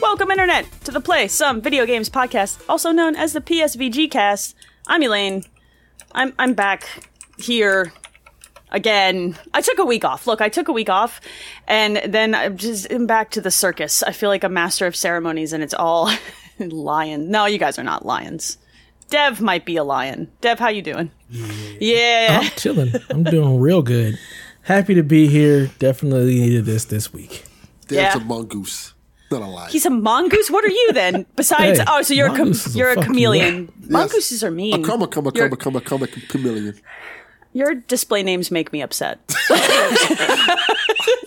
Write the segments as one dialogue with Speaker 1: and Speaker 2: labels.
Speaker 1: Welcome, Internet, to the Play Some Video Games podcast, also known as the PSVG cast. I'm Elaine. I'm, I'm back here again. I took a week off. Look, I took a week off, and then I'm just I'm back to the circus. I feel like a master of ceremonies, and it's all lion. No, you guys are not lions. Dev might be a lion. Dev, how you doing? Yeah.
Speaker 2: I'm chilling. I'm doing real good. Happy to be here. Definitely needed this this week.
Speaker 1: Yeah.
Speaker 3: That's a mongoose. Not a lion.
Speaker 1: He's a mongoose. What are you then? Besides,
Speaker 2: Hey,
Speaker 1: oh, so you're a com-
Speaker 2: mongoose is a
Speaker 1: you're a
Speaker 2: fucking
Speaker 1: chameleon.
Speaker 3: Yes.
Speaker 1: Mongooses are mean.
Speaker 3: A come, a come, a
Speaker 1: Your-
Speaker 3: come, a come, a come, a chameleon.
Speaker 1: Your display names make me upset.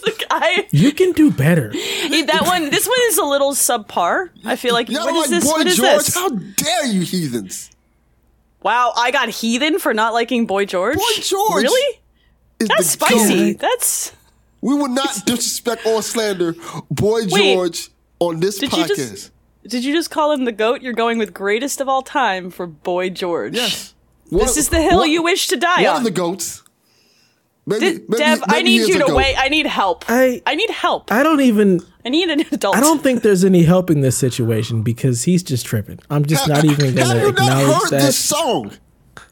Speaker 1: Like, I,
Speaker 2: You can do better.
Speaker 1: that one, this one is a little subpar. I feel like
Speaker 3: Y'all
Speaker 1: what is
Speaker 3: like
Speaker 1: this?
Speaker 3: Boy
Speaker 1: What is
Speaker 3: George?
Speaker 1: this?
Speaker 3: How dare you, heathens?
Speaker 1: Wow, I got heathen for not liking Boy George.
Speaker 3: Boy George
Speaker 1: really?
Speaker 3: Is
Speaker 1: That's
Speaker 3: the
Speaker 1: spicy.
Speaker 3: joke.
Speaker 1: That's
Speaker 3: We will not disrespect or slander Boy
Speaker 1: Wait.
Speaker 3: George on this
Speaker 1: Did you
Speaker 3: podcast.
Speaker 1: just- did you just call him the goat? You're going with greatest of all time for Boy George.
Speaker 3: Yes.
Speaker 1: This is the hill you wish to die
Speaker 3: One
Speaker 1: on.
Speaker 3: of the goats. Maybe,
Speaker 1: Did-
Speaker 3: maybe-
Speaker 1: Dev, I
Speaker 3: maybe he
Speaker 1: need
Speaker 3: is
Speaker 1: you
Speaker 3: a
Speaker 1: to
Speaker 3: goat.
Speaker 1: wait. I need help.
Speaker 2: I-
Speaker 1: need help. I,
Speaker 2: I don't even.
Speaker 1: need an adult.
Speaker 2: I don't think there's any help in this situation because he's just tripping. I'm just not even
Speaker 3: Have
Speaker 2: gonna
Speaker 3: you not
Speaker 2: acknowledge
Speaker 3: heard
Speaker 2: that.
Speaker 3: this song?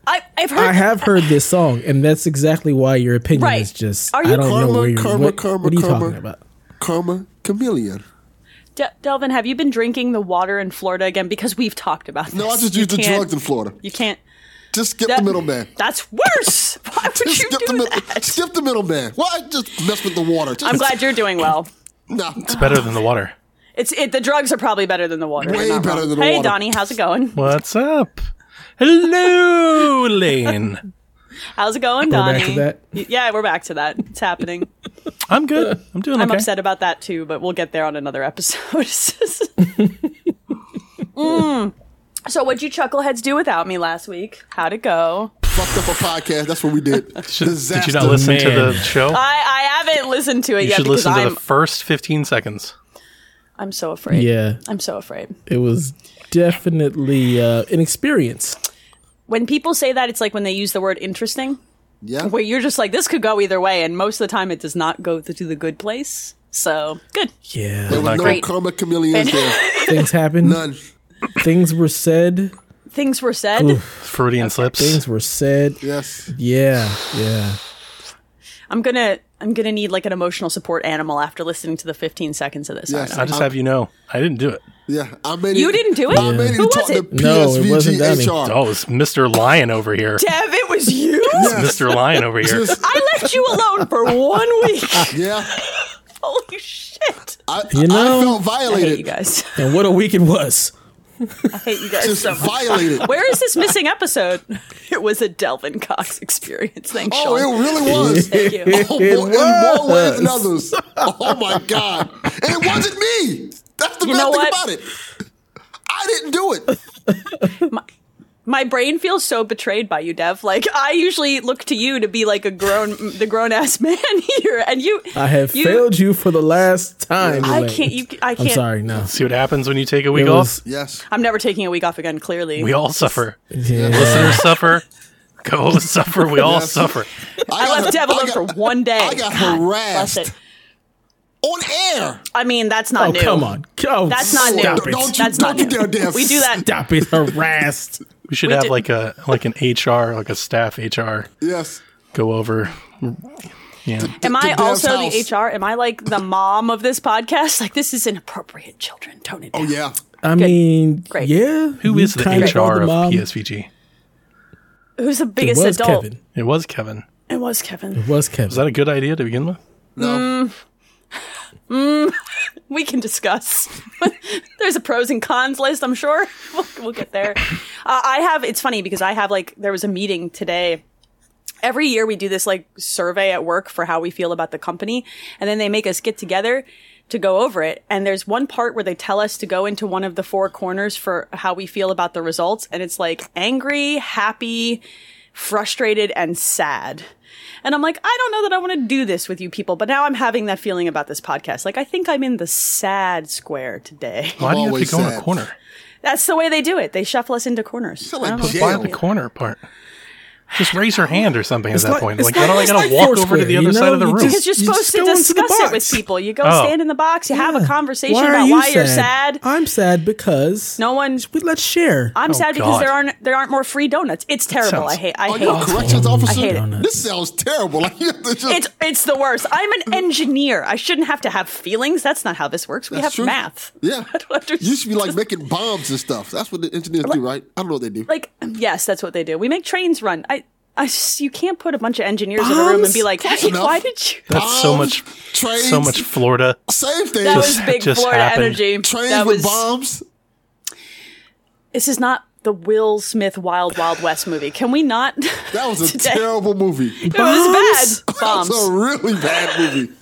Speaker 1: I, I've heard.
Speaker 2: I have heard this song, and that's exactly why your opinion
Speaker 1: Right.
Speaker 2: is just.
Speaker 1: Are you-
Speaker 2: I don't
Speaker 3: Karma,
Speaker 2: know where you're.
Speaker 3: karma,
Speaker 2: what,
Speaker 3: karma,
Speaker 2: what are you
Speaker 3: karma.
Speaker 2: talking about?
Speaker 3: Karma Chameleon.
Speaker 1: De- Delvin, have you been drinking the water in Florida again? Because we've talked about this.
Speaker 3: No, I just
Speaker 1: You
Speaker 3: used the
Speaker 1: can't-
Speaker 3: drugs in Florida.
Speaker 1: You can't.
Speaker 3: Just skip the middleman.
Speaker 1: That's worse. Why would
Speaker 3: Just
Speaker 1: you
Speaker 3: skip the,
Speaker 1: do
Speaker 3: mid-
Speaker 1: that?
Speaker 3: skip the middleman. Why just mess with the water? Just,
Speaker 1: I'm glad you're doing well.
Speaker 3: Nah,
Speaker 4: It's better than the water.
Speaker 1: It's it. The drugs are probably better than the water.
Speaker 3: Way
Speaker 1: You're not
Speaker 3: better
Speaker 1: wrong.
Speaker 3: than the
Speaker 1: Hey,
Speaker 3: water.
Speaker 1: Donnie, how's it going?
Speaker 4: What's up? Hello, Lane.
Speaker 1: How's it going,
Speaker 2: We're
Speaker 1: Donnie?
Speaker 2: back to that.
Speaker 1: Y- Yeah, we're back to that. It's happening.
Speaker 4: I'm good. I'm doing
Speaker 1: I'm
Speaker 4: okay.
Speaker 1: upset about that too, but we'll get there on another episode. Mm. So, what'd you chuckleheads do without me last week? How'd it go?
Speaker 3: fucked up a podcast. That's what we did. Disaster.
Speaker 4: Did you not listen to the
Speaker 2: Man.
Speaker 4: show?
Speaker 1: I, I haven't listened to it
Speaker 4: you
Speaker 1: yet
Speaker 4: should
Speaker 1: Uh, because
Speaker 4: listen to
Speaker 1: I'm
Speaker 4: the first 15 seconds.
Speaker 1: I'm so afraid.
Speaker 2: Yeah,
Speaker 1: I'm so afraid.
Speaker 2: it was definitely uh, an experience.
Speaker 1: When people say that, it's like when they use the word interesting,
Speaker 3: Yeah.
Speaker 1: where you're just like, this could go either way. And most of the time, it does not go th- to the good place. So, good.
Speaker 3: There
Speaker 2: Yeah,
Speaker 3: were no
Speaker 4: Great.
Speaker 3: karma chameleons there.
Speaker 2: things happened.
Speaker 3: None.
Speaker 2: Things were said.
Speaker 1: Things were said.
Speaker 4: Freudian slips.
Speaker 2: Things were said.
Speaker 3: Yes.
Speaker 2: Yeah, yeah.
Speaker 1: I'm going to. I'm gonna need like an emotional support animal after listening to the 15 seconds of this.
Speaker 3: Yes.
Speaker 1: I know.
Speaker 4: I'll just have you know, I didn't do it.
Speaker 3: Yeah. I made it.
Speaker 1: You didn't do it?
Speaker 3: I made it
Speaker 1: Who
Speaker 3: to talk
Speaker 1: was
Speaker 3: to
Speaker 1: it?
Speaker 2: No, it wasn't Donnie.
Speaker 3: PSVG HR.
Speaker 4: Oh, it's Mr. Lion over here.
Speaker 1: Dev, it was you.
Speaker 4: Mr. Lion over here.
Speaker 3: Just-
Speaker 1: I left you alone for one week.
Speaker 3: yeah.
Speaker 1: Holy shit!
Speaker 3: I,
Speaker 2: You know-
Speaker 3: I felt
Speaker 1: I hate you
Speaker 3: violated.
Speaker 1: guys.
Speaker 2: And what a week it was.
Speaker 1: I hate you guys
Speaker 3: Just
Speaker 1: so much.
Speaker 3: violated.
Speaker 1: Where is this missing episode? It was a Delvin Cox experience. Thanks,
Speaker 3: Oh,
Speaker 1: Sean.
Speaker 3: it really was.
Speaker 1: Thank you.
Speaker 3: Oh, more- in more ways than others. Oh my god! And it wasn't me. That's the
Speaker 1: You
Speaker 3: bad
Speaker 1: know
Speaker 3: thing
Speaker 1: what?
Speaker 3: about it. I didn't do it.
Speaker 1: My brain feels so betrayed by you, Dev. Like I usually look to you to be like a grown, the grown ass man here, and you.
Speaker 2: I have
Speaker 1: you-
Speaker 2: failed you for the last time.
Speaker 1: I
Speaker 2: Elaine.
Speaker 1: can't. You. I can't.
Speaker 2: I'm sorry. No.
Speaker 4: See what happens when you take a
Speaker 2: It
Speaker 4: week
Speaker 2: was-
Speaker 4: off?
Speaker 3: Yes.
Speaker 1: I'm never taking a week off again. Clearly,
Speaker 4: We all suffer.
Speaker 2: yeah.
Speaker 4: Listeners suffer. Co hosts suffer. We all
Speaker 3: Yes.
Speaker 4: suffer.
Speaker 1: I left Dev alone for one day.
Speaker 3: I got
Speaker 1: God,
Speaker 3: harassed
Speaker 1: bless it.
Speaker 3: on air.
Speaker 1: I mean, that's not
Speaker 2: Oh,
Speaker 1: new.
Speaker 2: come on. Oh,
Speaker 1: That's not new.
Speaker 2: stop
Speaker 3: Don't-
Speaker 2: It.
Speaker 3: don't you-
Speaker 1: that's not
Speaker 3: don't you
Speaker 1: new.
Speaker 3: dare, Dev.
Speaker 1: We do that.
Speaker 2: Stop it. Harassed.
Speaker 4: We should
Speaker 1: We
Speaker 4: have
Speaker 1: did-
Speaker 4: like a like an HR, like a staff HR
Speaker 3: Yes.
Speaker 4: go over. Yeah.
Speaker 1: Am I
Speaker 3: Dev's
Speaker 1: also
Speaker 3: house.
Speaker 1: the HR? Am I like the mom of this podcast? Like this is inappropriate, children. Tone it down.
Speaker 3: Oh yeah.
Speaker 2: I mean,
Speaker 1: Great.
Speaker 2: yeah.
Speaker 4: Who is the HR of
Speaker 2: mom.
Speaker 4: PSVG?
Speaker 1: Who's the
Speaker 2: It
Speaker 1: biggest
Speaker 2: was
Speaker 1: adult?
Speaker 2: Kevin.
Speaker 4: It was Kevin.
Speaker 1: It was Kevin.
Speaker 2: It was Kevin.
Speaker 4: Is that a good idea to begin with?
Speaker 1: Mm,
Speaker 3: No.
Speaker 1: We can discuss. There's a pros and cons list, I'm sure. We'll, we'll get there. Uh, I have. It's funny because I have like there was a meeting today. Every year we do this like survey at work for how we feel about the company, and then they make us get together to go over it. And there's one part where they tell us to go into one of the four corners for how we feel about the results, and it's like angry, happy, frustrated and sad. And I'm like, I don't know that I want to do this with you people, but now I'm having that feeling about this podcast. Like, I think I'm in the sad square today.
Speaker 4: Why do you have to
Speaker 3: always
Speaker 4: go in a
Speaker 3: sad.
Speaker 4: corner?
Speaker 1: That's the way they do it. They shuffle us into corners.
Speaker 3: Sound like
Speaker 1: I don't know.
Speaker 3: jail.
Speaker 4: Why the corner part? Just raise your hand or something at that
Speaker 2: like-
Speaker 4: point.
Speaker 2: it's
Speaker 4: Like, why do
Speaker 2: like-
Speaker 4: I
Speaker 2: it's
Speaker 4: gotta
Speaker 2: like
Speaker 4: walk over
Speaker 2: Foursquare,
Speaker 4: to the
Speaker 2: you
Speaker 4: other
Speaker 2: know?
Speaker 4: side of the
Speaker 2: You
Speaker 4: room?
Speaker 1: Because
Speaker 2: just-
Speaker 1: you're
Speaker 2: You
Speaker 1: supposed
Speaker 2: just
Speaker 1: to
Speaker 2: go into the
Speaker 1: discuss it
Speaker 2: box.
Speaker 1: with people. You go
Speaker 4: Oh.
Speaker 1: stand in the box, you have a conversation
Speaker 2: Why are
Speaker 1: about
Speaker 2: you
Speaker 1: why you're
Speaker 2: sad?
Speaker 1: sad sad.
Speaker 2: I'm sad because
Speaker 1: No one.
Speaker 2: we let's share.
Speaker 1: I'm sad because
Speaker 4: Oh, God.
Speaker 1: there aren't there aren't more free donuts. It's terrible. I
Speaker 4: sounds-
Speaker 1: hate. I
Speaker 3: Are
Speaker 1: hate.
Speaker 3: you Oh, a corrections officer?
Speaker 1: hate it.
Speaker 3: This sounds terrible. Like you have to just,
Speaker 1: It's it's the worst. I'm an engineer. I shouldn't have to have feelings. That's not how this works. We
Speaker 3: That's
Speaker 1: have
Speaker 3: true.
Speaker 1: math.
Speaker 3: yeah.
Speaker 1: I don't understand.
Speaker 3: You should be like making bombs and stuff. That's what the engineers do, right? I don't know what they do.
Speaker 1: like yes, that's what they do. We make trains run. I I just, you can't put a bunch of engineers in a room and be like, hey,
Speaker 3: enough.
Speaker 1: why did you?
Speaker 4: That's so
Speaker 3: Bombs,
Speaker 4: much,
Speaker 3: trains,
Speaker 4: so much Florida.
Speaker 3: Same thing.
Speaker 1: That was
Speaker 4: Just-
Speaker 1: big
Speaker 4: just
Speaker 1: Florida
Speaker 4: happened.
Speaker 1: energy.
Speaker 3: trains
Speaker 1: that
Speaker 3: with
Speaker 1: was
Speaker 3: bombs.
Speaker 1: this is not the Will Smith Wild Wild West movie. Can we not?
Speaker 3: That was a
Speaker 1: today-
Speaker 3: terrible movie.
Speaker 1: It was bad.
Speaker 3: That's a
Speaker 1: Bombs.
Speaker 3: really bad movie.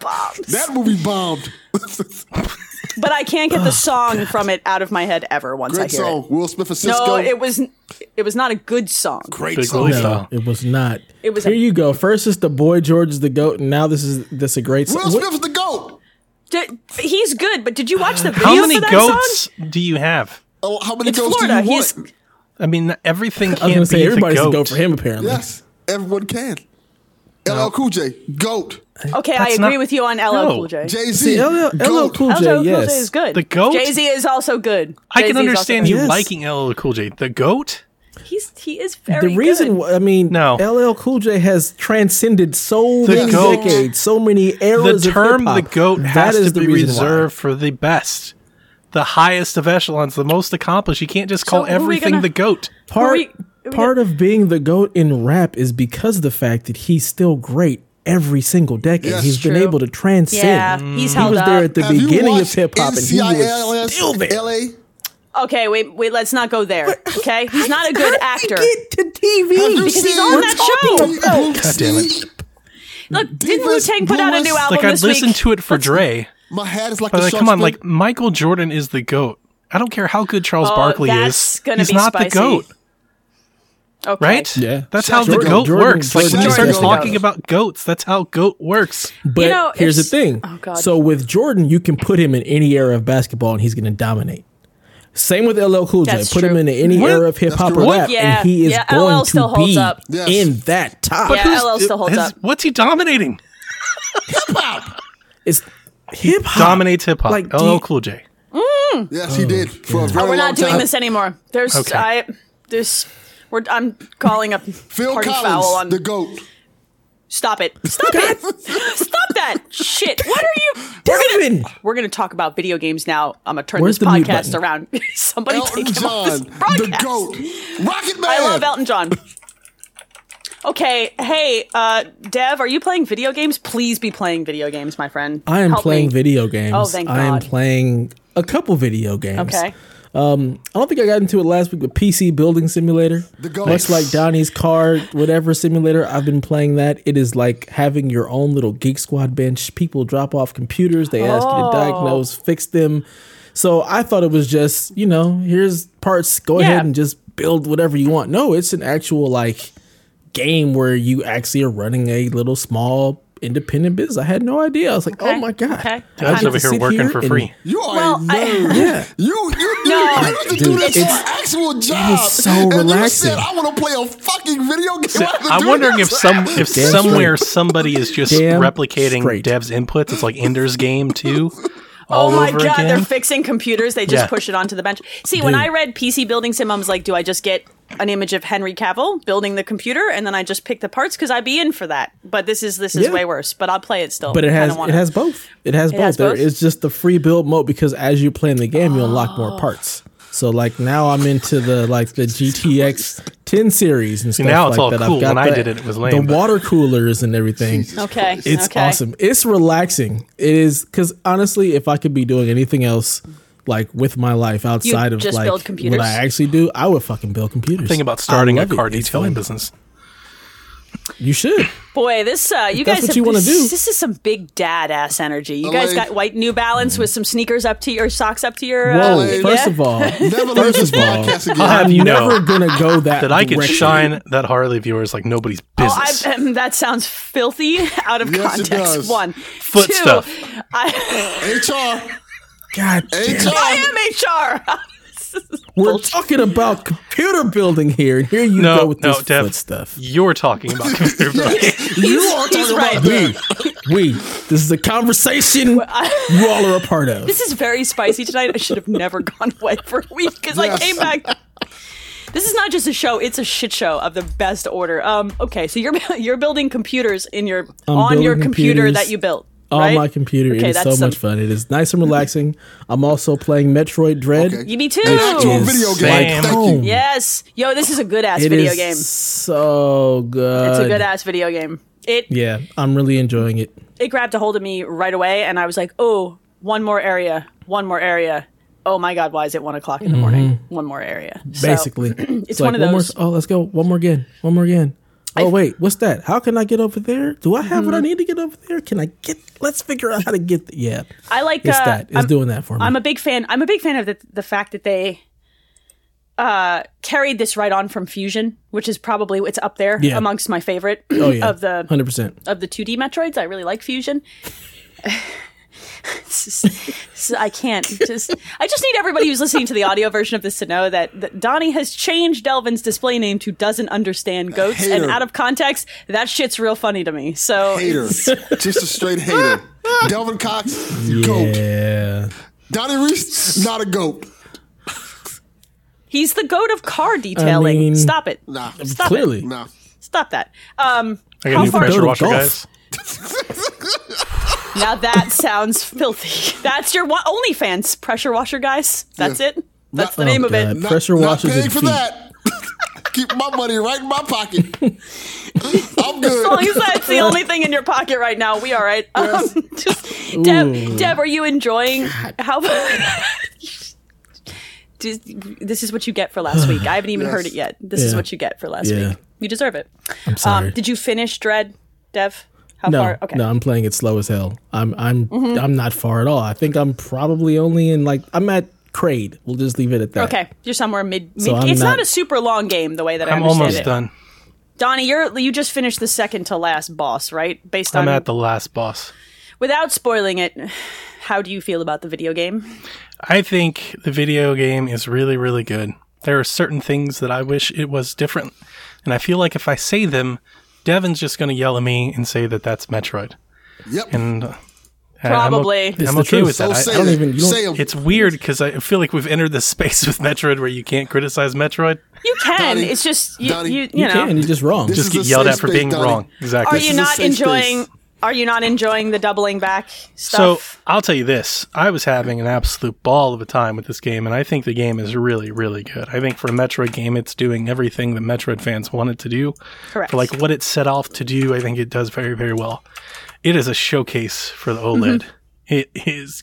Speaker 1: Bombs.
Speaker 3: That movie bombed.
Speaker 1: But I can't get the song from it out of my head ever once I
Speaker 3: Great
Speaker 1: hear
Speaker 3: song.
Speaker 1: it.
Speaker 3: Will Smith and Cisco.
Speaker 1: No, it was it was not a good song.
Speaker 3: great
Speaker 4: Big
Speaker 3: song.
Speaker 4: Willie
Speaker 2: no,
Speaker 4: style.
Speaker 2: it was not.
Speaker 1: It was a-
Speaker 2: Here you go. First it's the boy George is the goat, and now this is this a great
Speaker 3: Will
Speaker 2: song.
Speaker 3: Smith is the goat.
Speaker 1: Did, he's good, but did you watch the video
Speaker 4: How many
Speaker 1: for that
Speaker 4: goats
Speaker 1: song?
Speaker 4: do you have?
Speaker 3: Oh, how many
Speaker 1: It's
Speaker 3: goats
Speaker 1: Florida.
Speaker 3: do you want?
Speaker 1: He's
Speaker 4: I mean, everything
Speaker 2: I was
Speaker 4: can't
Speaker 2: gonna
Speaker 4: be
Speaker 2: say everybody's
Speaker 4: the
Speaker 2: a
Speaker 4: goat.
Speaker 2: goat for him apparently.
Speaker 3: Yes, everyone can. LL Cool J, goat.
Speaker 1: okay. I
Speaker 4: That's
Speaker 1: agree
Speaker 4: not-
Speaker 1: with you on LL Cool
Speaker 4: No.
Speaker 1: J.
Speaker 3: Jay Z,
Speaker 2: See, LL, LL
Speaker 3: goat.
Speaker 2: Cool
Speaker 1: LL
Speaker 2: J,
Speaker 1: Cool J
Speaker 2: yes.
Speaker 1: is good.
Speaker 4: The goat?
Speaker 1: Jay Z is also good.
Speaker 4: I
Speaker 1: Jay-Z
Speaker 4: can
Speaker 1: is also
Speaker 4: understand
Speaker 1: good.
Speaker 4: you
Speaker 2: Yes.
Speaker 4: liking LL Cool J. The goat?
Speaker 1: He's he is very
Speaker 2: The reason,
Speaker 1: good.
Speaker 2: why- I mean,
Speaker 4: No.
Speaker 2: LL Cool J has transcended so
Speaker 4: The
Speaker 2: many
Speaker 4: goat-
Speaker 2: decades, so many
Speaker 4: The
Speaker 2: eras.
Speaker 4: term
Speaker 2: of
Speaker 4: the
Speaker 2: hip-hop.
Speaker 4: goat
Speaker 2: That
Speaker 4: has
Speaker 2: is
Speaker 4: to
Speaker 2: the
Speaker 4: be
Speaker 2: reason why.
Speaker 4: reserved for the best, the highest of echelons, the most accomplished. You can't just
Speaker 1: who
Speaker 4: call
Speaker 1: are we
Speaker 4: everything
Speaker 1: gonna-
Speaker 4: the goat.
Speaker 2: Part
Speaker 1: we- we
Speaker 2: part of being the goat in rap is because of the fact that he's still great every single decade.
Speaker 3: Yes,
Speaker 2: he's been
Speaker 1: true.
Speaker 2: able to transcend.
Speaker 1: Yeah, he's
Speaker 2: he
Speaker 1: held
Speaker 2: was there
Speaker 1: up.
Speaker 2: at the
Speaker 3: Have you
Speaker 2: beginning of
Speaker 3: watched
Speaker 2: hip hop, and he was
Speaker 3: NCILS
Speaker 2: still there.
Speaker 3: LA.
Speaker 1: Okay, wait, wait. Let's not go there. Okay, he's not a good
Speaker 2: How did
Speaker 1: actor.
Speaker 2: he Get to TV.
Speaker 1: he's on
Speaker 2: We're
Speaker 1: that show.
Speaker 2: talking about-
Speaker 3: God
Speaker 4: damn it.
Speaker 1: Look, didn't Wu Tang put out a new
Speaker 3: Like,
Speaker 1: album
Speaker 4: Like, I
Speaker 1: this week?
Speaker 4: listened to it for Dre.
Speaker 3: My hat is like
Speaker 4: But
Speaker 3: a
Speaker 4: Oh, like,
Speaker 3: shark's
Speaker 4: come on,
Speaker 3: fin.
Speaker 4: like Michael Jordan is the goat. I don't care how good Charles
Speaker 1: Oh,
Speaker 4: Barkley
Speaker 1: that's
Speaker 4: is.
Speaker 1: gonna
Speaker 4: He's
Speaker 1: be
Speaker 4: not the
Speaker 1: spicy.
Speaker 4: goat,
Speaker 1: Okay.
Speaker 4: right?
Speaker 2: Yeah.
Speaker 4: That's
Speaker 3: Shaq
Speaker 4: how the
Speaker 3: Jordan-
Speaker 4: goat
Speaker 2: Jordan-
Speaker 4: works. like when
Speaker 3: Jordan
Speaker 4: you start
Speaker 3: is the goat.
Speaker 4: talking about goats, that's how goat works.
Speaker 2: But
Speaker 1: You know,
Speaker 2: here's the
Speaker 1: it's-
Speaker 2: thing.
Speaker 1: oh, God.
Speaker 2: So with Jordan, you can put him in any era of basketball and he's going to dominate. Same with LL Cool J.
Speaker 1: That's
Speaker 2: Put him
Speaker 1: true.
Speaker 2: in any
Speaker 4: What?
Speaker 2: era of hip hop
Speaker 3: true.
Speaker 2: or
Speaker 4: What?
Speaker 2: rap,
Speaker 1: Yeah.
Speaker 2: and he is
Speaker 1: Yeah, LL
Speaker 2: going
Speaker 1: still
Speaker 2: to
Speaker 1: holds
Speaker 2: be
Speaker 1: up.
Speaker 3: Yes.
Speaker 2: in that top.
Speaker 1: But who's- LL still holds
Speaker 4: his-
Speaker 1: up.
Speaker 4: What's he dominating?
Speaker 2: it's hip hop.
Speaker 4: Dominates hip hop.
Speaker 2: Like, do
Speaker 4: LL
Speaker 2: you-
Speaker 4: Cool J.
Speaker 3: yes,
Speaker 2: oh,
Speaker 3: he did for a very
Speaker 1: Oh, We're
Speaker 3: long
Speaker 1: not doing
Speaker 3: time.
Speaker 1: this anymore. There's
Speaker 4: Okay.
Speaker 1: I there's we're I'm calling up
Speaker 3: Phil
Speaker 1: party
Speaker 3: Collins,
Speaker 1: foul on.
Speaker 3: the goat.
Speaker 1: Stop it! Stop it! Stop that shit! What are you?
Speaker 2: Devin!
Speaker 1: We're gonna talk about video games now. I'm gonna turn
Speaker 2: Where's
Speaker 1: this
Speaker 2: the mute
Speaker 1: podcast
Speaker 2: button?
Speaker 1: around. Somebody
Speaker 3: Elton
Speaker 1: take him off
Speaker 3: John,
Speaker 1: this
Speaker 3: the
Speaker 1: broadcast.
Speaker 3: goat. Rocket Man.
Speaker 1: I love Elton John. Okay, hey, uh, Dev, are you playing video games? Please be playing video games, my friend.
Speaker 2: I am
Speaker 1: Help
Speaker 2: playing
Speaker 1: me.
Speaker 2: video games.
Speaker 1: Oh, thank
Speaker 2: I am
Speaker 1: God.
Speaker 2: playing a couple video games.
Speaker 1: Okay,
Speaker 2: I don't think I got into it last week, but PC Building Simulator.
Speaker 3: The goat.
Speaker 2: Much like Donnie's Card, whatever simulator, I've been playing that. It is like having your own little Geek Squad bench. People drop off computers, they ask you
Speaker 1: Oh.
Speaker 2: to diagnose, fix them. So I thought it was just, you know, here's parts, go
Speaker 1: Yeah.
Speaker 2: ahead and just build whatever you want. No, it's an actual like game where you actually are running a little small independent business. I had no idea. I was like, oh
Speaker 1: Okay.
Speaker 2: my God.
Speaker 1: Okay.
Speaker 4: I was
Speaker 2: get
Speaker 4: over
Speaker 2: to
Speaker 4: here
Speaker 2: sit
Speaker 4: working
Speaker 2: here
Speaker 4: for
Speaker 2: and-
Speaker 4: free.
Speaker 3: You are
Speaker 1: Well,
Speaker 3: a
Speaker 1: I-
Speaker 3: nerd.
Speaker 2: Yeah.
Speaker 3: You you
Speaker 1: No.
Speaker 3: no, you used to do
Speaker 2: Dude,
Speaker 3: this for
Speaker 2: it's-
Speaker 3: an actual job.
Speaker 2: so
Speaker 3: and
Speaker 2: relaxing.
Speaker 3: You said, I want to play a fucking video game.
Speaker 4: So,
Speaker 3: I have to
Speaker 4: I'm
Speaker 3: do
Speaker 4: wondering if
Speaker 3: this."
Speaker 4: some if
Speaker 2: Damn
Speaker 4: somewhere somebody is just
Speaker 2: Damn
Speaker 4: replicating
Speaker 2: straight.
Speaker 4: Dev's inputs. It's like Ender's Game too.
Speaker 1: Oh
Speaker 4: All
Speaker 1: my
Speaker 4: over
Speaker 1: god,
Speaker 4: again.
Speaker 1: they're fixing computers. They just
Speaker 4: Yeah.
Speaker 1: push it onto the bench. See, when
Speaker 2: Dude.
Speaker 1: I read PC building sim, I was like, do I just get an image of Henry Cavill building the computer and then I just pick the parts because I'd be in for that. But this is this is
Speaker 2: Yeah.
Speaker 1: way worse. But I'll play it still.
Speaker 2: But it
Speaker 1: Kinda
Speaker 2: has
Speaker 1: wanna-
Speaker 2: it has both. It has both.
Speaker 1: has
Speaker 2: There
Speaker 1: both?
Speaker 2: is just the free build mode because as you play in the game, you unlock
Speaker 1: Oh.
Speaker 2: more parts. So like now I'm into the like the GTX 10 series and stuff
Speaker 4: now it's
Speaker 2: like
Speaker 4: all
Speaker 2: that.
Speaker 4: cool.
Speaker 2: I've got
Speaker 4: When I
Speaker 2: the-
Speaker 4: did it, it was lame,
Speaker 2: The
Speaker 4: but-
Speaker 2: water coolers and everything.
Speaker 1: Okay.
Speaker 2: It's
Speaker 1: okay.
Speaker 2: awesome. It's relaxing. It is because honestly, if I could be doing anything else like with my life outside of
Speaker 1: just
Speaker 2: like
Speaker 1: build computers?
Speaker 2: what I actually do, I would fucking build computers.
Speaker 4: Think about starting
Speaker 2: I
Speaker 4: a
Speaker 2: love it.
Speaker 4: car
Speaker 2: It's
Speaker 4: detailing
Speaker 2: fun.
Speaker 4: business.
Speaker 2: You should.
Speaker 1: Boy, this uh, you
Speaker 2: that's
Speaker 1: guys
Speaker 2: what
Speaker 1: have
Speaker 2: you wanna
Speaker 1: this,
Speaker 2: do.
Speaker 1: this is some big dad ass energy. You guys
Speaker 3: LA.
Speaker 1: got white New Balance with some sneakers up to your socks up to your.
Speaker 2: Mm. Whoa!
Speaker 1: Uh,
Speaker 2: First
Speaker 1: yeah.
Speaker 2: of all,
Speaker 3: Never leave this
Speaker 2: of all,
Speaker 3: podcast again.
Speaker 4: I'll have
Speaker 2: I'm
Speaker 4: you know
Speaker 2: never gonna go that.
Speaker 4: that I could
Speaker 2: direction.
Speaker 4: shine that Harley viewers like nobody's
Speaker 1: Oh,
Speaker 4: business.
Speaker 1: I, um, that sounds filthy out of
Speaker 3: Yes, it
Speaker 1: context.
Speaker 3: does.
Speaker 1: One,
Speaker 4: Foot
Speaker 1: Two,
Speaker 4: stuff.
Speaker 1: I,
Speaker 3: HR.
Speaker 2: God damn.
Speaker 3: HR.
Speaker 1: I am HR.
Speaker 2: We're talking about computer building here, and here you
Speaker 4: no,
Speaker 2: go with
Speaker 4: no,
Speaker 2: this
Speaker 4: Dev,
Speaker 2: foot stuff.
Speaker 4: you're talking about computer building.
Speaker 3: You are talking
Speaker 1: he's
Speaker 3: about
Speaker 1: right.
Speaker 3: that.
Speaker 2: we. This is a conversation you all are a part of.
Speaker 1: This is very spicy tonight. I should have never gone away for a week because I
Speaker 3: Yes.
Speaker 1: came back. This is not just a show; it's a shit show of the best order. Um, okay, so you're you're building computers in your
Speaker 2: I'm
Speaker 1: on your
Speaker 2: building
Speaker 1: computer
Speaker 2: computers
Speaker 1: that you built
Speaker 2: on
Speaker 1: right?
Speaker 2: my computer.
Speaker 1: Okay,
Speaker 2: it is
Speaker 1: that's
Speaker 2: so
Speaker 1: some-
Speaker 2: much fun. It is nice and relaxing. I'm also playing Metroid Dread.
Speaker 3: Okay.
Speaker 1: You me too.
Speaker 3: An actual
Speaker 2: Is
Speaker 3: video
Speaker 4: Sam.
Speaker 3: game. Thank you.
Speaker 1: Yes, yo, this is a good ass
Speaker 2: It
Speaker 1: video
Speaker 2: is
Speaker 1: game.
Speaker 2: so good.
Speaker 1: It's a good ass video game. It
Speaker 2: Yeah, I'm really enjoying it.
Speaker 1: it grabbed a hold of me right away, and I was like, oh, one more area, one more area. Oh my god, why is it one o'clock in the morning? One more area. So-
Speaker 2: Mm-hmm. Basically, it's,
Speaker 1: one of
Speaker 2: more-
Speaker 1: those-
Speaker 2: oh, let's go. One more again. One more again. Oh wait, what's that? How can I get over there? Do I have what
Speaker 1: Mm-hmm.
Speaker 2: I need to get over there? Can I get? Let's figure out how to get. There. Yeah,
Speaker 1: I like
Speaker 2: it's
Speaker 1: uh,
Speaker 2: that. It's
Speaker 1: I'm-
Speaker 2: doing that for me.
Speaker 1: I'm a big fan. I'm a big fan of the the fact that they uh carried this right on from Fusion, which is probably it's up there
Speaker 2: Yeah.
Speaker 1: amongst my favorite
Speaker 2: oh yeah,
Speaker 1: of the
Speaker 2: hundred percent.
Speaker 1: of the 2D Metroids. I really like Fusion. It's just- it's- I can't just. I just need everybody who's listening to the audio version of this to know that, that Donnie has changed Delvin's display name to doesn't understand goats, and
Speaker 3: Hater.
Speaker 1: out of context, that shit's real funny to me. So
Speaker 3: Hater. Just a straight hater. Delvin Cox,
Speaker 1: Oh.
Speaker 3: goat.
Speaker 2: Yeah,
Speaker 3: Donnie Reese, not a goat.
Speaker 1: he's the goat of car detailing.
Speaker 2: mean-
Speaker 1: Stop it.
Speaker 3: Nah.
Speaker 1: Stop
Speaker 2: clearly.
Speaker 3: Nah.
Speaker 1: Stop that. Um,
Speaker 4: I got a
Speaker 1: How
Speaker 4: new
Speaker 1: far-
Speaker 4: pressure
Speaker 2: Go to
Speaker 4: washer,
Speaker 2: golf.
Speaker 4: guys.
Speaker 1: now that sounds filthy. That's your wa- OnlyFans pressure washer, guys. That's
Speaker 3: Yeah.
Speaker 1: it. That's the
Speaker 2: Oh,
Speaker 1: name of it.
Speaker 2: God. Pressure washers
Speaker 3: Not paying
Speaker 2: and
Speaker 3: for
Speaker 2: feet.
Speaker 3: that. Keep my money right in my pocket. I'm
Speaker 1: As
Speaker 3: good.
Speaker 1: long as that's the only thing in your pocket right now, we all right. Um, just, Deb,
Speaker 2: Ooh.
Speaker 1: Deb, are you enjoying how? Just- this is what you get for last week. I haven't even
Speaker 3: Yes.
Speaker 1: heard it yet. This is
Speaker 2: Yeah.
Speaker 1: what you get for last
Speaker 2: Yeah.
Speaker 1: week. You deserve it. Um,
Speaker 2: I'm sorry.
Speaker 1: did you finish Dread, Dev? How
Speaker 2: no,
Speaker 1: far? Okay. Mm-hmm.
Speaker 2: no, I'm playing it slow as hell. I'm I'm I'm not far at all. I think I'm probably only in like I'm at Crade. We'll just leave it at that.
Speaker 1: Okay, you're somewhere mid. mid
Speaker 2: So I'm
Speaker 1: it's not,
Speaker 2: not-
Speaker 1: a super long game the way that I
Speaker 4: I'm
Speaker 1: understand
Speaker 4: almost
Speaker 1: it.
Speaker 4: done.
Speaker 1: Donnie, you're you just finished the second to last boss, right? Based on
Speaker 4: I'm at the last boss.
Speaker 1: without spoiling it, how do you feel about the video game?
Speaker 4: I think the video game is really, really good. There are certain things that I wish it was different. And I feel like if I say them, Devin's just going to yell at me and say that that's Metroid.
Speaker 3: Yep.
Speaker 4: And uh, I-
Speaker 1: Probably.
Speaker 4: I'm, o-
Speaker 1: It's
Speaker 4: I'm
Speaker 2: the
Speaker 4: okay
Speaker 2: truth.
Speaker 4: with
Speaker 2: So
Speaker 4: that.
Speaker 3: Don't
Speaker 4: I-
Speaker 3: say
Speaker 4: I
Speaker 3: it.
Speaker 4: don't
Speaker 2: even- you don't-
Speaker 3: say 'em.
Speaker 4: it's weird because I feel like we've entered the space with Metroid where you can't criticize Metroid.
Speaker 1: You can.
Speaker 3: Donnie,
Speaker 1: it's just you,
Speaker 3: Donnie,
Speaker 1: you, you,
Speaker 2: You,
Speaker 1: know.
Speaker 2: can. You're just wrong.
Speaker 3: This
Speaker 4: Just
Speaker 3: is
Speaker 4: get
Speaker 3: a
Speaker 4: yelled
Speaker 3: safe
Speaker 4: at for
Speaker 3: space,
Speaker 4: being
Speaker 3: Donnie.
Speaker 4: wrong. Exactly.
Speaker 1: Are
Speaker 3: This
Speaker 1: you
Speaker 3: is a
Speaker 1: not
Speaker 3: safe
Speaker 1: enjoying?
Speaker 3: space.
Speaker 1: Are you not enjoying the doubling back
Speaker 4: So
Speaker 1: stuff?
Speaker 4: I'll tell you this: I was having an absolute ball of a time with this game, and I think the game is really, really good. I think for a Metroid game, it's doing everything that Metroid fans want it to do.
Speaker 1: Correct.
Speaker 4: For like what it set off to do, I think it does very, very well. It is a showcase for the OLED. It is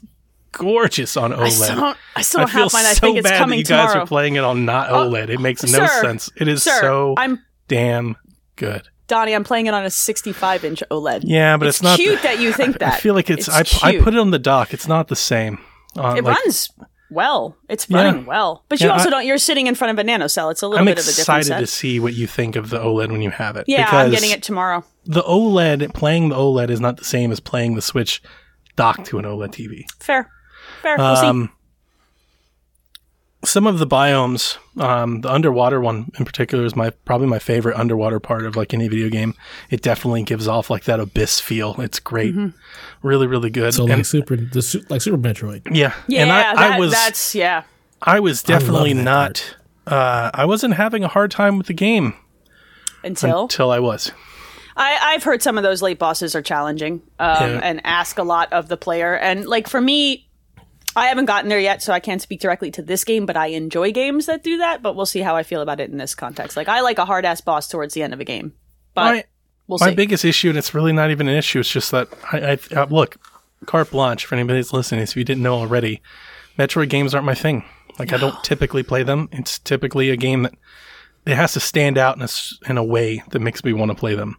Speaker 4: gorgeous on OLED.
Speaker 1: Mm-hmm. I still don't, I still
Speaker 4: I
Speaker 1: don't
Speaker 4: feel
Speaker 1: have mine. I
Speaker 4: so
Speaker 1: think it's
Speaker 4: bad that
Speaker 1: coming
Speaker 4: you guys
Speaker 1: tomorrow. Oh,
Speaker 4: are playing it on not OLED. It makes no
Speaker 1: sir,
Speaker 4: sense. It is
Speaker 1: Sir,
Speaker 4: so
Speaker 1: I'm
Speaker 4: damn good.
Speaker 1: Donnie. I'm playing it on a 65 inch OLED.
Speaker 4: Yeah, but it's, not.
Speaker 1: cute that you think that.
Speaker 4: I feel like it's. I, I
Speaker 1: cute.
Speaker 4: put it on the dock. It's not the same. Uh,
Speaker 1: It
Speaker 4: like,
Speaker 1: runs well. It's running well, but you
Speaker 4: Yeah,
Speaker 1: also
Speaker 4: I-
Speaker 1: don't. You're sitting in front of a nano cell. It's a little
Speaker 4: I'm
Speaker 1: bit of a different
Speaker 4: excited
Speaker 1: set.
Speaker 4: to see what you think of the OLED when you have it.
Speaker 1: yeah,
Speaker 4: because
Speaker 1: I'm getting it tomorrow.
Speaker 4: The OLED playing the OLED is not the same as playing the Switch docked to an E OLED TV.
Speaker 1: Fair, fair. We'll see.
Speaker 4: Um, some of the biomes, um, the underwater one in particular is my probably my favorite underwater part of like any video game. It definitely gives off like that abyss feel. It's great,
Speaker 1: Mm-hmm.
Speaker 4: really, really good.
Speaker 2: so
Speaker 4: And-
Speaker 2: like super the su- like Super Metroid.
Speaker 4: yeah,
Speaker 1: Yeah,
Speaker 4: and I,
Speaker 1: that,
Speaker 4: I was
Speaker 1: that's yeah.
Speaker 4: I was definitely
Speaker 2: that
Speaker 4: not. Uh, I wasn't having a hard time with the game
Speaker 1: Until
Speaker 4: until I was.
Speaker 1: I, I've heard some of those late bosses are challenging um,
Speaker 4: Yeah.
Speaker 1: and ask a lot of the player. And like for me, I haven't gotten there yet, so I can't speak directly to this game. But I enjoy games that do that. But we'll see how I feel about it in this context. Like I like a hard ass boss towards the end of a game, but
Speaker 4: My-
Speaker 1: we'll
Speaker 4: my
Speaker 1: see.
Speaker 4: biggest issue, and it's really not even an issue, it's just that I, I uh, look carte blanche for anybody that's listening. If you didn't know already, Metroid games aren't my thing. Like I don't typically play them. It's typically a game that it has to stand out in a s in a way that makes me want to play them.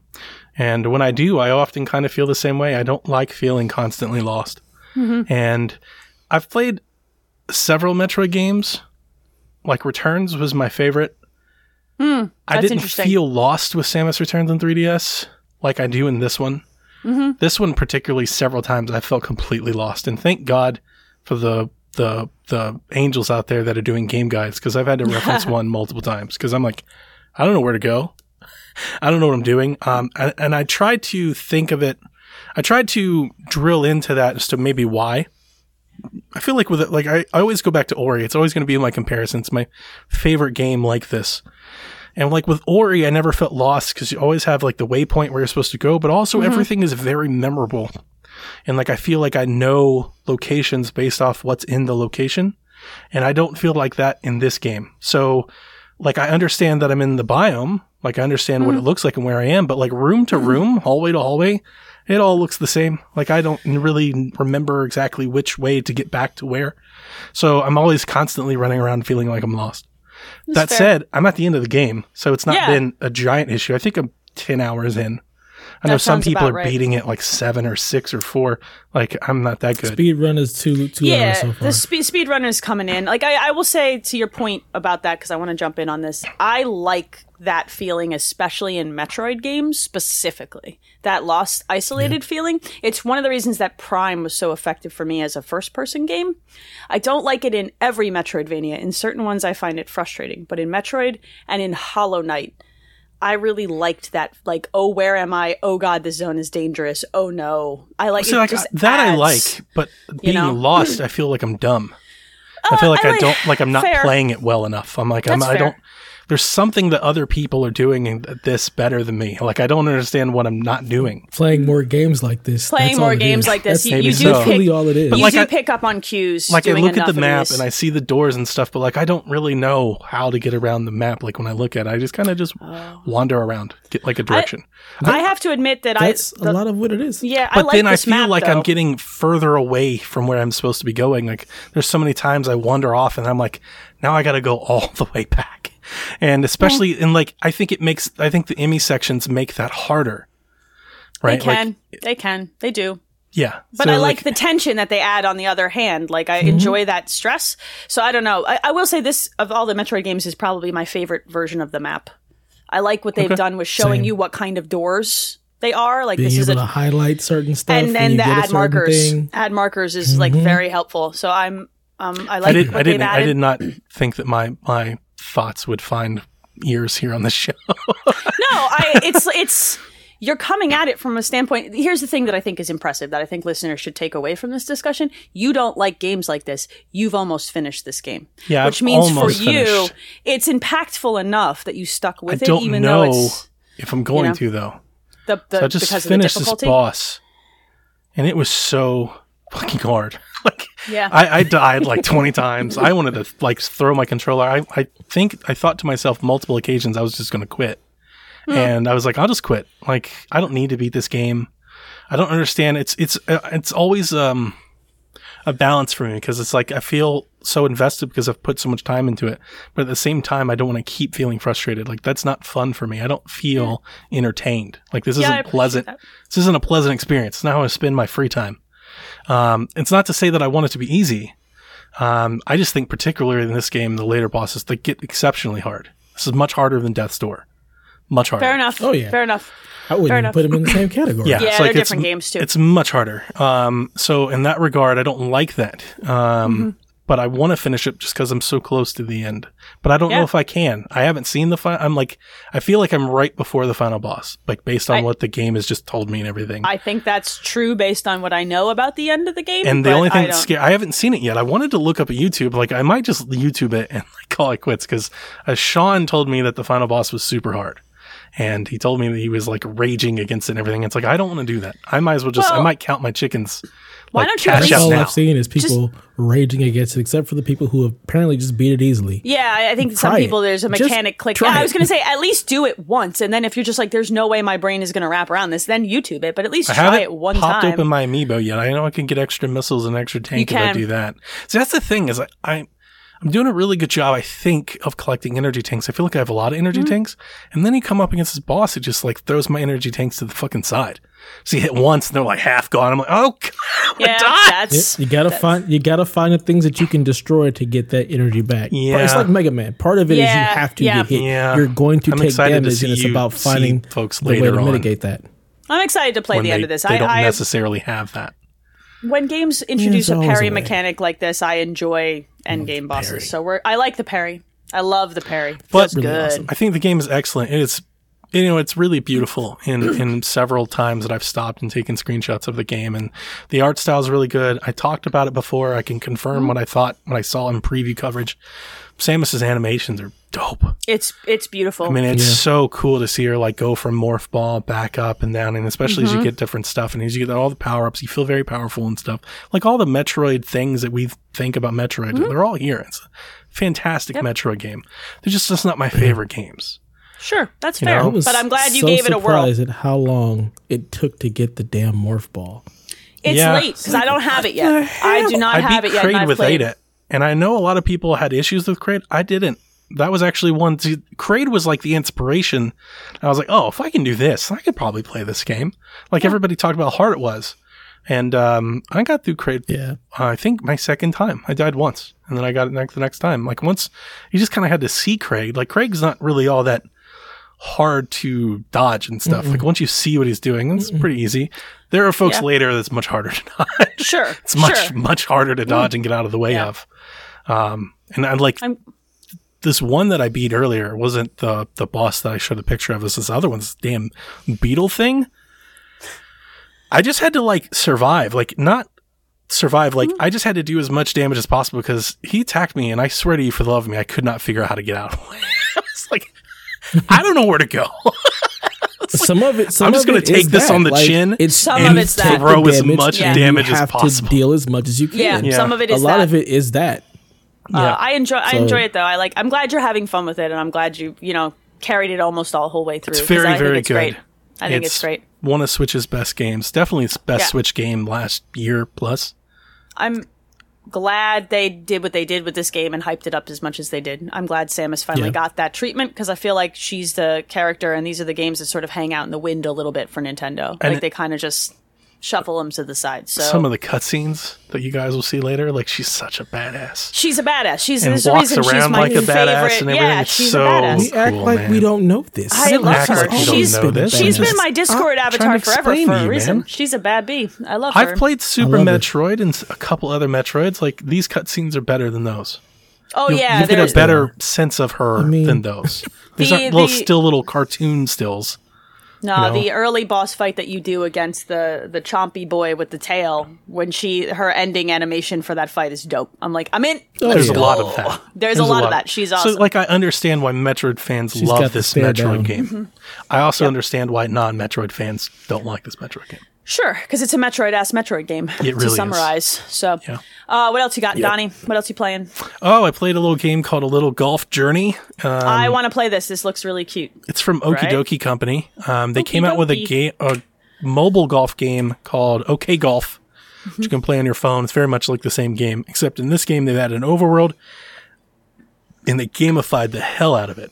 Speaker 4: And when I do, I often kind of feel the same way. I don't like feeling constantly lost.
Speaker 1: Mm-hmm.
Speaker 4: And I've played several Metroid games. Like Returns was my favorite. I
Speaker 1: Hmm, that's
Speaker 4: didn't
Speaker 1: interesting.
Speaker 4: feel lost with Samus Returns on 3DS like I do in this one.
Speaker 1: Mm-hmm.
Speaker 4: This one particularly, several times I felt completely lost, and thank God for the the the angels out there that are doing game guides because I've had to reference one multiple times because I'm like, I don't know where to go, I don't know what I'm doing. Um, and, and I try to think of it I tried to drill into that as to maybe why. I feel like with it, like I, I always go back to Ori. It's always going to be my comparison. It's my favorite game like this. And like with Ori, I never felt lost because you always have like the waypoint where you're supposed to go, but also everything is very memorable. And like I feel like I know locations based off what's in the location. And I don't feel like that in this game. So like I understand that I'm in the biome, like I understand
Speaker 1: Mm.
Speaker 4: what it looks like and where I am, but like room
Speaker 1: Mm-hmm.
Speaker 4: to room, hallway to hallway, it all looks the same. Like I don't really remember exactly which way to get back to where. So I'm always constantly running around feeling like I'm lost. that
Speaker 1: fair.
Speaker 4: said, I'm at the end of the game, so it's not
Speaker 1: Yeah.
Speaker 4: been a giant issue. I think I'm 10 hours in. I know
Speaker 1: That
Speaker 4: some
Speaker 1: sounds
Speaker 4: people
Speaker 1: about
Speaker 4: are
Speaker 1: right.
Speaker 4: beating it like seven or six or four. Like I'm not that good.
Speaker 2: Speed run is two two hours so
Speaker 1: yeah,
Speaker 2: far.
Speaker 1: the speed speedrunners coming in. Like I, I will say to your point about that because I want to jump in on this. I like that feeling, especially in Metroid games specifically. That lost, isolated feeling. It's one of the reasons that Prime was so effective for me as a first-person game. I don't like it in every Metroidvania. In certain ones, I find it frustrating, but in Metroid and in Hollow Knight. I really liked that, like, oh, where am I? Oh, God, this zone is dangerous. Oh, no. I like,
Speaker 4: See,
Speaker 1: it
Speaker 4: like
Speaker 1: just
Speaker 4: that I
Speaker 1: adds-
Speaker 4: like, but being
Speaker 1: know?
Speaker 4: lost, I feel like I'm dumb. I feel like I,
Speaker 1: I like-
Speaker 4: don't like I'm not
Speaker 1: fair.
Speaker 4: playing it well enough. I'm like I'm,
Speaker 1: That's
Speaker 4: I don't.
Speaker 1: fair.
Speaker 4: There's something that other people are doing in th- this better than me. Like I don't understand what I'm not doing.
Speaker 2: playing more games like this.
Speaker 1: playing
Speaker 2: that's all
Speaker 1: more
Speaker 2: it
Speaker 1: games
Speaker 2: is.
Speaker 1: like this.
Speaker 2: That's
Speaker 1: You,
Speaker 4: maybe
Speaker 1: you do
Speaker 4: so.
Speaker 1: pick,
Speaker 2: really all it is.
Speaker 1: you
Speaker 4: like
Speaker 1: do
Speaker 4: I-
Speaker 1: pick up on cues.
Speaker 4: Like I
Speaker 1: doing
Speaker 4: look at
Speaker 1: enough
Speaker 4: the
Speaker 1: of
Speaker 4: map
Speaker 1: these.
Speaker 4: and I see the doors and stuff, but like I don't really know how to get around the map. Like when I look at, it, I just kind of just wander around, get like a direction.
Speaker 1: Oh. I have to admit that I.
Speaker 2: that's a lot of what it is.
Speaker 1: Yeah, I
Speaker 4: but
Speaker 1: like
Speaker 4: then I
Speaker 1: this
Speaker 4: feel
Speaker 1: map,
Speaker 4: like I'm
Speaker 1: though.
Speaker 4: getting further away from where I'm supposed to be going. Like there's so many times I wander off and I'm like, now I got to go all the way back. And especially in like, I think it makes, I think the Emmy sections make that harder.
Speaker 1: They
Speaker 4: Right. Like,
Speaker 1: can, they can, they do.
Speaker 4: yeah.
Speaker 1: But
Speaker 4: So, Mm-hmm.
Speaker 1: I like, the tension that they add. On the other hand, like I enjoy that stress. So I don't know. I, I will say this: of all the Metroid games, is probably my favorite version of the map. I like what they've done with showing
Speaker 2: Same.
Speaker 1: you what kind of doors they are. Like
Speaker 2: Being
Speaker 1: this is
Speaker 2: able to
Speaker 1: a
Speaker 2: highlight certain stuff
Speaker 1: and
Speaker 2: when
Speaker 1: then
Speaker 2: you
Speaker 1: the
Speaker 2: get a
Speaker 1: add
Speaker 2: certain
Speaker 1: markers.
Speaker 2: thing.
Speaker 1: Add markers is like very helpful. So I'm, um, I like.
Speaker 4: Mm-hmm. I didn't,
Speaker 1: what
Speaker 4: I didn't,
Speaker 1: they've
Speaker 4: I
Speaker 1: added.
Speaker 4: did not think that my, my thoughts would find ears here on the show.
Speaker 1: No, I it's it's you're coming at it from a standpoint. Here's the thing that I think is impressive that I think listeners should take away from this discussion. You don't like games like this. You've almost finished this game.
Speaker 4: Yeah,
Speaker 1: which
Speaker 4: I've
Speaker 1: means for
Speaker 4: almost
Speaker 1: you,
Speaker 4: finished.
Speaker 1: it's impactful enough that you stuck
Speaker 4: I
Speaker 1: with it,
Speaker 4: don't
Speaker 1: even though
Speaker 4: know
Speaker 1: it's
Speaker 4: if I'm going
Speaker 1: know.
Speaker 4: to though.
Speaker 1: the, the
Speaker 4: I just
Speaker 1: because of the
Speaker 4: finished this
Speaker 1: difficulty.
Speaker 4: boss, and it was so fucking hard. Like,
Speaker 1: Yeah.
Speaker 4: I, I died like twenty times. I wanted to like throw my controller. I, I think I thought to myself multiple occasions I was just going to quit,
Speaker 1: Hmm.
Speaker 4: and I was like, I'll just quit. Like, I don't need to beat this game. I don't understand. It's it's uh, it's always um a balance for me because it's like I feel so invested because I've put so much time into it, but at the same time, I don't want to keep feeling frustrated. Like that's not fun for me. I don't feel entertained. Like this
Speaker 1: Mm. Yeah, uh, I
Speaker 4: isn't
Speaker 1: appreciate
Speaker 4: pleasant.
Speaker 1: that.
Speaker 4: This isn't a pleasant experience. It's not how I spend my free time. Um, it's not to say that I want it to be easy. Um, I just think particularly in this game, the later bosses they get exceptionally hard. This is much harder than Death's Door. Much harder.
Speaker 1: Fair enough.
Speaker 2: Oh, yeah.
Speaker 1: Fair enough.
Speaker 2: I wouldn't
Speaker 1: Fair
Speaker 2: even
Speaker 1: enough.
Speaker 2: put them in the same category.
Speaker 4: Yeah,
Speaker 1: Yeah,
Speaker 4: it's
Speaker 1: they're
Speaker 4: it's-
Speaker 1: different games, too.
Speaker 4: It's much harder. Um, so in that regard, I don't like that. Um,
Speaker 1: Mm-hmm.
Speaker 4: but I want to finish it just because I'm so close to the end. But I don't know
Speaker 1: Yeah.
Speaker 4: if I can. I haven't seen the final. I'm like, I feel like I'm right before the final boss, like based on
Speaker 1: I-
Speaker 4: what the game has just told me and everything.
Speaker 1: I think that's true based on what I know about the end of the game.
Speaker 4: and the
Speaker 1: but
Speaker 4: only thing
Speaker 1: I
Speaker 4: that's
Speaker 1: don't-
Speaker 4: scary, I haven't seen it yet. I wanted to look up at YouTube. Like, I might just YouTube it and like call it quits because uh, Sean told me that the final boss was super hard. And he told me that he was like raging against it and everything. It's like, I don't want to do that. I might as well just, I
Speaker 1: Well-
Speaker 4: might count my chickens.
Speaker 1: Why
Speaker 4: like,
Speaker 1: don't you at
Speaker 4: cash
Speaker 1: least-
Speaker 4: out
Speaker 2: All
Speaker 4: now.
Speaker 2: I've seen is people raging against it, except for the people who apparently just beat it easily.
Speaker 1: Yeah, I- I think some
Speaker 2: Try it.
Speaker 1: people there's a
Speaker 2: Just
Speaker 1: mechanic click.
Speaker 2: try
Speaker 1: I
Speaker 2: it.
Speaker 1: was gonna say at least do it once, and then if you're just like, there's no way my brain is gonna wrap around this, then YouTube it. But at least
Speaker 4: I
Speaker 1: try
Speaker 4: haven't
Speaker 1: it one
Speaker 4: popped
Speaker 1: time.
Speaker 4: open my amiibo yet. I know I can get extra missiles and extra tank if I
Speaker 1: can.
Speaker 4: do that. So that's the thing is I, I I'm doing a really good job, I think, of collecting energy tanks. I feel like I have a lot of
Speaker 1: Mm-hmm.
Speaker 4: energy tanks. And then you come up against this boss who just like throws my energy tanks to the fucking side. So you hit once and they're like half gone. I'm like, oh God,
Speaker 1: yeah,
Speaker 4: die.
Speaker 2: Yeah,
Speaker 1: that's
Speaker 2: You gotta find you gotta find the things that you can destroy to get that energy back. Part- it's
Speaker 4: Yeah.
Speaker 2: like Mega Man. Part of it is
Speaker 1: Yeah,
Speaker 2: you have to
Speaker 1: yeah.
Speaker 2: get hit.
Speaker 4: Yeah.
Speaker 2: You're going to
Speaker 4: I'm
Speaker 2: take
Speaker 4: excited to
Speaker 2: damage,
Speaker 4: see
Speaker 2: and it's
Speaker 4: you
Speaker 2: about
Speaker 4: see
Speaker 2: finding
Speaker 4: folks
Speaker 2: the way
Speaker 4: later
Speaker 2: to
Speaker 4: on.
Speaker 2: mitigate that.
Speaker 1: I'm excited to play
Speaker 4: When
Speaker 1: the
Speaker 4: they,
Speaker 1: end of this.
Speaker 4: they
Speaker 1: I,
Speaker 4: don't
Speaker 1: I
Speaker 4: necessarily have that.
Speaker 1: when games introduce a
Speaker 2: always
Speaker 1: parry
Speaker 2: a way.
Speaker 1: mechanic like this, I enjoy end game bosses. So we're I like the parry. I love the parry.
Speaker 4: But
Speaker 1: Feels good.
Speaker 4: I think the game is excellent. It is you know it's really beautiful in in several times that I've stopped and taken screenshots of the game and the art style is really good. I talked about it before. I can confirm what I thought when I saw in preview coverage. Samus's animations are dope.
Speaker 1: It's it's beautiful.
Speaker 4: I mean, it's so cool to see her like go from morph ball back up and down, and especially as you get different stuff and as you get all the power ups, you feel very powerful and stuff. Like all the Metroid things that we think about Metroid, they're all here. It's a fantastic Metroid game. They're just just not my favorite games.
Speaker 1: sure, that's
Speaker 4: know,
Speaker 1: fair.
Speaker 4: I
Speaker 1: But I'm glad you gave it a
Speaker 2: whirl.
Speaker 1: whirl.
Speaker 2: Surprised at how long it took to get the damn morph ball.
Speaker 1: It's
Speaker 4: Yeah.
Speaker 1: late because I don't have it yet. I do not
Speaker 4: I
Speaker 1: have
Speaker 4: beat
Speaker 1: it yet. and
Speaker 4: Kraid
Speaker 1: I've
Speaker 4: with
Speaker 1: played-
Speaker 4: Ada, and I know a lot of people had issues with Kraid. I didn't. That was actually one. To, Kraid was like the inspiration. I was like, oh, if I can do this, I could probably play this game. Like everybody talked about how hard it was, and um, I got through Kraid.
Speaker 2: Yeah.
Speaker 4: I think my second time. I died once, and then I got it next the next time. Like once, you just kind of had to see Craig. Like Craig's not really all that hard to dodge and stuff. Like once you see what he's doing, it's pretty easy. There are folks
Speaker 1: Yeah.
Speaker 4: later that's much harder to dodge.
Speaker 1: Sure,
Speaker 4: it's much
Speaker 1: sure. Mm.
Speaker 4: much harder to dodge and get out of the way
Speaker 1: Yeah.
Speaker 4: of. Um, and I like
Speaker 1: I'm-
Speaker 4: this one that I beat earlier wasn't the the boss that I showed the picture of. It was this other one, this damn beetle thing. I just had to like survive, like not survive.
Speaker 1: Mm.
Speaker 4: Like I just had to do as much damage as possible because he attacked me, and I swear to you, for the love of me, I could not figure out how to get out. of the way. I was like, I don't know where to go.
Speaker 2: some of it. Some
Speaker 4: I'm just
Speaker 2: of
Speaker 4: gonna
Speaker 2: it
Speaker 4: take
Speaker 2: is
Speaker 4: this
Speaker 2: that.
Speaker 4: on the
Speaker 2: Like,
Speaker 4: chin
Speaker 2: It's
Speaker 1: Some
Speaker 2: you
Speaker 1: of it's
Speaker 2: take
Speaker 1: that.
Speaker 2: the
Speaker 4: Throw as much
Speaker 2: and
Speaker 4: damage
Speaker 2: you
Speaker 4: as
Speaker 2: have
Speaker 4: possible.
Speaker 2: To deal as much as you can.
Speaker 1: Yeah,
Speaker 4: Yeah.
Speaker 1: some of it
Speaker 2: a
Speaker 1: is
Speaker 2: lot
Speaker 1: that.
Speaker 2: of it is that.
Speaker 1: Uh, I enjoy I
Speaker 2: So-
Speaker 1: enjoy it though. I like I'm glad you're having fun with it, and I'm glad you you know carried it almost all whole way through.
Speaker 4: It's
Speaker 1: 'cause
Speaker 4: very,
Speaker 1: I think
Speaker 4: very
Speaker 1: it's
Speaker 4: good.
Speaker 1: Great. I think it's, great.
Speaker 4: One of Switch's best games. Definitely its best
Speaker 1: Yeah.
Speaker 4: Switch game last year plus.
Speaker 1: I'm glad they did what they did with this game and hyped it up as much as they did. I'm glad Samus finally
Speaker 2: Yeah.
Speaker 1: got that treatment because I feel like she's the character, and these are the games that sort of hang out in the wind a little bit for Nintendo.
Speaker 4: And
Speaker 1: like
Speaker 4: it-
Speaker 1: they kind of just shuffle them to the side. So
Speaker 4: Some of the cutscenes that you guys will see later, like she's such a badass.
Speaker 1: she's a badass. She's
Speaker 4: And
Speaker 1: this is the
Speaker 4: walks
Speaker 1: reason she's
Speaker 4: around
Speaker 1: my
Speaker 4: like a
Speaker 1: favorite.
Speaker 4: badass and everything.
Speaker 1: yeah,
Speaker 4: It's
Speaker 1: she's
Speaker 4: so-
Speaker 1: a badass.
Speaker 2: We act
Speaker 4: cool,
Speaker 2: like
Speaker 4: man.
Speaker 2: we don't know this.
Speaker 1: I
Speaker 2: Samus
Speaker 1: love
Speaker 2: has
Speaker 1: her.
Speaker 2: always
Speaker 1: She's-
Speaker 2: been a
Speaker 1: She's
Speaker 2: badass.
Speaker 1: been my Discord
Speaker 4: I'm
Speaker 1: avatar
Speaker 4: trying to
Speaker 1: forever
Speaker 4: explain
Speaker 1: for
Speaker 4: to
Speaker 1: a
Speaker 4: you,
Speaker 1: reason.
Speaker 4: man.
Speaker 1: She's a bad bee. I love her.
Speaker 4: I've played Super
Speaker 2: love it.
Speaker 4: Metroid and s- a couple other Metroids. Like these cutscenes are better than those.
Speaker 1: oh
Speaker 4: You-
Speaker 1: yeah,
Speaker 4: you get
Speaker 1: there's
Speaker 4: a better sense of her
Speaker 2: mean-
Speaker 4: than those. These
Speaker 1: The-
Speaker 4: aren't little,
Speaker 1: the-
Speaker 4: still little cartoon stills.
Speaker 1: no
Speaker 4: you know.
Speaker 1: the early boss fight that you do against the the chompy boy with the tail when she her ending animation for that fight is dope. I'm like I'm in.
Speaker 4: There's
Speaker 2: Oh, yeah.
Speaker 4: a lot of that.
Speaker 1: There's, a lot, of that. She's awesome.
Speaker 4: So, like, I understand why Metroid fans
Speaker 2: got
Speaker 4: love
Speaker 2: the
Speaker 4: this
Speaker 2: stare
Speaker 4: Metroid
Speaker 2: down.
Speaker 1: Mm-hmm.
Speaker 4: game. I also understand why non-Metroid fans don't like this Metroid game.
Speaker 1: sure, because it's a Metroid ass Metroid game.
Speaker 4: really
Speaker 1: to
Speaker 4: is.
Speaker 1: summarize. So,
Speaker 4: Yeah.
Speaker 1: uh, what else you got, Donnie? What else you playing?
Speaker 4: Oh, I played a little game called A Little Golf Journey. Uh,
Speaker 1: I want to play this. This looks really cute.
Speaker 4: it's from Okie
Speaker 1: Right.
Speaker 4: Dokie Company. Um, they came out with a
Speaker 1: Okie
Speaker 4: game, a mobile golf game called OK Golf, which you can play on your phone. It's very much like the same game, except in this game they've added an overworld, and they gamified the hell out of it.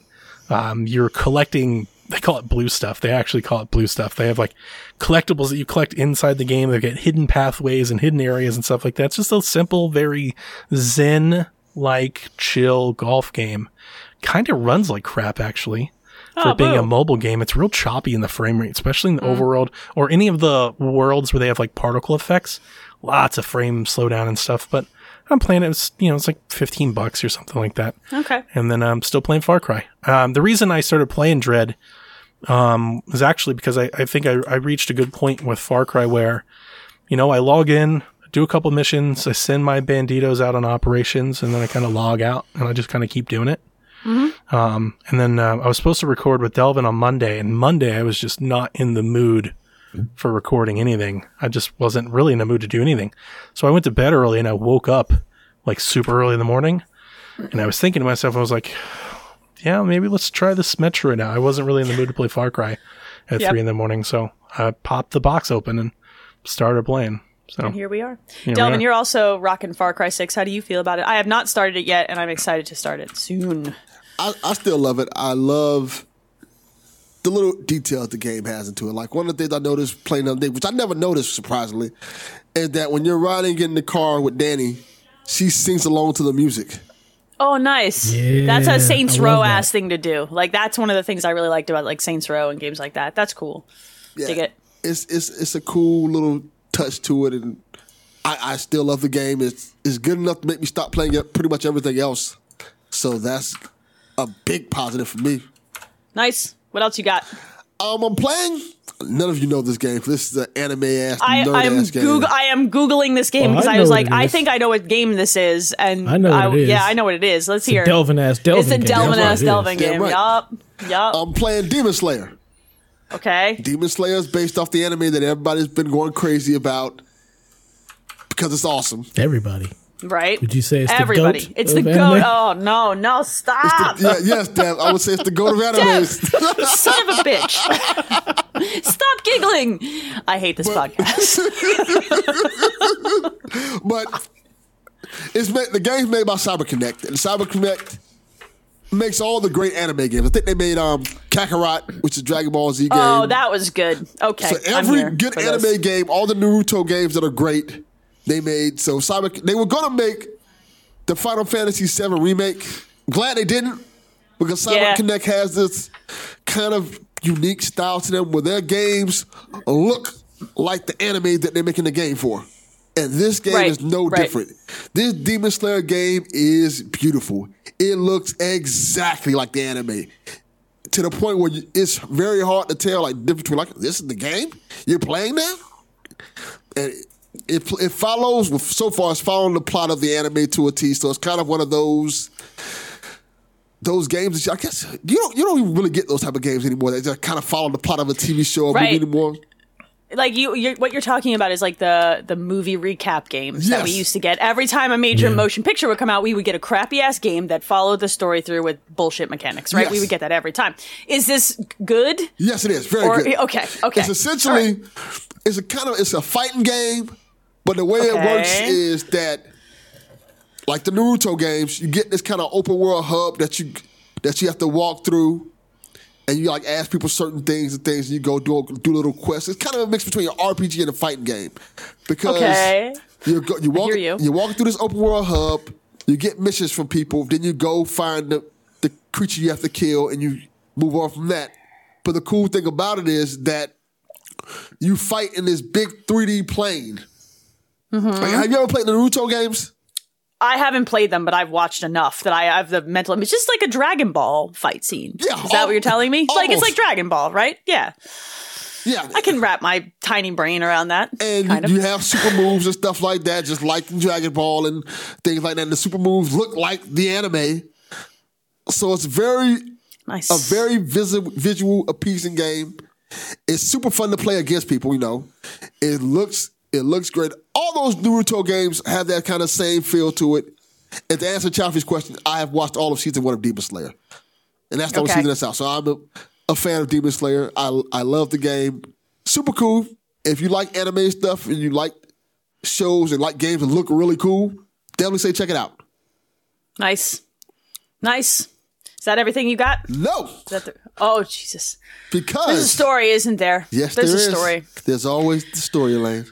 Speaker 4: Um, you're collecting. They call it blue stuff. They actually call it blue stuff. They have like collectibles that you collect inside the game. They've got hidden pathways and hidden areas and stuff like that. It's just a simple, very zen like, chill golf game. Kind of runs like crap, actually for
Speaker 1: Oh,
Speaker 4: being a
Speaker 1: boo.
Speaker 4: mobile game. It's real choppy in the frame rate, especially in the overworld or any of the worlds where they have like particle effects. Lots of frame slowdown and stuff. But I'm playing it. It's you know it's like 15 bucks or something like that.
Speaker 1: Okay.
Speaker 4: And then I'm still playing Far Cry. Um, the reason I started playing Dread um, was actually because I, I think I, I reached a good point with Far Cry where, you know, I log in, do a couple missions, I send my banditos out on operations, and then I kind of log out and I just kind of keep doing it. Um, and then uh, I was supposed to record with Delvin on Monday, and Monday I was just not in the mood for recording anything. I just wasn't really in the mood to do anything. So I went to bed early and I woke up like super early in the morning. And I was thinking to myself, I was like, yeah, maybe let's try this Metroid now. I wasn't really in the mood to play Far Cry at
Speaker 1: Yep.
Speaker 4: three in the morning. So I popped the box open and started playing. So
Speaker 1: Here we are.
Speaker 4: we
Speaker 1: Delvin,
Speaker 4: are.
Speaker 1: you're also rocking Far Cry 6. How do you feel about it? I have not started it yet, and I'm excited to start it soon.
Speaker 3: I, I still love it. I love the little details the game has into it. Like one of the things I noticed playing the other day, which I never noticed surprisingly, is that when you're riding in the car with Danny, she sings along to the music.
Speaker 1: Oh, nice. that's a
Speaker 2: Yeah,
Speaker 1: Saints
Speaker 2: I love
Speaker 1: Row
Speaker 2: that.
Speaker 1: ass thing to do. Like, that's one of the things I really liked about like Saints Row and games like that. That's cool.
Speaker 3: Yeah.
Speaker 1: Dig it.
Speaker 3: It's it's it's a cool little touch to it, and I, I still love the game. It's it's good enough to make me stop playing it- pretty much everything else. So that's a big positive for me.
Speaker 1: Nice. What else you got?
Speaker 3: Um, I'm playing. None of you know this game. This is an anime ass,
Speaker 1: I,
Speaker 3: nerd
Speaker 1: I'm
Speaker 3: ass game.
Speaker 1: Goog- I am googling this game
Speaker 2: Well,
Speaker 1: because
Speaker 2: Oh, I
Speaker 1: I, was
Speaker 2: know what
Speaker 1: like,
Speaker 2: it
Speaker 1: I
Speaker 2: is.
Speaker 1: think I know what game this is, and
Speaker 2: I know what it is.
Speaker 1: yeah, I know what it is. Let's hear. it.
Speaker 2: Delvin ass Delvin.
Speaker 1: it's a
Speaker 2: game.
Speaker 1: Delvin ass
Speaker 2: That's what it
Speaker 1: Delvin
Speaker 2: is.
Speaker 3: Damn
Speaker 1: game.
Speaker 3: right. Um,
Speaker 1: Yup. Yup.
Speaker 3: I'm playing Demon Slayer.
Speaker 1: okay.
Speaker 3: Demon Slayer is based off the anime that everybody's been going crazy about because it's awesome.
Speaker 2: Everybody.
Speaker 1: Right. Would
Speaker 2: you say it's the
Speaker 1: everybody?
Speaker 2: goat
Speaker 1: it's the
Speaker 2: of
Speaker 1: goat.
Speaker 2: anime?
Speaker 1: Oh no, no, stop.
Speaker 3: Yeah, yes, Dev. I would say it's the go to
Speaker 1: Deb,
Speaker 3: anime.
Speaker 1: son of a bitch. Stop giggling. I hate this podcast.
Speaker 3: But it's made, the game's made by CyberConnect, and CyberConnect makes all the great anime games. I think they made um Kakarot, which is Dragon Ball Z game.
Speaker 1: Oh, that was good. Okay.
Speaker 3: so
Speaker 1: I'm
Speaker 3: every
Speaker 1: here
Speaker 3: good
Speaker 1: for
Speaker 3: anime
Speaker 1: this.
Speaker 3: game, all the Naruto games that are great, they made. So Cyber, they were gonna make the Final Fantasy VII remake. glad they didn't because Cyber
Speaker 1: Yeah.
Speaker 3: Connect has this kind of unique style to them where their games look like the anime that they're making the game for. And this game
Speaker 1: Right,
Speaker 3: is no
Speaker 1: right.
Speaker 3: different. This Demon Slayer game is beautiful. It looks exactly like the anime to the point where you, it's very hard to tell like difference between like this is the game you're playing now, and it it follows so far it's following the plot of the anime to a T. So it's kind of one of those those games that you, I guess you don't you don't even really get those type of games anymore. They just kind of follow the plot of a TV show or
Speaker 1: Right.
Speaker 3: movie anymore.
Speaker 1: like you you're, what you're talking about is like the the movie recap games that we
Speaker 3: Yes.
Speaker 1: used to get every time a major
Speaker 2: Yeah.
Speaker 1: motion picture would come out we would get a crappy ass game that followed the story through with bullshit mechanics right we
Speaker 3: Yes.
Speaker 1: would get that every time is this good
Speaker 3: Yes, it is very
Speaker 1: or
Speaker 3: good.
Speaker 1: okay okay
Speaker 3: It's essentially it's a kind of it's a fighting game, but the way it works
Speaker 1: Okay.
Speaker 3: is that like the Naruto games, you get this kind of open world hub that you that you have to walk through and you like ask people certain things and things and you go do do little quests. It's kind of a mix between an RPG and a fighting game. Because
Speaker 1: Okay.
Speaker 3: you go, you walk
Speaker 1: you.
Speaker 3: you. are walking through this open world hub, you get missions from people, then you go find the, the creature you have to kill and you move on from that. But the cool thing about it is that you fight in this big 3D plane.
Speaker 1: Mm-hmm.
Speaker 3: Like, have you ever played the Naruto games?
Speaker 1: i haven't played them but i've watched enough that i have the mental it's just like a dragon ball fight scene
Speaker 3: Yeah,
Speaker 1: is that what you're telling me like it's
Speaker 3: almost.
Speaker 1: like dragon ball right yeah
Speaker 3: Yeah.
Speaker 1: i can wrap my tiny brain around that
Speaker 3: and
Speaker 1: kind of
Speaker 3: you, you have super moves and stuff like that, just like in Dragon Ball and things like that. And the super moves look like the anime. So it's very
Speaker 1: nice
Speaker 3: a very visi- visual, appeasing game. It's super fun to play against people. You know, it looks it looks great. All those Naruto games have that kind of same feel to it. And to answer Chaffee's question, I have watched all of season one of Demon Slayer, and that's the only
Speaker 1: Okay.
Speaker 3: season that's out. So I'm a, a fan of Demon Slayer. I I love the game. Super cool. If you like anime stuff and you like shows and like games that look really cool, definitely say check it out.
Speaker 1: nice nice is that everything you got Is
Speaker 3: No,
Speaker 1: that the- oh jesus There's a
Speaker 3: because
Speaker 1: story, isn't there?
Speaker 3: Yes,
Speaker 1: there's
Speaker 3: there
Speaker 1: a
Speaker 3: is.
Speaker 1: story.
Speaker 3: There's always the story, Elaine.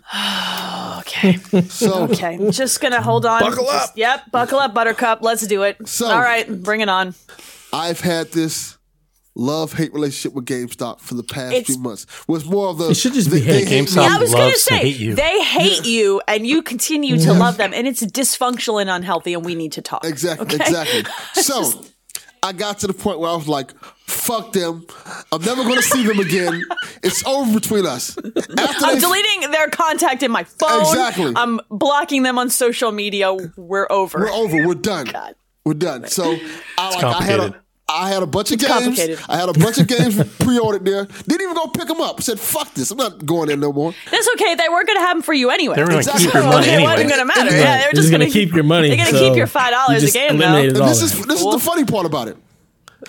Speaker 1: Okay,
Speaker 3: So,
Speaker 1: okay. I'm just gonna hold on.
Speaker 2: Buckle up.
Speaker 1: Just- yep, buckle up, Buttercup. Let's do it.
Speaker 3: So-
Speaker 1: All right, bring it on.
Speaker 3: I've had this love hate relationship with GameStop for the past
Speaker 1: It's-
Speaker 3: few months. Was more of the
Speaker 2: It should just
Speaker 3: they-
Speaker 2: be
Speaker 3: they
Speaker 2: hate.
Speaker 3: hate me.
Speaker 4: GameStop.
Speaker 1: I was gonna
Speaker 4: loves to
Speaker 1: say
Speaker 4: hate you.
Speaker 1: they hate you, and you continue to love them, and it's dysfunctional and unhealthy, and we need to talk.
Speaker 3: Exactly, exactly. So I got to the point where I was like, "Fuck them! I'm never going to see them again. It's over between us." After
Speaker 1: I'm
Speaker 3: they-
Speaker 1: deleting their contact in my phone.
Speaker 3: Exactly.
Speaker 1: I'm blocking them on social media. We're over.
Speaker 3: We're over. We're done. We're done. So I like I had
Speaker 4: complicated.
Speaker 3: a I had a bunch of games.
Speaker 1: complicated.
Speaker 3: I had a bunch of games pre-ordered there. Didn't even go pick them up. Said fuck this. I'm not going there no more.
Speaker 1: That's okay. They weren't gonna have them for you anyway.
Speaker 4: They were going to
Speaker 3: Exactly.
Speaker 4: keep your
Speaker 1: So
Speaker 4: money
Speaker 1: it
Speaker 4: anyway.
Speaker 1: wasn't gonna matter.
Speaker 3: Right.
Speaker 1: Yeah, they're
Speaker 2: You're
Speaker 1: just
Speaker 2: gonna
Speaker 1: gonna
Speaker 2: keep your money.
Speaker 1: They're gonna
Speaker 2: so
Speaker 1: keep your five
Speaker 2: you
Speaker 1: dollars a
Speaker 2: just
Speaker 1: game
Speaker 2: eliminated
Speaker 1: though.
Speaker 2: all
Speaker 3: And this
Speaker 2: that.
Speaker 3: is this is the funny part about it.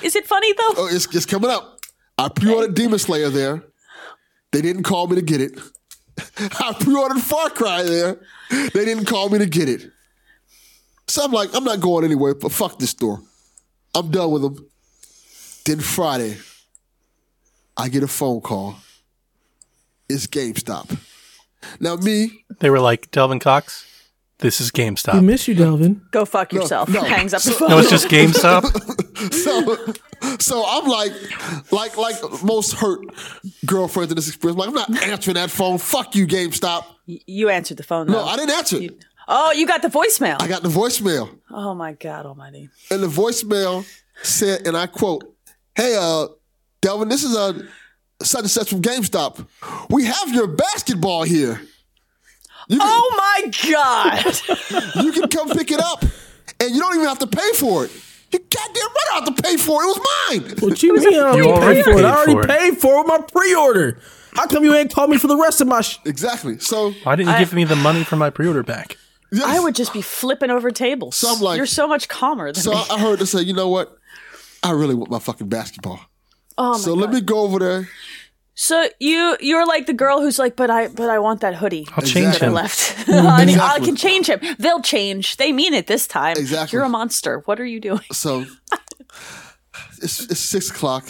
Speaker 1: Is it funny though?
Speaker 3: Oh, it's, it's coming up. I pre-ordered Demon Slayer there. They didn't call me to get it. I pre-ordered Far Cry there. They didn't call me to get it. So I'm like, I'm not going anywhere. But fuck this store. I'm done with them. Then Friday, I get a phone call. It's GameStop. Now me,
Speaker 4: They were like, Delvin Cox, this is
Speaker 2: We
Speaker 4: GameStop.
Speaker 2: miss you, Delvin.
Speaker 1: Go fuck yourself.
Speaker 3: no.
Speaker 1: Hangs up the phone.
Speaker 4: No, it's just GameStop.
Speaker 3: so so I'm like, like like most hurt girlfriends in this experience. I'm like, I'm not answering that phone. Fuck you, GameStop.
Speaker 1: You answered the phone. Though.
Speaker 3: No, I didn't answer. it.
Speaker 1: oh, you got the voicemail.
Speaker 3: I got the voicemail,
Speaker 1: oh my God, Almighty.
Speaker 3: and the voicemail said, and I quote, "Hey, uh, Delvin, this is a such and such from GameStop. We have your basketball here. You can,
Speaker 1: Oh my god!
Speaker 3: you can come pick it up, and you don't even have to pay for it. You goddamn right I don't have to pay for it. It was mine.
Speaker 2: What you mean? I
Speaker 4: You
Speaker 2: already paid
Speaker 4: already
Speaker 2: for it. I
Speaker 4: paid
Speaker 2: already
Speaker 4: for it.
Speaker 2: paid for it with my pre-order. How come you ain't called me for the rest of my? Sh-
Speaker 3: Exactly. So
Speaker 4: Why didn't you give me the money for my pre-order back?
Speaker 3: yes.
Speaker 1: I would just be flipping over tables.
Speaker 3: I'm like-
Speaker 1: You're so much calmer than
Speaker 3: So
Speaker 1: me.
Speaker 3: I I heard her say, you know what? I really want my fucking basketball.
Speaker 1: Oh my
Speaker 3: so let me go over there.
Speaker 1: So you you're like the girl who's like, but I but I want that hoodie.
Speaker 4: I'll change
Speaker 3: Exactly.
Speaker 1: I
Speaker 4: him.
Speaker 1: left. I, mean, I
Speaker 3: Exactly.
Speaker 1: can change him. They'll change. They mean it this time.
Speaker 3: Exactly.
Speaker 1: You're a monster. What are you doing?
Speaker 3: So it's, it's six o'clock.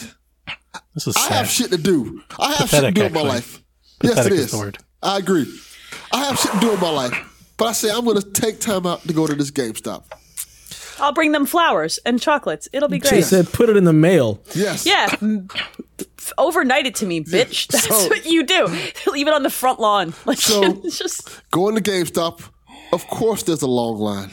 Speaker 4: This is
Speaker 3: I have
Speaker 4: sad.
Speaker 3: shit to do. I have shit
Speaker 4: Pathetic,
Speaker 3: to do in my
Speaker 4: actually.
Speaker 3: life. yes,
Speaker 4: Pathetic
Speaker 3: it
Speaker 4: is
Speaker 3: is.
Speaker 4: the word.
Speaker 3: I agree. I have shit to do in my life. But I say I'm going to take time out to go to this GameStop.
Speaker 1: I'll bring them flowers and chocolates. It'll be
Speaker 2: they
Speaker 1: great.
Speaker 2: said put it in the mail.
Speaker 3: Yes.
Speaker 1: Yeah. m- f- Overnight it to me, bitch. That's
Speaker 3: So-
Speaker 1: what you do. Leave it on the front lawn. Like
Speaker 3: So-
Speaker 1: it's just
Speaker 3: Going to GameStop. Of course, there's a long line.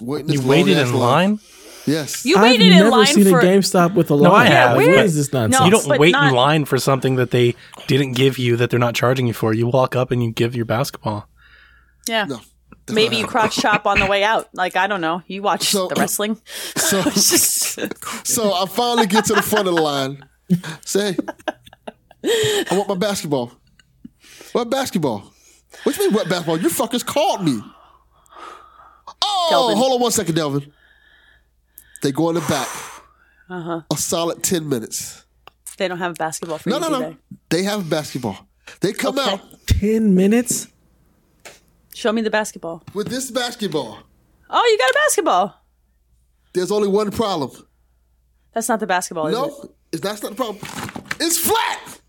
Speaker 3: Waiting this
Speaker 4: You
Speaker 3: long
Speaker 4: waited
Speaker 3: ass
Speaker 4: in line.
Speaker 3: Yes.
Speaker 1: you
Speaker 2: I've
Speaker 1: waited in
Speaker 2: never
Speaker 1: line
Speaker 2: seen
Speaker 1: for
Speaker 2: a GameStop with a line.
Speaker 4: I have.
Speaker 2: What
Speaker 4: Where-
Speaker 2: is this nonsense?
Speaker 1: No.
Speaker 4: You don't
Speaker 1: But
Speaker 4: wait
Speaker 1: not-
Speaker 4: in line for something that they didn't give you that they're not charging you for. You walk up and you give your basketball.
Speaker 1: Yeah.
Speaker 3: No.
Speaker 1: Maybe you crotch chop on the way out. Like I don't know. You watch
Speaker 3: So-
Speaker 1: the wrestling.
Speaker 3: So,
Speaker 1: It's just-
Speaker 3: so I finally get to the front of the line. Say, I want my basketball. What basketball? What you mean, what basketball? You fuckers called me. Oh,
Speaker 1: Delvin.
Speaker 3: hold on one second, Delvin. They go in the back. A solid 10 minutes.
Speaker 1: they don't have a basketball for
Speaker 3: No,
Speaker 1: you,
Speaker 3: no,
Speaker 1: do
Speaker 3: no.
Speaker 1: they?
Speaker 3: They have basketball. They come
Speaker 1: Okay.
Speaker 3: out
Speaker 2: Ten minutes.
Speaker 1: Show me the basketball.
Speaker 3: with this basketball.
Speaker 1: Oh, you got a basketball.
Speaker 3: There's only one problem.
Speaker 1: That's not the basketball, is it?
Speaker 3: No, it's that's not the problem. It's flat.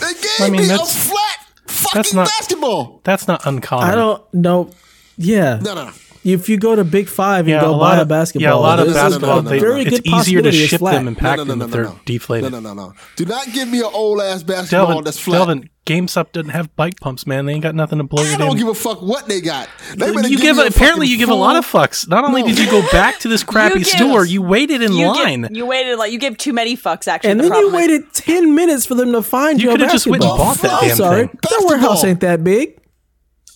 Speaker 3: They gave
Speaker 4: I mean,
Speaker 3: me a
Speaker 4: that's-
Speaker 3: flat
Speaker 4: that's
Speaker 3: fucking
Speaker 4: not-
Speaker 3: basketball.
Speaker 4: That's not uncommon.
Speaker 2: I don't know. Yeah.
Speaker 3: No, no, no.
Speaker 2: If you go to Big Five and
Speaker 4: Yeah,
Speaker 2: go buy
Speaker 4: a lot
Speaker 2: a
Speaker 4: of-
Speaker 2: basketball,
Speaker 4: Yeah, a lot of
Speaker 2: there's
Speaker 3: no, no,
Speaker 4: basketball.
Speaker 3: no,
Speaker 4: they,
Speaker 3: no, no.
Speaker 4: it's easier to
Speaker 2: possibility it's
Speaker 4: ship
Speaker 2: flat.
Speaker 4: them and pack
Speaker 3: no, no,
Speaker 4: them
Speaker 3: no,
Speaker 4: if
Speaker 3: no,
Speaker 4: they're
Speaker 3: no.
Speaker 4: deflated.
Speaker 3: No, no, no, no. Do not give me an old ass basketball
Speaker 4: Delvin,
Speaker 3: that's flat.
Speaker 4: Delvin, GameStop doesn't have bike pumps, man. They ain't got nothing to blow
Speaker 3: I
Speaker 4: your
Speaker 3: don't
Speaker 4: damn.
Speaker 3: give a fuck what they got. They better
Speaker 4: you give
Speaker 3: me
Speaker 4: a, apparently
Speaker 3: fucking
Speaker 4: you give a lot
Speaker 3: full-
Speaker 4: of fucks. Not only
Speaker 3: No.
Speaker 4: did you go back to this crappy
Speaker 1: give-
Speaker 4: store, you waited in
Speaker 1: You,
Speaker 4: line.
Speaker 1: give- you waited like you give too many fucks. Actually,
Speaker 2: And
Speaker 1: the
Speaker 2: then you
Speaker 1: problem is-
Speaker 2: waited ten minutes for them to find
Speaker 4: You
Speaker 2: you.
Speaker 4: coulda just went and bought that
Speaker 2: I'm
Speaker 4: damn
Speaker 2: sorry,
Speaker 4: thing.
Speaker 2: their warehouse
Speaker 3: Basketball.
Speaker 2: ain't that big.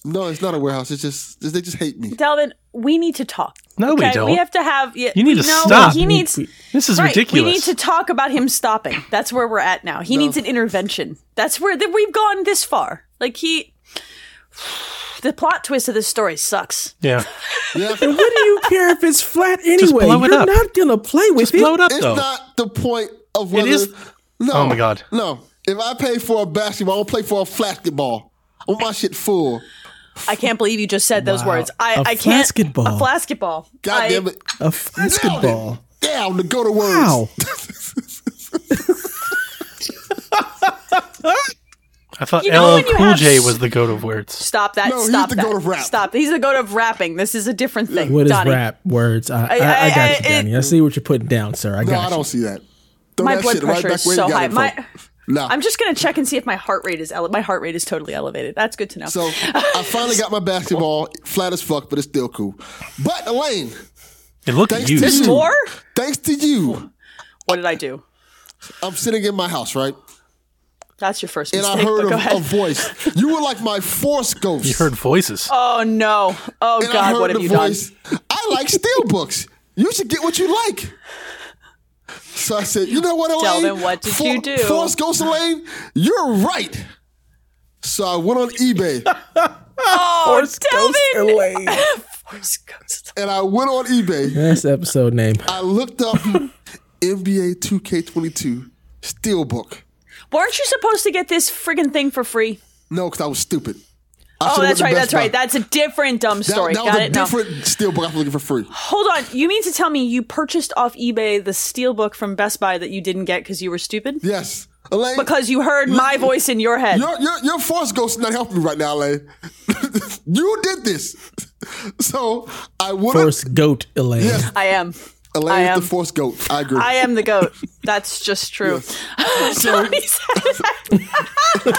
Speaker 3: No, it's not a warehouse. It's just they just hate me.
Speaker 1: Delvin, we need to talk.
Speaker 4: No, we
Speaker 1: okay?
Speaker 4: don't.
Speaker 1: We have to have. Yeah,
Speaker 4: You need to
Speaker 1: no,
Speaker 4: stop.
Speaker 1: He needs.
Speaker 4: this is
Speaker 1: right, We
Speaker 4: ridiculous.
Speaker 1: need to talk about him stopping. That's where we're at now. He needs an intervention. That's where that we've gone this far. Like he, the plot twist of this story sucks.
Speaker 4: yeah,
Speaker 3: Yeah.
Speaker 2: And what do you care if it's flat anyway?
Speaker 4: blow it
Speaker 2: You're
Speaker 4: up.
Speaker 2: not gonna play with it.
Speaker 4: blow it up
Speaker 3: It's
Speaker 4: though.
Speaker 3: not the point of whether.
Speaker 4: is-
Speaker 3: No.
Speaker 4: Oh my God.
Speaker 3: No. If I pay for a basketball, I don't play for a basketball. I want my shit full.
Speaker 1: I can't believe you just said those words. I
Speaker 2: A
Speaker 1: I can't.
Speaker 2: flasketball.
Speaker 1: A flasketball.
Speaker 3: God
Speaker 1: I-
Speaker 3: damn it.
Speaker 2: A basketball.
Speaker 3: Down to go to words.
Speaker 2: Wow.
Speaker 4: I thought
Speaker 1: You know
Speaker 4: LL
Speaker 1: when you
Speaker 4: Cool
Speaker 1: have
Speaker 4: J
Speaker 1: s-
Speaker 4: was the goat of words.
Speaker 1: Stop that.
Speaker 3: No, he's
Speaker 1: stop
Speaker 3: the
Speaker 1: that.
Speaker 3: goat of rap.
Speaker 1: Stop. He's the goat of rapping. This is a different thing.
Speaker 2: What is
Speaker 1: Donnie.
Speaker 2: rap words? I, I,
Speaker 1: I-
Speaker 2: I,
Speaker 1: I-
Speaker 2: got you,
Speaker 1: it-
Speaker 2: Danny. I see what you're putting down, sir. I
Speaker 3: No,
Speaker 2: got
Speaker 3: I
Speaker 2: you.
Speaker 3: don't see that. Throw
Speaker 1: My
Speaker 3: that
Speaker 1: blood
Speaker 3: shit right
Speaker 1: pressure
Speaker 3: back
Speaker 1: is
Speaker 3: where you
Speaker 1: so
Speaker 3: got
Speaker 1: high.
Speaker 3: it
Speaker 1: My,
Speaker 3: from. Nah.
Speaker 1: I'm just gonna check and see if my heart rate is ele- my heart rate is totally elevated. That's good to know.
Speaker 3: So I finally got my basketball, flat as fuck, but it's still cool. But Elaine,
Speaker 4: It looked
Speaker 3: thanks
Speaker 4: used.
Speaker 3: to you,
Speaker 1: more?
Speaker 3: thanks to you,
Speaker 1: what did I do?
Speaker 3: I'm sitting in my house, right?
Speaker 1: That's your first
Speaker 3: And
Speaker 1: mistake.
Speaker 3: I heard
Speaker 1: but go
Speaker 3: a, a
Speaker 1: ahead.
Speaker 3: voice. You were like my force ghost.
Speaker 4: You heard voices.
Speaker 1: oh no! Oh
Speaker 3: and I
Speaker 1: God!
Speaker 3: heard
Speaker 1: What have
Speaker 3: the
Speaker 1: you
Speaker 3: voice. I like steel books. You should get what you like. So I said, you know what, Elaine?
Speaker 1: Delvin, what did you do?
Speaker 3: Force Ghost Elaine, you're right. So I went on eBay
Speaker 1: Oh,
Speaker 2: Or it's
Speaker 1: Delvin!
Speaker 2: Ghost Elaine.
Speaker 1: done?
Speaker 3: and I went on eBay.
Speaker 2: That's the episode name.
Speaker 3: I looked up NBA 2K22 Steelbook.
Speaker 1: Weren't you supposed to get this friggin' thing for free?
Speaker 3: No, because I was stupid. I
Speaker 1: Oh,
Speaker 3: should've went
Speaker 1: that's
Speaker 3: to
Speaker 1: right.
Speaker 3: Best
Speaker 1: That's right.
Speaker 3: Buy.
Speaker 1: That's a different dumb
Speaker 3: that,
Speaker 1: story.
Speaker 3: that was
Speaker 1: Got
Speaker 3: a
Speaker 1: it? No.
Speaker 3: different Steelbook I was looking for free.
Speaker 1: Hold on. You mean to tell me you purchased off eBay the steelbook from Best Buy that you didn't get because you were stupid?
Speaker 3: Yes. Elaine,
Speaker 1: Because you heard my voice in your head.
Speaker 3: your, your, your force ghost is not helping me right now, Elaine. you did this. So I would have.
Speaker 2: Force Goat Elaine.
Speaker 3: Yes,
Speaker 1: I am. I
Speaker 3: Elaine is
Speaker 1: am.
Speaker 3: the force goat. I agree.
Speaker 1: I am the goat. That's just true. Tony said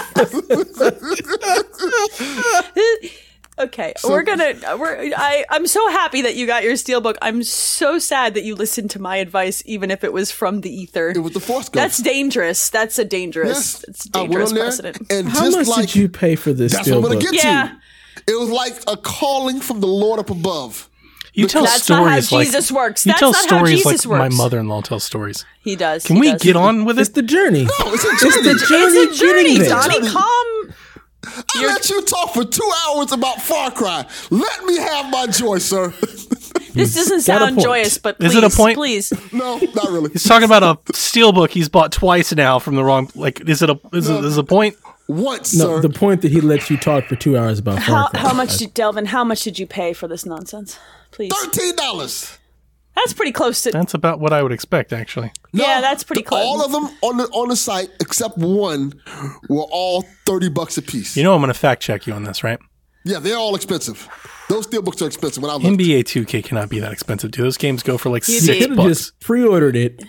Speaker 1: that. Okay, we're gonna. We're. I. I'm so happy that you got your steelbook. I'm so sad that you listened to my advice, even if it was from the ether.
Speaker 3: It was the Force Ghost.
Speaker 1: That's dangerous. That's a dangerous.
Speaker 3: Yes.
Speaker 1: That's a
Speaker 3: I went
Speaker 1: dangerous
Speaker 3: on there,
Speaker 1: precedent.
Speaker 3: And
Speaker 2: How
Speaker 3: just
Speaker 2: much
Speaker 3: like
Speaker 2: did you pay for this
Speaker 3: that's what I'm gonna
Speaker 2: steelbook?
Speaker 3: get
Speaker 1: Yeah.
Speaker 3: to. It was like a calling from the Lord up above.
Speaker 4: You tell
Speaker 1: That's not how
Speaker 4: stories like
Speaker 1: Jesus works.
Speaker 4: You
Speaker 1: That's
Speaker 4: tell
Speaker 1: not how
Speaker 4: stories
Speaker 1: Jesus
Speaker 4: like
Speaker 1: works.
Speaker 4: my mother-in-law tells stories.
Speaker 1: he does.
Speaker 4: Can
Speaker 1: he
Speaker 4: we
Speaker 1: does.
Speaker 4: get on with
Speaker 2: It's
Speaker 4: it?
Speaker 2: the journey.
Speaker 3: Oh, it's a journey.
Speaker 2: The journey.
Speaker 1: It's a
Speaker 2: getting
Speaker 1: journey,
Speaker 2: there.
Speaker 1: Donnie. Calm.
Speaker 3: I let you talk for two hours about Far Cry. Let me have my joy, sir.
Speaker 1: This doesn't
Speaker 2: got a
Speaker 1: sound
Speaker 2: point.
Speaker 1: joyous, but please,
Speaker 4: Is it a point?
Speaker 1: please.
Speaker 3: no, not really.
Speaker 4: He's talking about a steelbook he's bought twice now from the wrong. Like, is it a is, it, is it a point?
Speaker 3: Once,
Speaker 2: No,
Speaker 3: sir.
Speaker 2: the point that he lets you talk for two hours about
Speaker 1: How,
Speaker 2: Far Cry.
Speaker 1: how much did Delvin? How much did you pay for this nonsense? Please,
Speaker 3: Thirteen dollars.
Speaker 1: that's pretty close to.
Speaker 4: That's about what I would expect, actually.
Speaker 1: yeah, that's pretty close.
Speaker 3: All of them on the on the site except one were all thirty bucks a piece.
Speaker 4: You know, I'm going to fact check you on this, right?
Speaker 3: yeah, they're all expensive. Those steelbooks are expensive. When I looked,
Speaker 4: NBA 2K cannot be that expensive, dude. Those games go for like
Speaker 1: You
Speaker 2: You
Speaker 4: six
Speaker 2: could
Speaker 1: did.
Speaker 2: have
Speaker 4: bucks.
Speaker 2: just pre-ordered it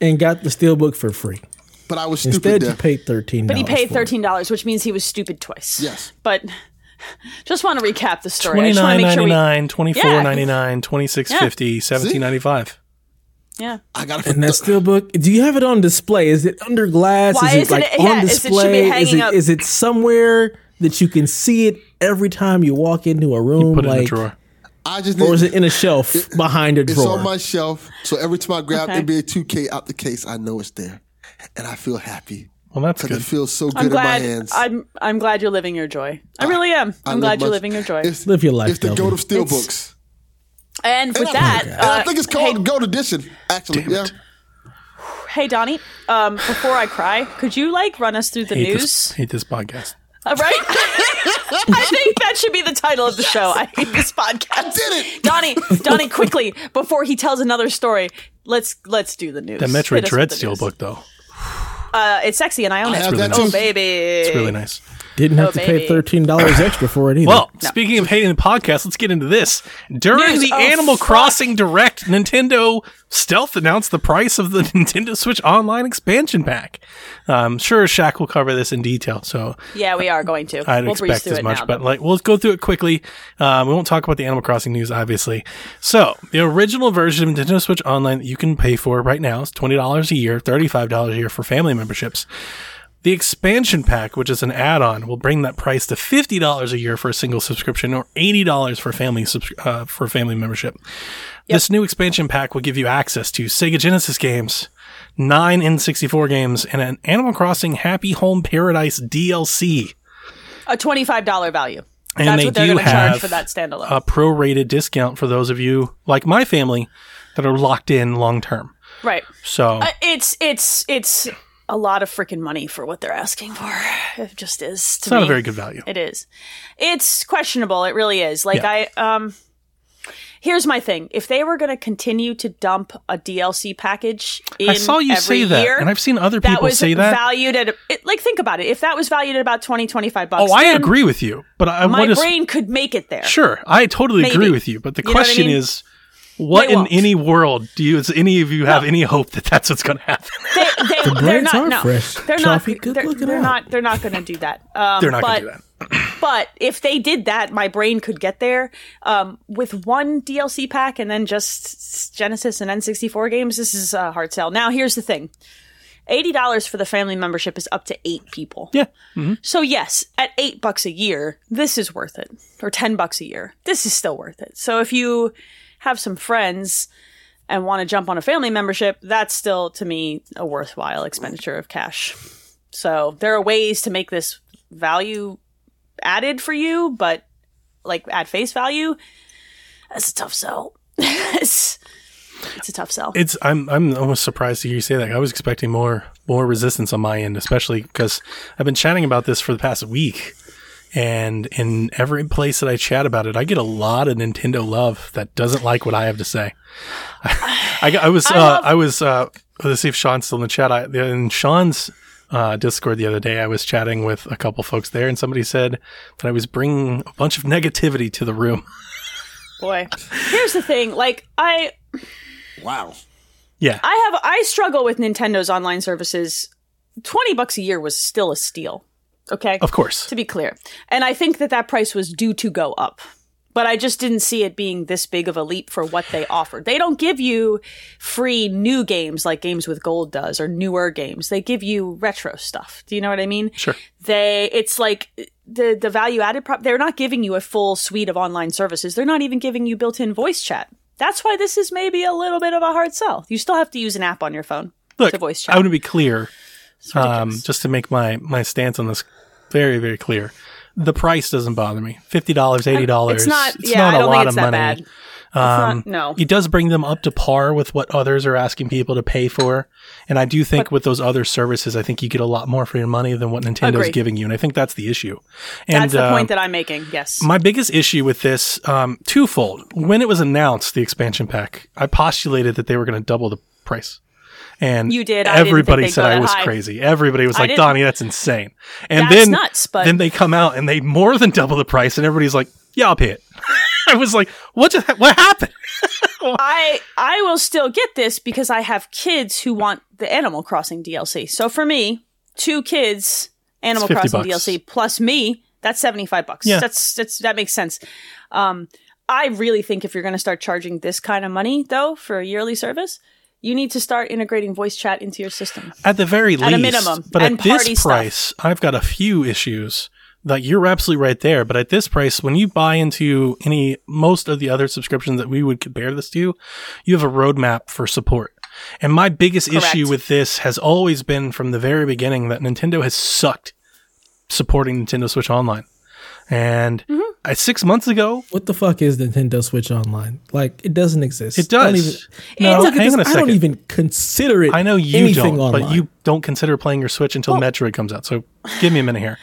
Speaker 2: and got the steelbook for free.
Speaker 3: but I was stupid
Speaker 2: Instead,
Speaker 3: there.
Speaker 2: you paid thirteen.
Speaker 1: But he paid thirteen dollars, which means he was stupid twice.
Speaker 3: Yes.
Speaker 1: But just want to recap the story. I just want to make sure
Speaker 4: 29.99, 24.99,
Speaker 1: Yeah.
Speaker 4: 26.50, 17.95.
Speaker 1: we. Yeah.
Speaker 3: I got
Speaker 2: And that
Speaker 3: it.
Speaker 2: steelbook, do you have it on display? Is it under glass?
Speaker 1: Why
Speaker 2: is it
Speaker 1: isn't
Speaker 2: like
Speaker 1: it-
Speaker 2: on
Speaker 1: yeah, is it- should be
Speaker 2: display? Is
Speaker 1: hanging
Speaker 2: it,
Speaker 1: up.
Speaker 2: is it somewhere that you can see it every time you walk into a room?
Speaker 4: Put it
Speaker 2: like,
Speaker 4: in a drawer.
Speaker 3: I just
Speaker 2: Or is
Speaker 3: need-
Speaker 2: it in a shelf behind a
Speaker 3: It's
Speaker 2: drawer?
Speaker 3: on my shelf, so every time I grab
Speaker 1: Okay.
Speaker 3: NBA 2K out the case, I know it's there, and I feel happy
Speaker 4: Well, that's
Speaker 3: because it
Speaker 4: good.
Speaker 3: feels so good
Speaker 1: I'm
Speaker 3: in my
Speaker 1: glad.
Speaker 3: hands. Ah,
Speaker 1: I'm I'm glad you're living your joy. I really am.
Speaker 3: I
Speaker 1: I'm
Speaker 3: live
Speaker 1: glad you're
Speaker 3: my-
Speaker 1: living your joy.
Speaker 3: It's,
Speaker 2: Live your life,
Speaker 3: It's the
Speaker 2: Delvin.
Speaker 3: goat of steel
Speaker 1: It's-
Speaker 3: books.
Speaker 1: And with
Speaker 3: I-
Speaker 1: that,
Speaker 3: and
Speaker 1: uh,
Speaker 3: I think it's called Goat Edition. Actually,
Speaker 4: Damn
Speaker 3: yeah.
Speaker 4: it.
Speaker 1: hey Donnie, um, before I cry, could you like run us through the
Speaker 4: Hate
Speaker 1: news?
Speaker 4: this, hate this podcast.
Speaker 1: All right. I think that should be the title of the show. I hate this podcast.
Speaker 3: Did it?
Speaker 1: Donnie, Donnie, quickly before he tells another story, let's let's do the news.
Speaker 4: That
Speaker 1: Hit
Speaker 4: Metroid
Speaker 1: us
Speaker 4: Dread
Speaker 1: with the news.
Speaker 4: steelbook, though,
Speaker 1: Uh, it's sexy, and I own
Speaker 3: I
Speaker 1: it.
Speaker 3: have
Speaker 4: really
Speaker 3: that
Speaker 4: nice.
Speaker 3: too.
Speaker 1: Oh baby,
Speaker 4: it's really nice.
Speaker 2: Didn't have
Speaker 1: Oh,
Speaker 2: to pay
Speaker 1: baby.
Speaker 2: thirteen dollars extra for it either.
Speaker 4: Well, speaking of hating the podcast, let's get into this. During
Speaker 1: News-
Speaker 4: the
Speaker 1: oh,
Speaker 4: Animal
Speaker 1: fuck.
Speaker 4: Crossing Direct, Nintendo Stealth announced the price of the Nintendo Switch Online expansion pack. Um, sure, Shaq will cover this in detail, so
Speaker 1: Yeah, we are going to.
Speaker 4: I'd
Speaker 1: we'll breeze
Speaker 4: expect
Speaker 1: through
Speaker 4: as
Speaker 1: it
Speaker 4: much,
Speaker 1: now,
Speaker 4: but
Speaker 1: though.
Speaker 4: like, we'll go through it quickly. Um, we won't talk about the Animal Crossing news, obviously. So, the original version of Nintendo Switch Online that you can pay for right now is twenty dollars a year, thirty-five dollars a year for family memberships. The expansion pack, which is an add-on, will bring that price to fifty dollars a year for a single subscription, or eighty dollars for family subs- uh, for family membership. This new expansion pack will give you access to Sega Genesis games, nine N64 games, and an Animal Crossing Happy Home Paradise DLC.
Speaker 1: a twenty-five dollar value.
Speaker 4: And
Speaker 1: That's
Speaker 4: they
Speaker 1: what they're
Speaker 4: do
Speaker 1: going to charge
Speaker 4: have
Speaker 1: for that standalone.
Speaker 4: a prorated discount for those of you like my family that are locked in long term.
Speaker 1: right.
Speaker 4: So
Speaker 1: Uh, It's it's it's a lot of freaking money for what they're asking for. It just is. To
Speaker 4: it's not
Speaker 1: me.
Speaker 4: a very good value.
Speaker 1: It is. It's questionable. It really is. Like
Speaker 4: Yeah.
Speaker 1: I um here's my thing. If they were going to continue to dump a DLC package in
Speaker 4: I saw you
Speaker 1: every
Speaker 4: say that,
Speaker 1: year,
Speaker 4: and I've seen other
Speaker 1: that
Speaker 4: people
Speaker 1: was
Speaker 4: say that.
Speaker 1: valued at it, like think about it. If that was valued at about 20 25 bucks.
Speaker 4: oh, I
Speaker 1: then
Speaker 4: agree with you, but I
Speaker 1: My
Speaker 4: want to.
Speaker 1: brain could make it there.
Speaker 4: Sure, I totally agree
Speaker 1: Maybe.
Speaker 4: with you, but the
Speaker 1: You know what I
Speaker 4: question
Speaker 1: mean?
Speaker 4: is. What
Speaker 1: They
Speaker 4: in
Speaker 1: won't.
Speaker 4: any world do you? Does any of you have any hope that that's what's going to happen?
Speaker 1: They, they, they're
Speaker 2: brains
Speaker 1: not
Speaker 2: are
Speaker 1: no.
Speaker 2: fresh.
Speaker 1: They're not
Speaker 2: Chaffee, good
Speaker 1: they're,
Speaker 2: looking
Speaker 1: they're
Speaker 2: out.
Speaker 1: not they're not going to do that. Um,
Speaker 4: They're not going
Speaker 1: but-
Speaker 4: to do that.
Speaker 1: But if they did that, my brain could get there. Um, with one DLC pack and then just Genesis and N64 games, this is a hard sell. Now, here's the thing $80 for the family membership is up to eight people.
Speaker 4: Yeah, Mm-hmm.
Speaker 1: So, yes, at eight bucks a year, this is worth it. Or 10 bucks a year, this is still worth it. So, if you have some friends and want to jump on a family membership, that's still, to me, a worthwhile expenditure of cash. So, there are ways to make this value added for you, but like at face value, that's a tough sell. it's, it's a tough sell.
Speaker 4: it's I'm I'm almost surprised to hear you say that. I was expecting more more resistance on my end, especially because I've been chatting about this for the past week, and in every place that I chat about it, I get a lot of Nintendo love that doesn't like what I have to say. I, got- I was uh,
Speaker 1: love-
Speaker 4: I was uh, let's see if Sean's still in the chat. I, in Sean's uh, Discord the other day, I was chatting with a couple folks there, and somebody said that I was bringing a bunch of negativity to the room.
Speaker 1: Boy, here's the thing. Like I,
Speaker 3: Wow.
Speaker 4: Yeah,
Speaker 1: I have I struggle with Nintendo's online services. Twenty bucks a year was still a steal. Okay.
Speaker 4: Of course.
Speaker 1: to be clear. And I think that that price was due to go up. But I just didn't see it being this big of a leap for what they offered. They don't give you free new games like Games with Gold does or newer games. They give you retro stuff. Do you know what I mean?
Speaker 4: Sure.
Speaker 1: They it's like the the value added prop they're not giving you a full suite of online services. They're not even giving you built-in voice chat. That's why this is maybe a little bit of a hard sell. You still have to use an app on your phone
Speaker 4: Look,
Speaker 1: to voice chat.
Speaker 4: I want to be clear, um,
Speaker 1: ridiculous.
Speaker 4: just to make my my stance on this very very clear. The price doesn't bother me. Fifty dollars, eighty dollars.
Speaker 1: it's not yeah, I don't think it's that bad. It's
Speaker 4: Um,
Speaker 1: not, no.
Speaker 4: It does bring them up to par with what others are asking people to pay for, and I do think with those other services, I think you get a lot more for your money than what Nintendo's
Speaker 1: Agree.
Speaker 4: giving you, and I think that's the issue. And
Speaker 1: That's the
Speaker 4: um,
Speaker 1: point that I'm making. Yes.
Speaker 4: My biggest issue with this, um, twofold. When it was announced, the expansion pack, I postulated that they were going to double the price. And
Speaker 1: You did. I didn't think
Speaker 4: Everybody
Speaker 1: they'd
Speaker 4: said
Speaker 1: go
Speaker 4: I
Speaker 1: that
Speaker 4: was
Speaker 1: high.
Speaker 4: crazy. Everybody was
Speaker 1: I
Speaker 4: like,
Speaker 1: didn't.
Speaker 4: Donnie, that's insane. And
Speaker 1: That's
Speaker 4: then,
Speaker 1: nuts, but-
Speaker 4: then they come out and they more than double the price, and everybody's like, yeah, I'll pay it. I was like, what, just, what happened?
Speaker 1: I I will still get this because I have kids who want the Animal Crossing DLC. So for me, two kids, Animal
Speaker 4: It's 50
Speaker 1: Crossing
Speaker 4: bucks.
Speaker 1: DLC plus me, that's seventy five bucks.
Speaker 4: Yeah.
Speaker 1: That's that's that makes sense. Um, I really think if you're going to start charging this kind of money though for a yearly service, you need to start integrating voice chat into your system.
Speaker 4: At the very
Speaker 1: a
Speaker 4: least,
Speaker 1: minimum,
Speaker 4: but
Speaker 1: and
Speaker 4: at
Speaker 1: party
Speaker 4: this
Speaker 1: stuff.
Speaker 4: price, I've got a few issues. Like you're absolutely right there, but at this price, when you buy into any most of the other subscriptions that we would compare this to, you have a roadmap for support. And my biggest issue with this has always been from the very beginning that Nintendo has sucked supporting Nintendo Switch Online. And
Speaker 1: Mm-hmm.
Speaker 4: I, six months ago,
Speaker 2: What the fuck is Nintendo Switch Online? Like, it doesn't exist.
Speaker 4: it
Speaker 2: I
Speaker 4: does.
Speaker 2: don't even,
Speaker 4: no,
Speaker 2: look at
Speaker 4: hang
Speaker 2: this,
Speaker 4: on a
Speaker 2: I
Speaker 4: second.
Speaker 2: don't even consider it.
Speaker 4: I know you
Speaker 2: anything
Speaker 4: don't,
Speaker 2: online.
Speaker 4: but you don't consider playing your Switch until Metroid comes out. So give me a minute here.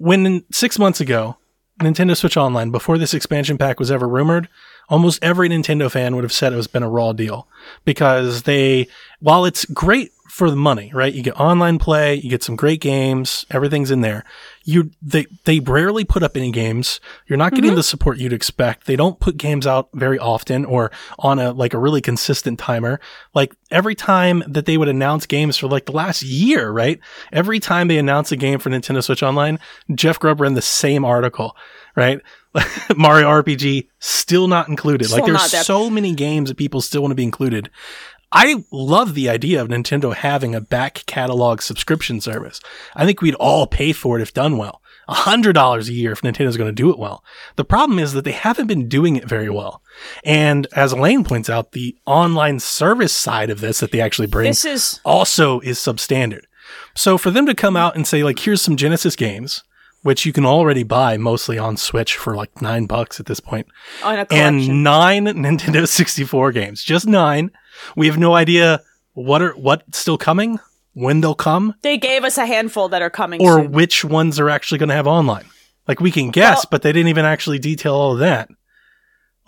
Speaker 4: When in- six months ago, Nintendo Switch Online, before this expansion pack was ever rumored, almost every Nintendo fan would have said it was been a raw deal because they, while it's great for the money, right? You get online play, you get some great games, everything's in there. You they they rarely put up any games. You're not
Speaker 1: Mm-hmm.
Speaker 4: getting the support you'd expect. They don't put games out very often or on a like a really consistent timer. Like every time that they would announce games for like the last year, right? Every time they announce a game for Nintendo Switch Online, Jeff Grubb ran the same article, right? Mario RPG still not included.
Speaker 1: Still
Speaker 4: like
Speaker 1: not
Speaker 4: there's
Speaker 1: there.
Speaker 4: so many games that people still want to be included. I love the idea of Nintendo having a back catalog subscription service. I think we'd all pay for it if done well. $100 a year if Nintendo's going to do it well. The problem is that they haven't been doing it very well. And as Elaine points out, the online service side of this that they actually bring
Speaker 1: This is
Speaker 4: also is substandard. So for them to come out and say like, here's some Genesis games, which you can already buy mostly on Switch for like nine bucks at this point,
Speaker 1: on a collection.
Speaker 4: and nine Nintendo 64 games, just nine. We have no idea what are what's still coming, when they'll come,
Speaker 1: they gave us a handful that are coming.
Speaker 4: or
Speaker 1: soon.
Speaker 4: which ones are actually going to have online. Like we can guess,
Speaker 1: Well-
Speaker 4: but they didn't even actually detail all of that.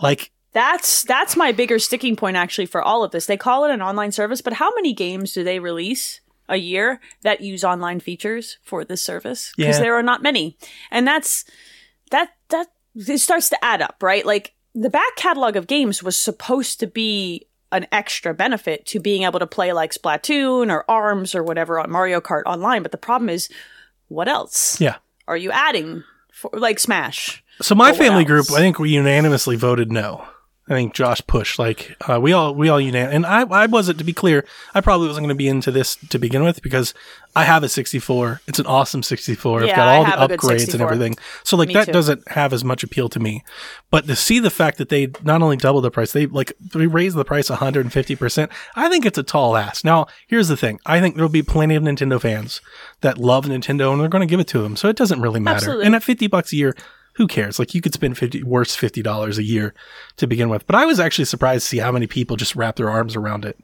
Speaker 4: Like
Speaker 1: That's that's my bigger sticking point actually for all of this. They call it an online service, but how many games do they release a year that use online features for this service? Because
Speaker 4: Yeah.
Speaker 1: there are not many. And that's that that it starts to add up, right? Like the back catalog of games was supposed to be an extra benefit to being able to play like Splatoon or ARMS or whatever on Mario Kart online, but the problem is what else?
Speaker 4: Yeah.
Speaker 1: Are you adding for like Smash?
Speaker 4: So my
Speaker 1: But what
Speaker 4: family
Speaker 1: else?
Speaker 4: group, I think we unanimously voted no. I think Josh pushed like uh, we all we all unan and I I wasn't to be clear I probably wasn't going to be into this to begin with because I have a 64 it's an awesome 64
Speaker 1: Yeah,
Speaker 4: I've got
Speaker 1: I
Speaker 4: all
Speaker 1: have a
Speaker 4: the
Speaker 1: good
Speaker 4: upgrades and
Speaker 1: 64.
Speaker 4: everything so like
Speaker 1: Me
Speaker 4: that
Speaker 1: too.
Speaker 4: doesn't have as much appeal to me but to see the fact that they not only double the price they like they raised the price 150 percent I think it's a tall ask now here's the thing I think there'll be plenty of Nintendo fans that love Nintendo and they're going to give it to them so it doesn't really matter
Speaker 1: Absolutely.
Speaker 4: and at 50 bucks a year who cares? Like you could spend fifty worse fifty dollars a year to begin with. But I was actually surprised to see how many people just wrap their arms around it.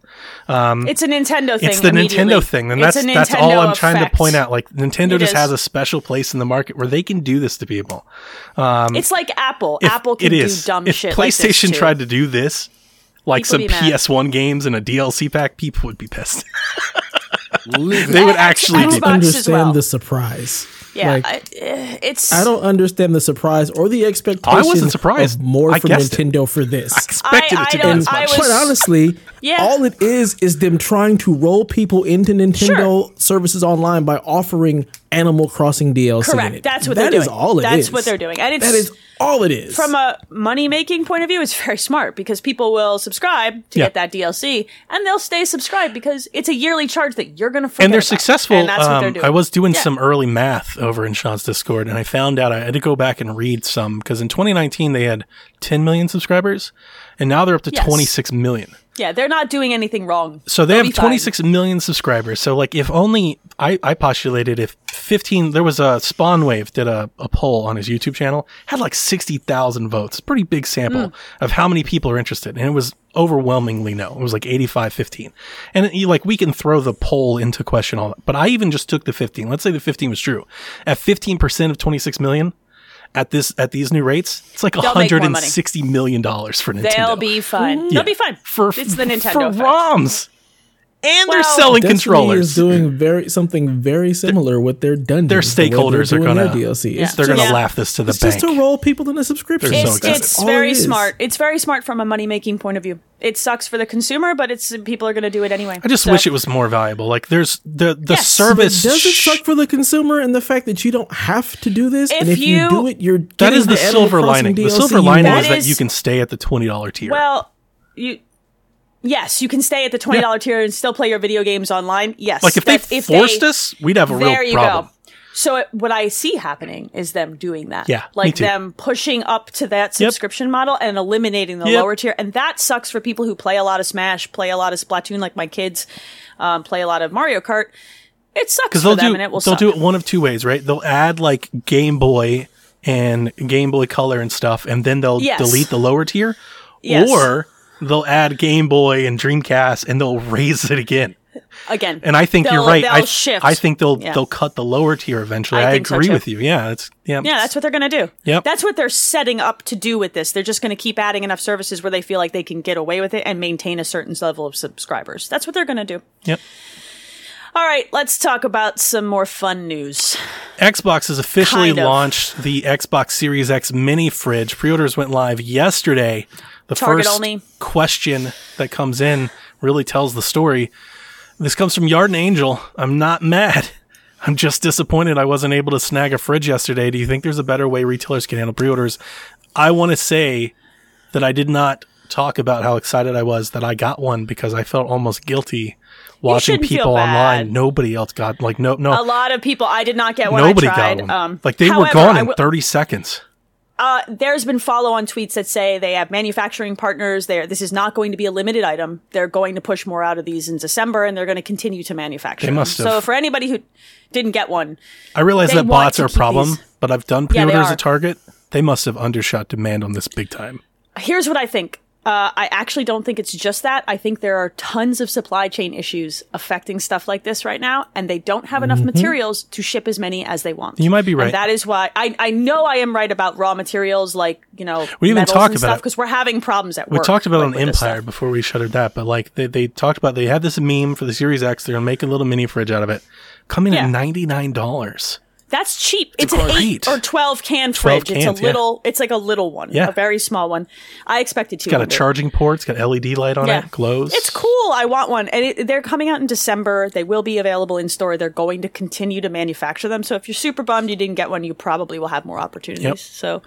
Speaker 1: It's a Nintendo thing.
Speaker 4: It's the
Speaker 1: immediately.
Speaker 4: Nintendo thing, and
Speaker 1: It's
Speaker 4: that's
Speaker 1: a
Speaker 4: that's
Speaker 1: Nintendo
Speaker 4: all I'm trying to
Speaker 1: effect.
Speaker 4: point out. Like Nintendo
Speaker 1: It
Speaker 4: just
Speaker 1: is.
Speaker 4: has a special place in the market where they can do this to people.
Speaker 1: It's like Apple.
Speaker 4: If-
Speaker 1: Apple can
Speaker 4: it is.
Speaker 1: do dumb
Speaker 4: if
Speaker 1: shit. like this,
Speaker 4: PlayStation
Speaker 1: too.
Speaker 4: tried to do this, like
Speaker 1: People
Speaker 4: some
Speaker 1: be mad.
Speaker 4: PS1 games and a DLC pack, people would be pissed.
Speaker 3: Live
Speaker 4: they
Speaker 3: it.
Speaker 4: would
Speaker 1: X-
Speaker 4: actually be
Speaker 1: Xbox- as
Speaker 4: pissed.
Speaker 2: understand
Speaker 1: well.
Speaker 2: the surprise.
Speaker 1: yeah,
Speaker 2: Like,
Speaker 1: I, eh, it's.
Speaker 2: I don't understand the surprise or the expectation.
Speaker 4: surprised.
Speaker 2: Of more
Speaker 4: I
Speaker 2: from
Speaker 4: guessed it.
Speaker 2: Nintendo for this.
Speaker 4: I expected
Speaker 1: I-
Speaker 4: it to
Speaker 1: I
Speaker 4: be
Speaker 1: don't-
Speaker 4: this
Speaker 1: I
Speaker 4: much.
Speaker 1: was-
Speaker 2: Quite honestly,
Speaker 1: Yeah.
Speaker 2: all it is is them trying to roll people into Nintendo services online by offering Animal Crossing DLC. in
Speaker 1: Correct.
Speaker 2: it.
Speaker 1: That's what
Speaker 2: That
Speaker 1: they're
Speaker 2: is
Speaker 1: doing.
Speaker 2: all it
Speaker 1: That's
Speaker 2: is.
Speaker 1: what they're doing. And it's
Speaker 2: That is all it is.
Speaker 1: from a money making point of view, it's very smart because people will subscribe to
Speaker 4: Yeah.
Speaker 1: get that DLC and they'll stay subscribed because it's a yearly charge that you're going to forget.
Speaker 4: and they're
Speaker 1: about.
Speaker 4: successful.
Speaker 1: And that's what they're
Speaker 4: Um,
Speaker 1: doing.
Speaker 4: I was doing
Speaker 1: Yeah.
Speaker 4: some early math over in Sean's Discord, and I found out I had to go back and read some because in 2019 they had 10 million subscribers, and now they're up to
Speaker 1: Yes.
Speaker 4: 26 million.
Speaker 1: Yeah, they're not doing anything wrong.
Speaker 4: So they
Speaker 1: They'll be
Speaker 4: have
Speaker 1: fine.
Speaker 4: 26 million subscribers. So like, if only I, I postulated if 15, there was a Spawn Wave did a, a poll on his YouTube channel, had like 60,000 votes, pretty big sample
Speaker 1: Hmm.
Speaker 4: of how many people are interested, and it was overwhelmingly no. It was like 85, 15, and it, like we can throw the poll into question all that. But I even just took the 15. Let's say the 15 was true. At 15 percent of 26 million. At this, at these new rates, it's like
Speaker 1: They'll make more money.
Speaker 4: 160 million dollars for Nintendo
Speaker 1: They'll be fine. They'll be fine.
Speaker 4: for
Speaker 1: it's the Nintendo.
Speaker 4: for
Speaker 1: effect.
Speaker 4: ROMs, and they're
Speaker 1: Well-
Speaker 4: selling
Speaker 2: Destiny
Speaker 4: controllers.
Speaker 2: is doing very something very similar with their dungeons.
Speaker 4: their
Speaker 2: the way they're
Speaker 4: stakeholders are
Speaker 2: doing
Speaker 4: gonna
Speaker 2: their DLC.
Speaker 1: Yeah.
Speaker 2: It's
Speaker 4: they're gonna
Speaker 1: Yeah.
Speaker 4: laugh this to the
Speaker 2: It's
Speaker 4: bank.
Speaker 2: just to roll people into subscription.
Speaker 4: They're so
Speaker 1: It's,
Speaker 4: excited.
Speaker 1: it's
Speaker 2: All
Speaker 1: very
Speaker 2: it is.
Speaker 1: smart. It's very smart from a money making point of view. It sucks for the consumer, but it's people are going to do it anyway.
Speaker 4: I just
Speaker 1: So-
Speaker 4: wish it was more valuable. Like there's the the
Speaker 1: Yes.
Speaker 2: But
Speaker 4: service.
Speaker 2: does it
Speaker 4: sh-
Speaker 2: suck for the consumer and the fact that you don't have to do this? and
Speaker 1: If
Speaker 2: if you,
Speaker 1: you-
Speaker 2: do it, you're
Speaker 4: that is
Speaker 2: getting
Speaker 4: the,
Speaker 2: Animal
Speaker 4: silver
Speaker 2: Crossing
Speaker 4: lining. The
Speaker 2: DLC
Speaker 4: silver
Speaker 2: you
Speaker 4: lining
Speaker 2: want.
Speaker 1: That
Speaker 4: is that
Speaker 1: is-
Speaker 4: you can stay at the twenty dollar tier.
Speaker 1: Well, you. Yes, you can stay at the twenty dollar tier and still play your video games online. Yes,
Speaker 4: like if they
Speaker 1: that's-
Speaker 4: forced us, we'd have a
Speaker 1: there
Speaker 4: real
Speaker 1: you
Speaker 4: problem.
Speaker 1: go. So it, what I see happening is them doing that.
Speaker 4: Yeah, me
Speaker 1: like
Speaker 4: too.
Speaker 1: them pushing up to that subscription model and eliminating the
Speaker 4: Yep.
Speaker 1: lower tier, and that sucks for people who play a lot of Smash, play a lot of Splatoon, like my kids, um, play a lot of Mario Kart. It sucks
Speaker 4: Because
Speaker 1: for
Speaker 4: they'll
Speaker 1: them,
Speaker 4: do
Speaker 1: and it will
Speaker 4: they'll
Speaker 1: suck.
Speaker 4: do it one of two ways, right? They'll add like Game Boy and Game Boy Color and stuff, and then they'll
Speaker 1: Yes.
Speaker 4: delete the lower tier,
Speaker 1: Yes.
Speaker 4: or they'll add Game Boy and Dreamcast, and they'll raise it again.
Speaker 1: again.
Speaker 4: And I think you're
Speaker 1: They'll-
Speaker 4: right.
Speaker 1: They'll
Speaker 4: I,
Speaker 1: shift.
Speaker 4: I think they'll
Speaker 1: Yeah.
Speaker 4: they'll cut the lower tier eventually.
Speaker 1: I
Speaker 4: I,
Speaker 1: think so,
Speaker 4: agree
Speaker 1: too.
Speaker 4: with you. Yeah, it's yeah.
Speaker 1: Yeah, that's what they're going to do.
Speaker 4: Yep.
Speaker 1: That's what they're setting up to do with this. They're just going to keep adding enough services where they feel like they can get away with it and maintain a certain level of subscribers. That's what they're going to do.
Speaker 4: yep.
Speaker 1: All right, let's talk about some more fun news.
Speaker 4: Xbox has officially
Speaker 1: Kind of.
Speaker 4: launched the Xbox Series X mini fridge. Pre-orders went live yesterday. The
Speaker 1: Target
Speaker 4: first
Speaker 1: only.
Speaker 4: question that comes in really tells the story. This comes from Yard and Angel. I'm not mad. I'm just disappointed I wasn't able to snag a fridge yesterday. Do you think there's a better way retailers can handle pre-orders? I want to say that I did not talk about how excited I was that I got one because I felt almost guilty watching
Speaker 1: shouldn't feel
Speaker 4: people online.
Speaker 1: bad.
Speaker 4: Nobody else got like no no
Speaker 1: A lot of people, I did not get one.
Speaker 4: Nobody
Speaker 1: I tried.
Speaker 4: got one.
Speaker 1: Um,
Speaker 4: like they
Speaker 1: however,
Speaker 4: were gone
Speaker 1: I
Speaker 4: in
Speaker 1: will-
Speaker 4: 30 seconds.
Speaker 1: uh, there's been follow-on tweets that say they have manufacturing partners. There, this is not going to be a limited item. They're going to push more out of these in December, and they're going to continue to manufacture.
Speaker 4: They
Speaker 1: them.
Speaker 4: must have.
Speaker 1: So for anybody who didn't get one,
Speaker 4: I realize
Speaker 1: They
Speaker 4: that
Speaker 1: want
Speaker 4: bots
Speaker 1: to
Speaker 4: are a
Speaker 1: keep
Speaker 4: problem,
Speaker 1: these.
Speaker 4: but I've done
Speaker 1: Yeah, they
Speaker 4: pre-orders
Speaker 1: are.
Speaker 4: at Target. They must have undershot demand on this big time.
Speaker 1: here's what I think. Uh, I actually don't think it's just that. I think there are tons of supply chain issues affecting stuff like this right now, and they don't have enough materials to ship as many as they want.
Speaker 4: Mm-hmm. You might be
Speaker 1: And
Speaker 4: right.
Speaker 1: that is why I, I know I am right about raw materials like you know
Speaker 4: We even
Speaker 1: metals
Speaker 4: talk
Speaker 1: and
Speaker 4: about
Speaker 1: stuff
Speaker 4: it.
Speaker 1: because we're having problems at
Speaker 4: We
Speaker 1: work.
Speaker 4: talked about
Speaker 1: like,
Speaker 4: it on
Speaker 1: with this
Speaker 4: Empire
Speaker 1: stuff.
Speaker 4: before we shuttered that, but like they, they talked about they had this meme for the Series X. They're gonna make a little mini fridge out of it. Coming
Speaker 1: Yeah.
Speaker 4: at ninety nine dollars.
Speaker 1: That's cheap. It's, an eight
Speaker 4: great.
Speaker 1: or twelve can
Speaker 4: 12
Speaker 1: fridge. it's
Speaker 4: cans,
Speaker 1: a
Speaker 4: yeah.
Speaker 1: little. It's like a little one.
Speaker 4: Yeah.
Speaker 1: a very small one. I expected to.
Speaker 4: Got a charging port. It's got LED light on
Speaker 1: Yeah.
Speaker 4: it. Glows.
Speaker 1: It's cool. I want one. And it, they're coming out in December. They will be available in store. They're going to continue to manufacture them. So if you're super bummed you didn't get one, you probably will have more opportunities.
Speaker 4: Yep.
Speaker 1: So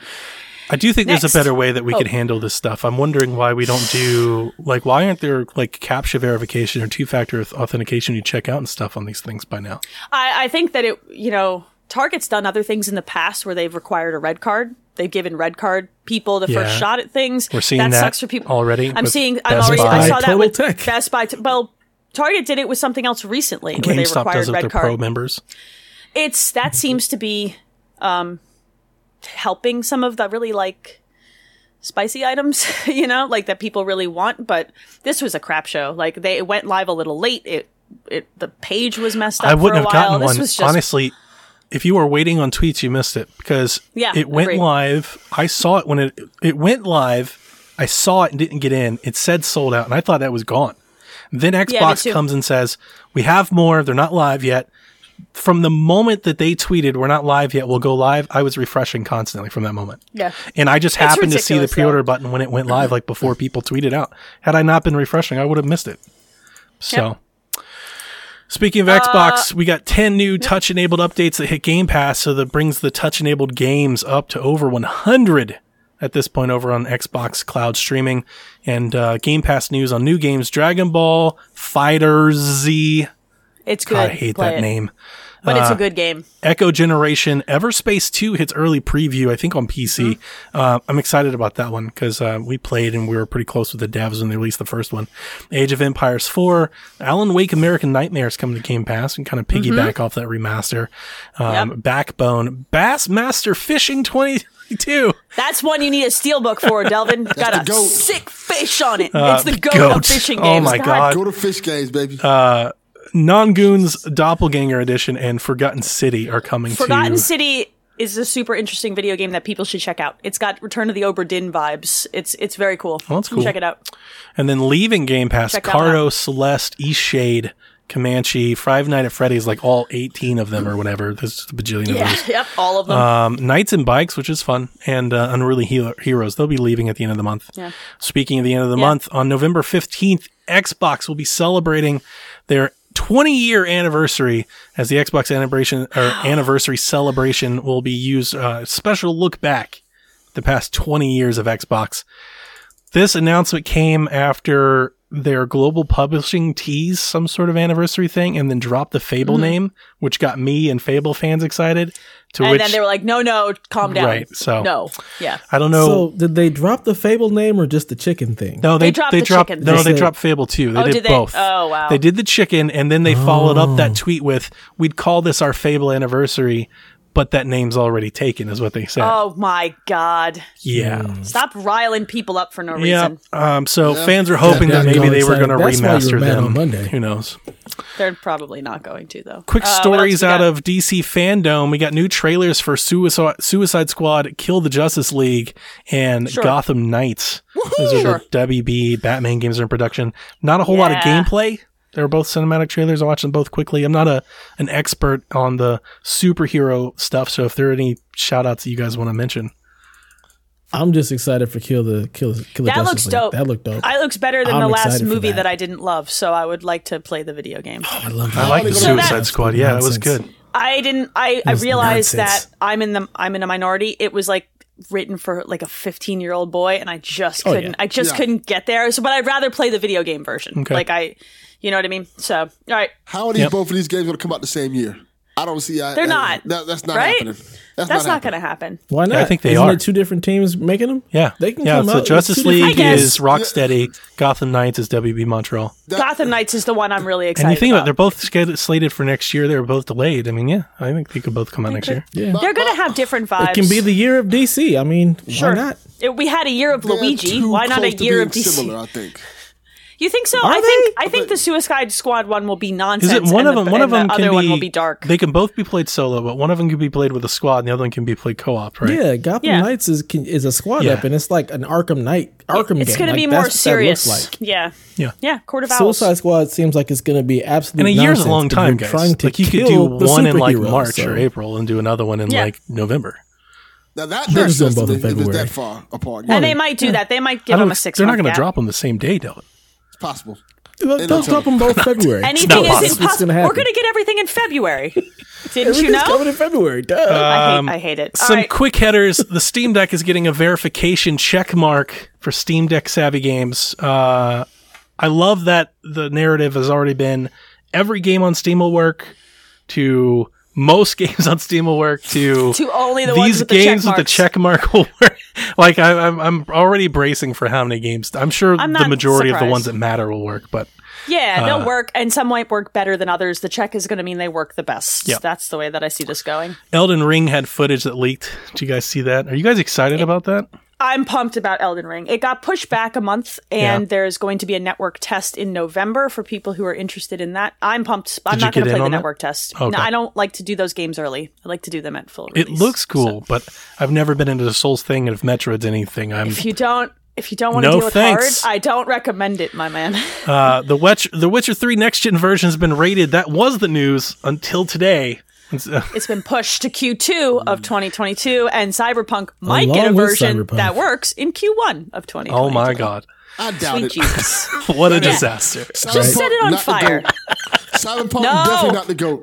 Speaker 4: I do think
Speaker 1: Next. Oh.
Speaker 4: there's a better way that we could handle this stuff. I'm wondering why we don't do like why aren't there like captcha verification or two factor authentication you check out and stuff on these things by now?
Speaker 1: I, I think that it, you know, Target's done other things in the past where they've required a red card. They've given red card people the
Speaker 4: Yeah.
Speaker 1: first shot at things.
Speaker 4: We're seeing
Speaker 1: that,
Speaker 4: that
Speaker 1: sucks for people
Speaker 4: already
Speaker 1: I'm
Speaker 4: with
Speaker 1: seeing. I'm
Speaker 4: Best
Speaker 1: already.
Speaker 4: Buy.
Speaker 1: I saw that
Speaker 2: Total
Speaker 1: with
Speaker 2: Tech.
Speaker 1: Best Buy. T- well, Target did it with something else recently. where they
Speaker 4: GameStop
Speaker 1: required
Speaker 4: does it with
Speaker 1: red
Speaker 4: their
Speaker 1: card. Uh,
Speaker 4: pro members.
Speaker 1: it's that seems to be um helping some of the really like spicy items you know like that people really want but this was a crap show like they it went live a little late it it the page was messed up
Speaker 4: I
Speaker 1: for
Speaker 4: wouldn't have
Speaker 1: a while
Speaker 4: gotten
Speaker 1: this
Speaker 4: one.
Speaker 1: was just
Speaker 4: Honestly, if you were waiting on tweets, you missed it because
Speaker 1: Yeah,
Speaker 4: it went
Speaker 1: agreed.
Speaker 4: live. I saw it when it it went live. I saw it and didn't get in. It said sold out, and I thought that was gone. Then
Speaker 1: me
Speaker 4: Xbox
Speaker 1: too.
Speaker 4: comes and says, "We have more. They're not live yet." From the moment that they tweeted, "We're not live yet. We'll go live," I was refreshing constantly from that moment.
Speaker 1: yeah
Speaker 4: And I just happened to see the
Speaker 1: ridiculous, though.
Speaker 4: pre-order button when it went live, like before people tweeted out. Had I not been refreshing, I would have missed it. So Speaking of
Speaker 1: Uh,
Speaker 4: Xbox, we got 10 new touch enabled updates that hit Game Pass, so that brings the touch enabled games up to over 100 at this point over on Xbox Cloud Streaming. And uh, Game Pass news on new games Dragon Ball Fighter Z.
Speaker 1: It's good.
Speaker 4: I hate
Speaker 1: Play
Speaker 4: that
Speaker 1: it.
Speaker 4: name. Uh.
Speaker 1: but it's a good game.
Speaker 4: Echo Generation Everspace 2 hits early preview, I think on PC.
Speaker 1: Mm-hmm.
Speaker 4: Uh, I'm excited about that one because uh, we played and we were pretty close with the devs when they released the first one. Age of Empires 4, Alan Wake American Nightmares coming to Game Pass and kind of
Speaker 1: Mm-hmm.
Speaker 4: piggyback off that remaster. Um, Backbone, Bassmaster Fishing 22.
Speaker 1: That's one you need a steelbook for, Delvin. Got
Speaker 3: the
Speaker 1: a
Speaker 3: goat.
Speaker 1: sick fish on it. it's the goat,
Speaker 4: goat.
Speaker 1: of fishing
Speaker 4: Uh, Oh
Speaker 1: games.
Speaker 4: my
Speaker 2: Uh,
Speaker 4: God.
Speaker 3: Go to fish games, baby.
Speaker 4: Nongoon's Doppelganger Edition and Forgotten City are coming
Speaker 1: Forgotten
Speaker 4: to
Speaker 1: City is a super interesting video game that people should check out. It's got Return of the Obra Dinn vibes. It's it's very cool.
Speaker 4: Oh, that's cool.
Speaker 1: Check it out.
Speaker 4: And then leaving Game Pass,
Speaker 1: Check that one
Speaker 4: Cardo, Celeste, East Shade, Comanche, Five Night at Freddy's, like all 18 of them or whatever. There's just a bajillion of
Speaker 1: Yeah,
Speaker 4: those.
Speaker 1: yep, all of them.
Speaker 4: Um, Knights and Bikes, which is fun, and uh, Unruly Hero- Heroes. They'll be leaving at the end of the month.
Speaker 1: Yeah.
Speaker 4: Speaking of the end of the
Speaker 1: Yeah.
Speaker 4: month, on November 15th, Xbox will be celebrating their 20 year anniversary as the Xbox anniversary, or anniversary celebration will be used uh, special look back the past 20 years of Xbox. This announcement came after their global publishing teased some sort of anniversary thing and then dropped the Fable
Speaker 1: Mm-hmm.
Speaker 4: name, which got me and Fable fans excited. To
Speaker 1: and
Speaker 4: which
Speaker 1: then they were like, "No, no, calm down."
Speaker 4: Right, so-
Speaker 1: no, yeah.
Speaker 4: I don't know.
Speaker 2: So did they drop the Fable name or just the chicken thing?
Speaker 4: Oh. no, they,
Speaker 1: They dropped the
Speaker 4: dropped
Speaker 1: chicken.
Speaker 4: no,
Speaker 1: They
Speaker 4: they
Speaker 2: said-
Speaker 4: dropped Fable too. They
Speaker 1: Oh,
Speaker 4: did,
Speaker 1: did they?
Speaker 4: both.
Speaker 1: Oh, wow.
Speaker 4: They did the chicken, and then they followed up
Speaker 2: Oh.
Speaker 4: that tweet with, "We'd call this our Fable anniversary, but that name's already taken," is what they said.
Speaker 1: Oh my god!
Speaker 4: yeah,
Speaker 2: Hmm.
Speaker 1: Stop riling people up for no reason.
Speaker 4: yeah. Um, so fans are hoping
Speaker 2: That's
Speaker 4: that maybe
Speaker 2: going
Speaker 4: they were
Speaker 2: excited.
Speaker 4: going to
Speaker 2: That's why you were
Speaker 4: remaster
Speaker 2: mad on
Speaker 4: them.
Speaker 2: Monday.
Speaker 4: Who knows?
Speaker 1: They're probably not going to though.
Speaker 4: Quick
Speaker 1: Uh, what else
Speaker 4: stories
Speaker 1: we
Speaker 4: out
Speaker 1: got?
Speaker 4: of DC fandom. We got new trailers for Suicide, Suicide Squad, Kill the Justice League, and
Speaker 1: Sure.
Speaker 4: Gotham Knights. Those are
Speaker 1: Sure.
Speaker 4: the WB Batman games that are in production. Not a whole lot of
Speaker 1: Yeah.
Speaker 4: gameplay. They were both cinematic trailers. I watched them both quickly. I'm not a an expert on the superhero stuff, so if there are any shout outs that you guys want to mention.
Speaker 2: I'm just excited for Kill the Kill, Kill the
Speaker 1: That
Speaker 2: Justice
Speaker 1: looks
Speaker 2: League.
Speaker 1: dope.
Speaker 2: That looked dope.
Speaker 1: I looks better than
Speaker 2: I'm
Speaker 1: the last
Speaker 2: excited for
Speaker 1: movie that.
Speaker 2: that.
Speaker 1: I didn't love, so I would like to play the video game.
Speaker 2: I love
Speaker 4: I like the
Speaker 3: So that-
Speaker 4: Suicide Squad. Yeah, it was good.
Speaker 1: I didn't. I, I
Speaker 2: was
Speaker 1: realized
Speaker 2: nonsense.
Speaker 1: that I'm in the I'm in a minority. It was like written for like a 15 year old boy, and I just
Speaker 2: Oh,
Speaker 1: couldn't. I just
Speaker 3: Yeah.
Speaker 1: couldn't get there. So, but I'd rather play the video game version.
Speaker 4: Okay.
Speaker 1: Like I, you know what I mean. So, all right,
Speaker 3: How are these
Speaker 4: Yep.
Speaker 3: both of these games going to come out the same year? I don't see. I,
Speaker 1: They're
Speaker 3: I-
Speaker 1: not.
Speaker 3: That, that's not
Speaker 1: Right?
Speaker 3: happening. That's,
Speaker 1: that's not
Speaker 3: not,
Speaker 1: going to happen.
Speaker 2: Why not?
Speaker 4: I think they
Speaker 2: Isn't
Speaker 4: are.
Speaker 2: it two different teams making them.
Speaker 4: Yeah.
Speaker 2: they can
Speaker 4: yeah,
Speaker 2: come
Speaker 4: so
Speaker 2: out.
Speaker 4: Justice
Speaker 2: It's two different
Speaker 4: League
Speaker 1: I
Speaker 2: games.
Speaker 4: is Rocksteady, Gotham Knights is WB Montreal.
Speaker 1: Gotham Knights is the one I'm really excited
Speaker 4: And you think about it,
Speaker 1: about.
Speaker 4: they're both sched- slated for next year. They were both delayed. I mean, yeah, I think they could both come out next year.
Speaker 2: Yeah.
Speaker 1: they're going to have different vibes.
Speaker 2: It can be the year of DC. I mean,
Speaker 1: Sure.
Speaker 2: why not?
Speaker 1: It- we had a year of
Speaker 3: They're
Speaker 1: Luigi.
Speaker 3: too
Speaker 1: Why not a
Speaker 3: close to
Speaker 1: year of
Speaker 3: being
Speaker 1: DC?
Speaker 3: Similar, I think.
Speaker 1: You think so?
Speaker 2: Are
Speaker 1: I think
Speaker 2: they?
Speaker 1: I think the Suicide Squad one will be
Speaker 4: Is
Speaker 1: nonsense.
Speaker 4: it one
Speaker 1: and
Speaker 4: of
Speaker 1: the-
Speaker 4: them? One
Speaker 1: and
Speaker 4: of them
Speaker 1: the
Speaker 4: can
Speaker 1: other
Speaker 4: be,
Speaker 1: one will be dark.
Speaker 4: They can both be played solo, but one of them can be played with a squad, and the other one can be played co-op, right?
Speaker 2: Yeah, Gotham
Speaker 1: Yeah.
Speaker 2: Knights is can, is a squad
Speaker 4: Yeah.
Speaker 2: up, and it's like an Arkham Knight Arkham
Speaker 1: it's going to
Speaker 2: game. Like,
Speaker 1: be
Speaker 2: that's
Speaker 1: more
Speaker 2: what that
Speaker 1: serious.
Speaker 2: looks like.
Speaker 1: Yeah,
Speaker 4: Yeah.
Speaker 1: yeah. Court of Owls.
Speaker 2: Suicide Squad seems like it's going to be absolute.
Speaker 4: And a year's a
Speaker 2: nonsense,
Speaker 4: long
Speaker 2: but
Speaker 4: time,
Speaker 2: they're
Speaker 4: guys.
Speaker 2: Trying to
Speaker 4: like you could
Speaker 2: kill
Speaker 4: do
Speaker 2: the
Speaker 4: one in like
Speaker 2: superheroes,
Speaker 4: March
Speaker 2: so-
Speaker 4: or April, and do another one in
Speaker 1: Yeah.
Speaker 4: like November.
Speaker 3: Now that
Speaker 2: They're just
Speaker 3: makes
Speaker 2: doing
Speaker 3: sense to
Speaker 2: both
Speaker 3: me
Speaker 2: in
Speaker 3: if it's
Speaker 2: February.
Speaker 3: that far apart.
Speaker 1: and
Speaker 3: Yeah,
Speaker 1: they might do that. They might
Speaker 4: I
Speaker 1: give
Speaker 4: don't-
Speaker 1: them a six.
Speaker 4: Oh, they're not
Speaker 1: month
Speaker 4: going
Speaker 1: gap.
Speaker 4: to drop them the same day, though.
Speaker 3: it's possible.
Speaker 2: They'll
Speaker 3: October.
Speaker 2: drop them both February.
Speaker 1: Anything
Speaker 4: not
Speaker 1: is
Speaker 4: possible.
Speaker 2: It's
Speaker 1: impossible.
Speaker 2: gonna
Speaker 1: We're
Speaker 2: happen.
Speaker 1: going to get everything in February. Didn't you
Speaker 2: Everything's
Speaker 1: know?
Speaker 2: coming in February. Duh.
Speaker 1: I, hate, I hate it. All
Speaker 4: Some
Speaker 1: right.
Speaker 4: quick headers. The Steam Deck is getting a verification check mark for Steam Deck savvy games. Uh, I love that the narrative has already been every game on Steam will work to most games on Steam will work to
Speaker 1: to only the ones
Speaker 4: these
Speaker 1: with
Speaker 4: games
Speaker 1: the check
Speaker 4: with the
Speaker 1: marks.
Speaker 4: check mark will work. like I, I'm, I'm already bracing for how many games. I'm sure
Speaker 1: I'm
Speaker 4: the
Speaker 1: not
Speaker 4: majority of the
Speaker 1: surprised.
Speaker 4: ones that matter will work, but
Speaker 1: Yeah,
Speaker 4: Uh.
Speaker 1: they'll work, and some might work better than others. The check is going to mean they work the best.
Speaker 4: Yep.
Speaker 1: That's the way that I see this going.
Speaker 4: Elden Ring had footage that leaked. Do you guys see that? Are you guys excited about that?
Speaker 1: I'm pumped about Elden Ring. It got pushed back a month, and
Speaker 4: Yeah.
Speaker 1: there's going to be a network test in November for people who are interested in that. I'm pumped. I'm
Speaker 4: Did you
Speaker 1: not going to
Speaker 4: get in
Speaker 1: play the
Speaker 4: on that?
Speaker 1: network test.
Speaker 4: Okay.
Speaker 1: No, I don't like to do those games early. I like to do them at full
Speaker 4: It
Speaker 1: release.
Speaker 4: looks cool, but I've never been into the Souls thing, and if Metroid's anything, I'm
Speaker 1: If you don't, if you don't want to
Speaker 4: No
Speaker 1: deal with
Speaker 4: thanks.
Speaker 1: hard, I don't recommend it, my man.
Speaker 4: uh, the Witch, the Witcher Three next gen version has been rated. That was the news until today. It's, uh,
Speaker 1: it's been pushed to Q2 of 2022, and Cyberpunk might
Speaker 2: Along
Speaker 1: get a
Speaker 2: with
Speaker 1: version
Speaker 2: Cyberpunk.
Speaker 1: that works in Q1 of 2022.
Speaker 4: oh my god,
Speaker 3: I doubt
Speaker 1: Sweet
Speaker 3: it.
Speaker 1: Jesus!
Speaker 4: what a disaster!
Speaker 1: Just set it on
Speaker 3: Not the
Speaker 1: fire.
Speaker 3: goat. Cyberpunk
Speaker 1: No.
Speaker 3: definitely not the goat.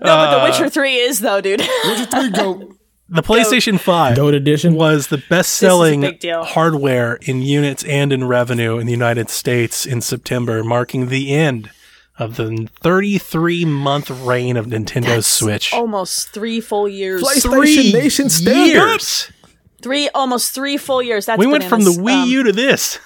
Speaker 1: No, but The Witcher 3 is, though, dude.
Speaker 3: Witcher three goat.
Speaker 4: The PlayStation 5
Speaker 2: Goat edition.
Speaker 4: was the best selling
Speaker 1: big deal.
Speaker 4: hardware in units and in revenue in the United States in September, marking the end of the 33 month reign of Nintendo's Switch.
Speaker 1: almost three full years.
Speaker 2: PlayStation Nation stand up.
Speaker 4: years.
Speaker 1: Three, almost three full years. That's
Speaker 4: We went from the
Speaker 1: bananas.
Speaker 4: Wii
Speaker 1: Um,
Speaker 4: U to this.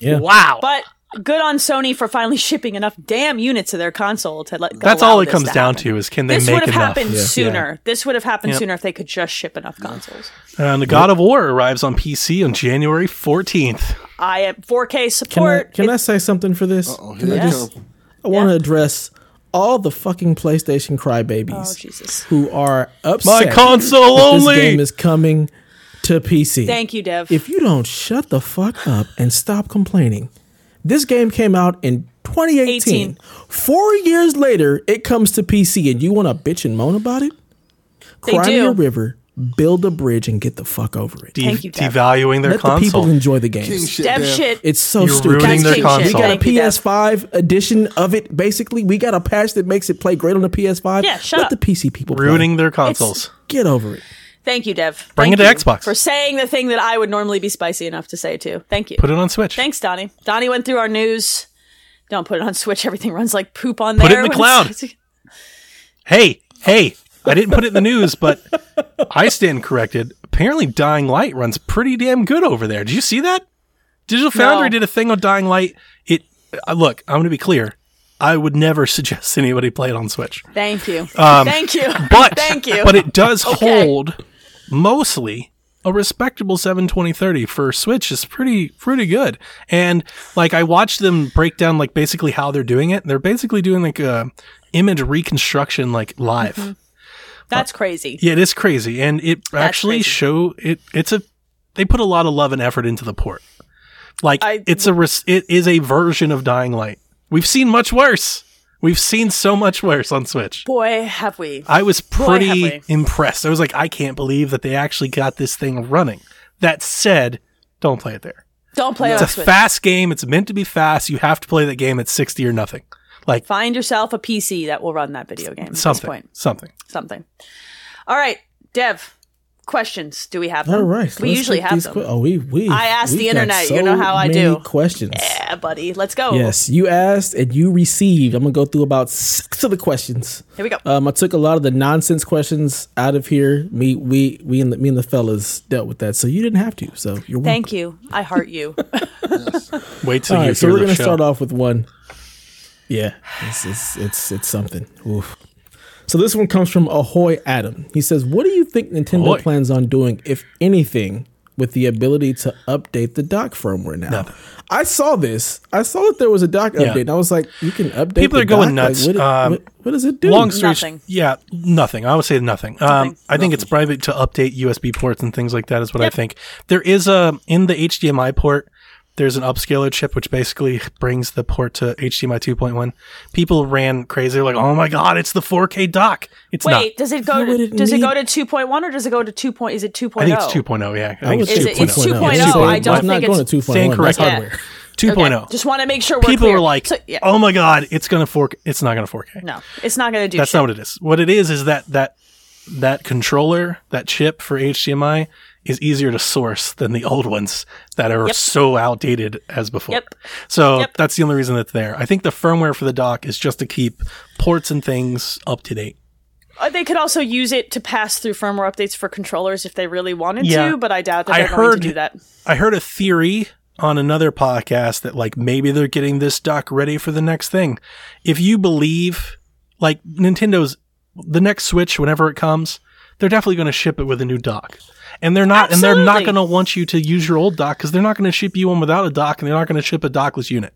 Speaker 2: Yeah.
Speaker 4: Wow.
Speaker 1: But good on Sony for finally shipping enough damn units to their console to let.
Speaker 4: That's all it comes down to is can they
Speaker 1: This
Speaker 4: make
Speaker 1: would have
Speaker 4: enough?
Speaker 1: happened sooner. This would have happened
Speaker 4: Yep.
Speaker 1: sooner if they could just ship enough consoles.
Speaker 4: And the God of War arrives on PC on January 14th.
Speaker 1: I have 4K
Speaker 2: Can I,
Speaker 1: support.
Speaker 2: can
Speaker 1: It-
Speaker 2: I say something for this?
Speaker 3: Oh,
Speaker 2: Can
Speaker 3: here
Speaker 2: I
Speaker 3: they
Speaker 2: just?
Speaker 3: come.
Speaker 2: I want to
Speaker 1: Yeah.
Speaker 2: address all the fucking PlayStation
Speaker 1: oh
Speaker 2: crybabies
Speaker 1: Jesus!
Speaker 2: who are
Speaker 4: My
Speaker 2: upset.
Speaker 4: console
Speaker 2: that
Speaker 4: only.
Speaker 2: This game is coming to PC.
Speaker 1: Thank you, Dev.
Speaker 2: if you don't shut the fuck up and stop complaining, this game came out in 2018.
Speaker 1: 18.
Speaker 2: Four years later, it comes to PC, and you want to bitch and moan about it?
Speaker 1: They
Speaker 2: Cry me
Speaker 1: do.
Speaker 2: a river, build a bridge, and get the fuck over it.
Speaker 4: De-
Speaker 1: Thank you, Dev.
Speaker 4: devaluing their
Speaker 2: Let the
Speaker 4: console.
Speaker 2: people enjoy the
Speaker 3: King
Speaker 2: games.
Speaker 3: shit.
Speaker 1: Dev
Speaker 3: Dev.
Speaker 1: shit.
Speaker 2: It's so
Speaker 4: You're
Speaker 2: stupid.
Speaker 4: ruining
Speaker 1: That's king
Speaker 4: their
Speaker 1: shit.
Speaker 4: console.
Speaker 2: We got a
Speaker 1: Thank you, Dev.
Speaker 2: PS5 edition of it. Basically, we got a patch that makes it play great on the PS5.
Speaker 1: Yeah, shut
Speaker 2: Let
Speaker 1: up.
Speaker 2: the PC people play.
Speaker 4: ruining their consoles.
Speaker 2: Get over it.
Speaker 1: Thank you, Dev.
Speaker 4: Bring
Speaker 1: Thank
Speaker 4: it to
Speaker 1: you
Speaker 4: Xbox.
Speaker 1: for saying the thing that I would normally be spicy enough to say too. Thank you.
Speaker 4: Put it on Switch.
Speaker 1: Thanks, Donnie. Donnie went through our news. Don't put it on Switch. Everything runs like poop on
Speaker 4: Put it
Speaker 1: there.
Speaker 4: in the
Speaker 1: when
Speaker 4: cloud.
Speaker 1: it's-
Speaker 4: hey, hey, I didn't put it in the news, but I stand corrected. Apparently, Dying Light runs pretty damn good over there. Did you see that? Digital Foundry did a thing on Dying Light. It uh, look, I'm going to be clear. I would never suggest anybody play it on Switch.
Speaker 1: Thank you. Thank you.
Speaker 4: Um, But
Speaker 1: thank you.
Speaker 4: But it does hold mostly a respectable 72030 for Switch is pretty pretty good. And like I watched them break down like basically how they're doing it. They're basically doing like a image reconstruction like live.
Speaker 1: Mm-hmm. That's crazy.
Speaker 4: Yeah, it is crazy, and it actually
Speaker 1: crazy.
Speaker 4: show it. It's a they put a lot of love and effort into the port. Like
Speaker 1: I-
Speaker 4: it's a res- it is a version of Dying Light. We've seen much worse. We've seen so much worse on Switch.
Speaker 1: Boy, have we.
Speaker 4: I was
Speaker 1: have
Speaker 4: pretty
Speaker 1: we.
Speaker 4: impressed. I was like, I can't believe that they actually got this thing running. That said, don't play it there.
Speaker 1: Don't play on
Speaker 4: It's a
Speaker 1: Switch.
Speaker 4: fast game. It's meant to be fast. You have to play that game at sixty or nothing. Like
Speaker 1: Find yourself a PC that will run that video game. At this
Speaker 4: something,
Speaker 1: point.
Speaker 4: something.
Speaker 1: Something. All right, Dev. Questions? Do we have them?
Speaker 2: All right.
Speaker 1: We
Speaker 2: let's
Speaker 1: usually
Speaker 2: take
Speaker 1: have
Speaker 2: these
Speaker 1: them.
Speaker 2: que- oh, we we.
Speaker 1: I asked
Speaker 2: we've
Speaker 1: the
Speaker 2: got
Speaker 1: internet. You
Speaker 2: so
Speaker 1: know how I
Speaker 2: many
Speaker 1: do.
Speaker 2: Questions.
Speaker 1: yeah, buddy. Let's go.
Speaker 2: Yes, you asked and you received. I'm gonna go through about six of the questions.
Speaker 1: Here we go.
Speaker 4: Uh,
Speaker 2: Um, I took a lot of the nonsense questions out of here. Me, we, we, and the, me and the fellas dealt with that, so you didn't have to. So you're welcome.
Speaker 1: Thank you. I heart you.
Speaker 4: Wait till
Speaker 2: All
Speaker 4: you
Speaker 2: right, so
Speaker 4: hear
Speaker 2: we're
Speaker 4: the
Speaker 2: gonna
Speaker 4: show.
Speaker 2: start off with one. Yeah, it's it's it's, it's something. Oof. So this one comes from Ahoy Adam. He says, "What do you think Nintendo
Speaker 4: Ahoy.
Speaker 2: plans on doing, if anything, with the ability to update the dock firmware now?"
Speaker 4: Nothing.
Speaker 2: I saw this. I saw that there was a dock
Speaker 4: Yeah.
Speaker 2: update. And I was like, "You can update."
Speaker 4: People
Speaker 2: the
Speaker 4: are going
Speaker 2: dock? Like,
Speaker 4: nuts.
Speaker 2: what, it-
Speaker 4: Um,
Speaker 2: what- what does it do?
Speaker 4: Long story, sh-
Speaker 1: Hmm, Nothing.
Speaker 4: yeah, nothing. I would say nothing. Um, I think it's private to update USB ports and things like that. Is what I think. There is a in the HDMI port. There's an upscaler chip which basically brings the port to HDMI 2.1. People ran crazy. They're like, "Oh my god, it's the 4K dock!" It's not.
Speaker 1: Wait, does it go?
Speaker 2: would
Speaker 1: To,
Speaker 2: it
Speaker 1: does it
Speaker 2: need-
Speaker 1: go to two point one or does it go to two point? oh? Is it two
Speaker 4: I think it's 2.0. Yeah, I think
Speaker 2: would
Speaker 4: it's
Speaker 1: Is
Speaker 2: say
Speaker 1: it- it's
Speaker 4: 2.0.
Speaker 1: 2.0.
Speaker 2: It's oh.
Speaker 1: I don't
Speaker 2: it's
Speaker 1: think
Speaker 2: not going to
Speaker 1: it's-
Speaker 2: 2.0.
Speaker 4: Stand
Speaker 2: That's
Speaker 4: correct.
Speaker 1: Yeah.
Speaker 2: hardware.
Speaker 4: 2.0.
Speaker 1: Just want to make sure we're
Speaker 4: oh. People
Speaker 1: clear.
Speaker 4: were like,
Speaker 1: So- yeah.
Speaker 4: "Oh my god, it's gonna 4K." It's not gonna 4K.
Speaker 1: no, it's not going to do
Speaker 4: That's
Speaker 1: shit.
Speaker 4: not what it is. What it is is that that that controller, that chip for HDMI, is easier to source than the old ones that are so outdated as before.
Speaker 1: Yep.
Speaker 4: So
Speaker 1: Yep.
Speaker 4: that's the only reason that's there. I think the firmware for the dock is just to keep ports and things up to date.
Speaker 1: Uh, They could also use it to pass through firmware updates for controllers if they really wanted
Speaker 4: Yeah.
Speaker 1: to, but I doubt that
Speaker 4: I
Speaker 1: they're going
Speaker 4: heard-
Speaker 1: to do that.
Speaker 4: I heard a theory on another podcast that like maybe they're getting this dock ready for the next thing. If you believe like Nintendo's the next Switch whenever it comes, they're definitely going to ship it with a new dock. And they're not and they're not
Speaker 1: Absolutely.
Speaker 4: going to want you to use your old dock cuz they're not going to ship you one without a dock and they're not going to ship a dockless unit.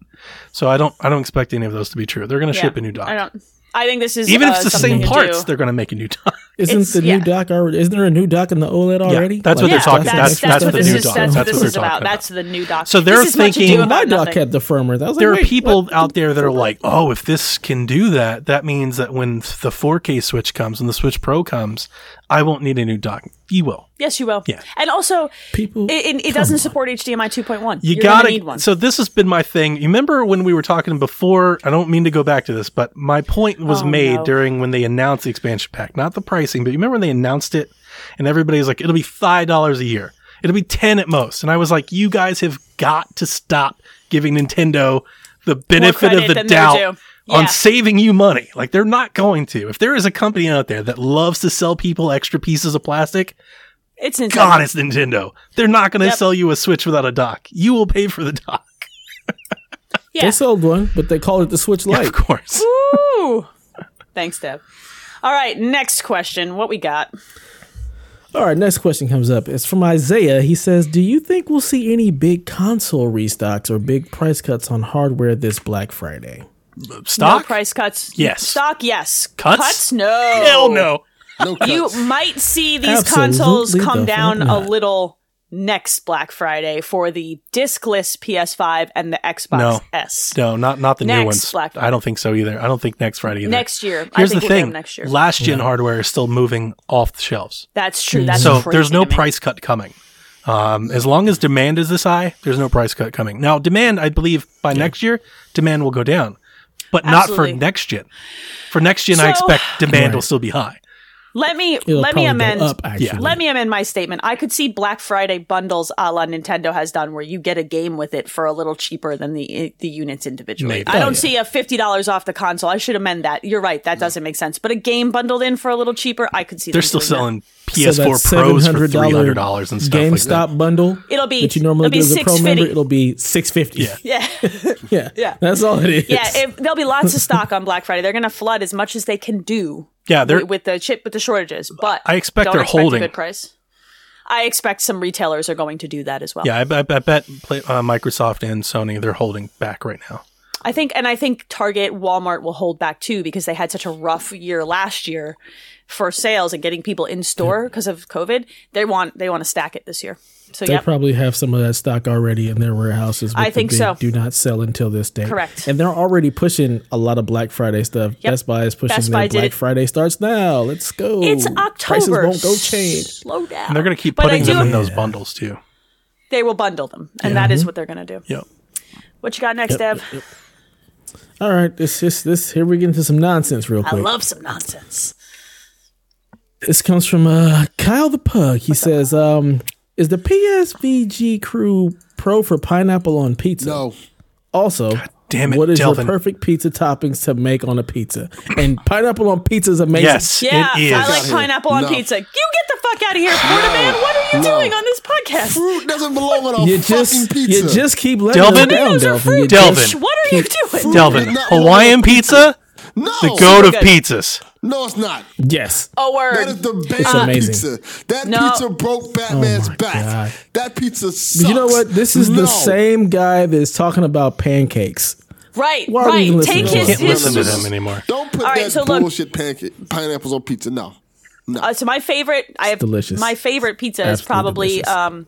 Speaker 4: So I don't I don't expect any of those to be true. They're going to ship a new
Speaker 1: I
Speaker 4: dock.
Speaker 1: don't. I think this is
Speaker 4: Even
Speaker 1: uh,
Speaker 4: if it's the
Speaker 1: something
Speaker 4: same
Speaker 1: to
Speaker 4: parts,
Speaker 1: do.
Speaker 4: they're going to make a new dock.
Speaker 2: Isn't
Speaker 1: It's-
Speaker 2: the new
Speaker 1: yeah.
Speaker 2: dock already? Isn't there a new dock in the OLED already?
Speaker 4: that's what they're
Speaker 1: yeah,
Speaker 4: talking-
Speaker 1: that's, that's,
Speaker 4: that's- that's
Speaker 1: what
Speaker 4: the
Speaker 1: this
Speaker 4: new
Speaker 1: is.
Speaker 4: doc.
Speaker 1: That's,
Speaker 4: That's
Speaker 1: what
Speaker 4: what
Speaker 1: this is
Speaker 4: they're talking
Speaker 1: about.
Speaker 4: about.
Speaker 1: That's the new doc.
Speaker 4: So they're
Speaker 1: this is much ado
Speaker 4: thinking-
Speaker 2: My
Speaker 1: about
Speaker 2: dock
Speaker 1: nothing.
Speaker 2: had the firmware. That was
Speaker 4: there
Speaker 2: like,
Speaker 4: are
Speaker 2: wait,
Speaker 4: people
Speaker 2: what?
Speaker 4: out there that are like, oh, if this can do that, that means that when the 4K Switch comes and the Switch Pro comes, I won't need a new dock. you will.
Speaker 1: Yes, you will.
Speaker 4: Yeah.
Speaker 1: And also,
Speaker 2: People,
Speaker 1: it, it, it
Speaker 2: come
Speaker 1: doesn't
Speaker 2: on.
Speaker 1: support HDMI 2.1.
Speaker 4: You
Speaker 1: You're
Speaker 4: gotta
Speaker 1: gonna need one.
Speaker 4: So this has been my thing. You remember when we were talking before? I don't mean to go back to this, but my point was
Speaker 1: Oh,
Speaker 4: made
Speaker 1: no.
Speaker 4: during when they announced the expansion pack, not the pricing, but you remember when they announced it, and everybody's like, "It'll be five dollars a year. It'll be ten at most." And I was like, "You guys have got to stop giving Nintendo the benefit
Speaker 1: credit
Speaker 4: of the
Speaker 1: than they're
Speaker 4: doubt."
Speaker 1: due. Yeah.
Speaker 4: On saving you money. Like, they're not going to. If there is a company out there that loves to sell people extra pieces of plastic,
Speaker 1: it's Nintendo.
Speaker 4: God, it's Nintendo. They're not going to
Speaker 1: Yep.
Speaker 4: sell you a Switch without a dock. You will pay for the dock,
Speaker 1: Yeah.
Speaker 2: They sold one, but they called it the Switch Lite.
Speaker 4: of course.
Speaker 1: Ooh. Thanks, Deb. All right, next question. What we got?
Speaker 2: All right, next question comes up. It's from Isaiah. He says, "Do you think we'll see any big console restocks or big price cuts on hardware this Black Friday?"
Speaker 1: No
Speaker 4: Stock?
Speaker 1: price cuts.
Speaker 4: Yes.
Speaker 1: Stock. Yes.
Speaker 4: Cuts?
Speaker 1: No.
Speaker 4: Hell no.
Speaker 3: No cuts.
Speaker 1: You might see these
Speaker 2: Absolutely
Speaker 1: consoles come
Speaker 2: the
Speaker 1: down
Speaker 2: fuck
Speaker 1: a
Speaker 2: not.
Speaker 1: little next Black Friday for the discless PS5 and the Xbox
Speaker 4: No.
Speaker 1: S.
Speaker 4: No, not not the
Speaker 1: Next
Speaker 4: new ones.
Speaker 1: Black
Speaker 4: I don't think so either. I don't think next Friday either.
Speaker 1: Next year. I think
Speaker 4: Here's the
Speaker 1: we'll get
Speaker 4: thing.
Speaker 1: them next year.
Speaker 4: Last gen hardware is still moving off the shelves.
Speaker 1: That's true. That's
Speaker 4: so
Speaker 1: crazy
Speaker 4: there's no
Speaker 1: to me.
Speaker 4: price cut coming. Um, as long as demand is this high, there's no price cut coming. Now, demand, I believe by next year, demand will go down, but
Speaker 1: Absolutely.
Speaker 4: not for next gen. For next gen, I
Speaker 1: So-
Speaker 4: expect demand will
Speaker 2: Right.
Speaker 4: still be high.
Speaker 1: Let me
Speaker 2: It'll
Speaker 1: let
Speaker 2: probably
Speaker 1: me
Speaker 2: go
Speaker 1: amend.
Speaker 2: up, actually.
Speaker 4: Yeah.
Speaker 1: Let me amend my statement. I could see Black Friday bundles a la Nintendo has done, where you get a game with it for a little cheaper than the the units individually.
Speaker 4: Maybe.
Speaker 1: I don't
Speaker 2: Oh, yeah.
Speaker 1: see a fifty dollars off the console. I should amend that. You're right. That doesn't make sense. But a game bundled in for a little cheaper, I could see.
Speaker 4: They're
Speaker 1: them
Speaker 4: still
Speaker 1: doing that.
Speaker 4: selling
Speaker 2: So that
Speaker 4: PS4 Pros for
Speaker 2: $700
Speaker 4: three hundred dollars and stuff like that.
Speaker 2: GameStop bundle.
Speaker 1: It'll be-
Speaker 2: that you normally
Speaker 1: it'll be
Speaker 2: get as a pro member.
Speaker 1: 650.
Speaker 2: It'll be six fifty.
Speaker 4: Yeah.
Speaker 1: Yeah.
Speaker 2: yeah,
Speaker 1: Yeah.
Speaker 2: That's all it is.
Speaker 1: Yeah, if, there'll be lots of stock on Black Friday. They're going to flood as much as they can do.
Speaker 4: Yeah, they're-
Speaker 1: wi- with the chip with the shortages. But
Speaker 4: I expect
Speaker 1: don't
Speaker 4: they're holding.
Speaker 1: a good price. I expect some retailers are going to do that as well.
Speaker 4: Yeah, I, bet- I bet play, uh, Microsoft and Sony they're holding back right now.
Speaker 1: I think, and I think Target, Walmart will hold back too because they had such a rough year last year for sales and getting people in store because of COVID. They want they want to stack it this year. So
Speaker 2: They
Speaker 1: yeah,
Speaker 2: probably have some of that stock already in their warehouses. with
Speaker 1: I
Speaker 2: the
Speaker 1: think
Speaker 2: big
Speaker 1: so.
Speaker 2: Do not sell until this day.
Speaker 1: Correct.
Speaker 2: And they're already pushing a lot of Black Friday stuff. Best Buy is pushing
Speaker 1: Best
Speaker 2: their
Speaker 1: Buy did
Speaker 2: Black
Speaker 1: it.
Speaker 2: Friday starts now. Let's go.
Speaker 1: it's October.
Speaker 2: Prices won't go change.
Speaker 1: Slow down.
Speaker 4: And they're going to keep
Speaker 1: But I
Speaker 4: putting them
Speaker 1: do-
Speaker 4: in those bundles too.
Speaker 1: They will bundle them, and that is what they're going to do.
Speaker 4: Yep.
Speaker 1: What you got next, Deb?
Speaker 2: All right, this this this here we get into some nonsense real quick.
Speaker 1: I love some nonsense.
Speaker 2: This comes from uh, Kyle the Pug. He says, um, "Is the PSVG crew pro for pineapple on pizza?
Speaker 3: no.
Speaker 2: Also,
Speaker 4: damn it,
Speaker 2: what is
Speaker 4: Delvin.
Speaker 2: your perfect pizza toppings to make on a pizza? And pineapple on pizza is amazing.
Speaker 4: Yes,
Speaker 1: Yeah,
Speaker 4: it is.
Speaker 1: I like
Speaker 3: here.
Speaker 1: pineapple on
Speaker 3: No.
Speaker 1: pizza. You get the fuck out of here, Porta Man. What are you
Speaker 3: No.
Speaker 1: doing on this podcast?
Speaker 3: Fruit doesn't belong on a
Speaker 2: You
Speaker 3: fucking
Speaker 2: just
Speaker 3: pizza.
Speaker 2: you just keep letting
Speaker 4: Delvin?
Speaker 2: us down,
Speaker 1: Those are
Speaker 2: Delvin. You
Speaker 1: fruit.
Speaker 2: just-
Speaker 4: Delvin.
Speaker 1: What are you doing?
Speaker 4: Delvin,
Speaker 3: Not-
Speaker 4: Hawaiian pizza,
Speaker 3: no.
Speaker 4: the goat of
Speaker 1: Good.
Speaker 4: pizzas.
Speaker 3: No, it's not.
Speaker 2: Yes,
Speaker 1: A
Speaker 3: That is
Speaker 1: Oh, word.
Speaker 3: the best
Speaker 2: amazing.
Speaker 3: pizza. That
Speaker 1: No.
Speaker 3: pizza broke Batman's
Speaker 2: Oh my
Speaker 3: back.
Speaker 2: God.
Speaker 3: That pizza sucks.
Speaker 2: you know what? This is
Speaker 3: No.
Speaker 2: the same guy that's talking about pancakes.
Speaker 1: Right,
Speaker 2: Why are we even
Speaker 1: right.
Speaker 2: listening
Speaker 1: Take
Speaker 2: to
Speaker 1: his,
Speaker 2: him?
Speaker 4: Can't
Speaker 1: his
Speaker 4: listen to them anymore.
Speaker 3: Don't put
Speaker 1: All right,
Speaker 3: that
Speaker 1: so look-
Speaker 3: bullshit pancake pineapples on pizza. No.
Speaker 1: Uh, so my favorite, I have
Speaker 2: delicious.
Speaker 1: My favorite pizza is
Speaker 2: Absolutely
Speaker 1: probably
Speaker 2: delicious.
Speaker 1: um,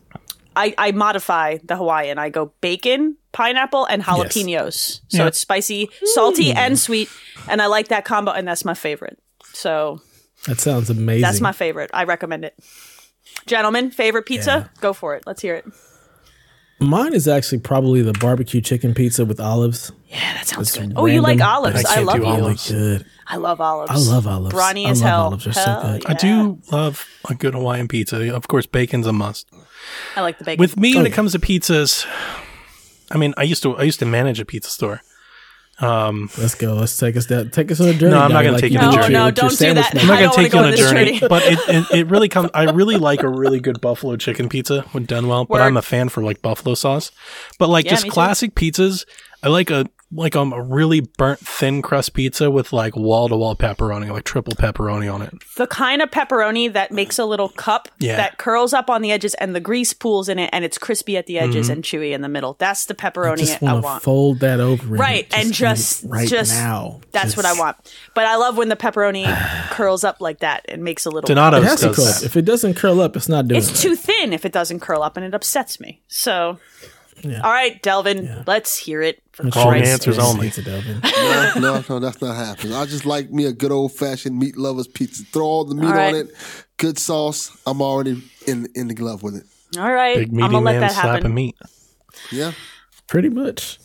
Speaker 1: I, I modify the Hawaiian. I go bacon, pineapple, and jalapenos. So
Speaker 4: Yeah.
Speaker 1: it's spicy, salty,
Speaker 2: Mm.
Speaker 1: and sweet, and I like that combo. And that's my favorite. So
Speaker 2: That sounds amazing.
Speaker 1: that's my favorite. I recommend it. Gentlemen, favorite pizza? Go for it. Let's hear it.
Speaker 2: Mine is actually probably the barbecue chicken pizza with olives.
Speaker 1: Yeah, that sounds good.
Speaker 2: It's
Speaker 1: Oh, you like
Speaker 2: random,
Speaker 1: olives?
Speaker 2: but
Speaker 1: I,
Speaker 4: can't
Speaker 1: love
Speaker 4: do
Speaker 1: you.
Speaker 4: olives.
Speaker 2: Good.
Speaker 1: I love olives.
Speaker 2: I love olives.
Speaker 1: Brownie
Speaker 2: I
Speaker 1: as
Speaker 2: love
Speaker 1: hell.
Speaker 2: olives. They're so
Speaker 1: Hell
Speaker 2: good.
Speaker 1: yeah.
Speaker 4: I do love a good Hawaiian pizza. Of course, bacon's a must.
Speaker 1: I like the bacon.
Speaker 4: With me, when it
Speaker 2: yeah.
Speaker 4: comes to pizzas, I mean, I used to I used to manage a pizza store.
Speaker 2: Let's go. Let's take us down. Take us on a journey.
Speaker 4: No, I'm not
Speaker 2: Donnie,
Speaker 4: gonna
Speaker 2: like
Speaker 4: take you
Speaker 2: did
Speaker 4: on a
Speaker 2: with
Speaker 4: journey.
Speaker 1: No,
Speaker 2: your-
Speaker 1: no,
Speaker 2: with your
Speaker 1: don't do
Speaker 2: sandwich
Speaker 1: that.
Speaker 2: maker.
Speaker 4: I'm not
Speaker 1: I
Speaker 4: gonna
Speaker 1: don't
Speaker 4: take you
Speaker 1: wanna
Speaker 4: on a
Speaker 1: go on this
Speaker 4: journey,
Speaker 1: journey.
Speaker 4: but it, it, it really comes. I really like a really good buffalo chicken pizza when done well. But
Speaker 1: Word.
Speaker 4: I'm a fan for like buffalo sauce, but like
Speaker 1: Yeah,
Speaker 4: just
Speaker 1: me too.
Speaker 4: classic pizzas. I like a like um, a really burnt thin crust pizza with like wall to wall pepperoni, like triple pepperoni on it.
Speaker 1: the kind of pepperoni that makes a little cup
Speaker 4: Yeah.
Speaker 1: that curls up on the edges and the grease pools in it and it's crispy at the edges and chewy in the middle. That's the pepperoni
Speaker 2: Just
Speaker 1: I
Speaker 2: want to
Speaker 1: want.
Speaker 2: fold that over, and
Speaker 1: right, and
Speaker 2: eat it
Speaker 1: just
Speaker 2: right
Speaker 1: just
Speaker 2: now.
Speaker 1: that's
Speaker 2: Just-
Speaker 1: what I want. But I love when the pepperoni curls up like that and makes a little.
Speaker 4: Donato
Speaker 2: It has to
Speaker 4: does
Speaker 2: curl.
Speaker 4: that.
Speaker 2: If it doesn't curl up, it's not doing
Speaker 1: It's
Speaker 2: it.
Speaker 1: too thin if it doesn't curl up and it upsets me. So All right, Delvin, let's hear it. For
Speaker 4: All the
Speaker 1: Christ's
Speaker 4: answers
Speaker 1: sake.
Speaker 2: Yes,
Speaker 4: only.
Speaker 2: it's a Delvin.
Speaker 3: No, no, no, that's not happening. I just like me a good old fashioned meat lovers pizza. Throw all the meat
Speaker 1: All right.
Speaker 3: on it, good sauce. I'm already in in the glove with it.
Speaker 1: All right,
Speaker 4: Big
Speaker 1: I'm gonna
Speaker 4: meaty
Speaker 1: let
Speaker 4: man
Speaker 1: that
Speaker 4: slapping
Speaker 1: happen.
Speaker 4: meat.
Speaker 3: Yeah.
Speaker 2: Pretty much.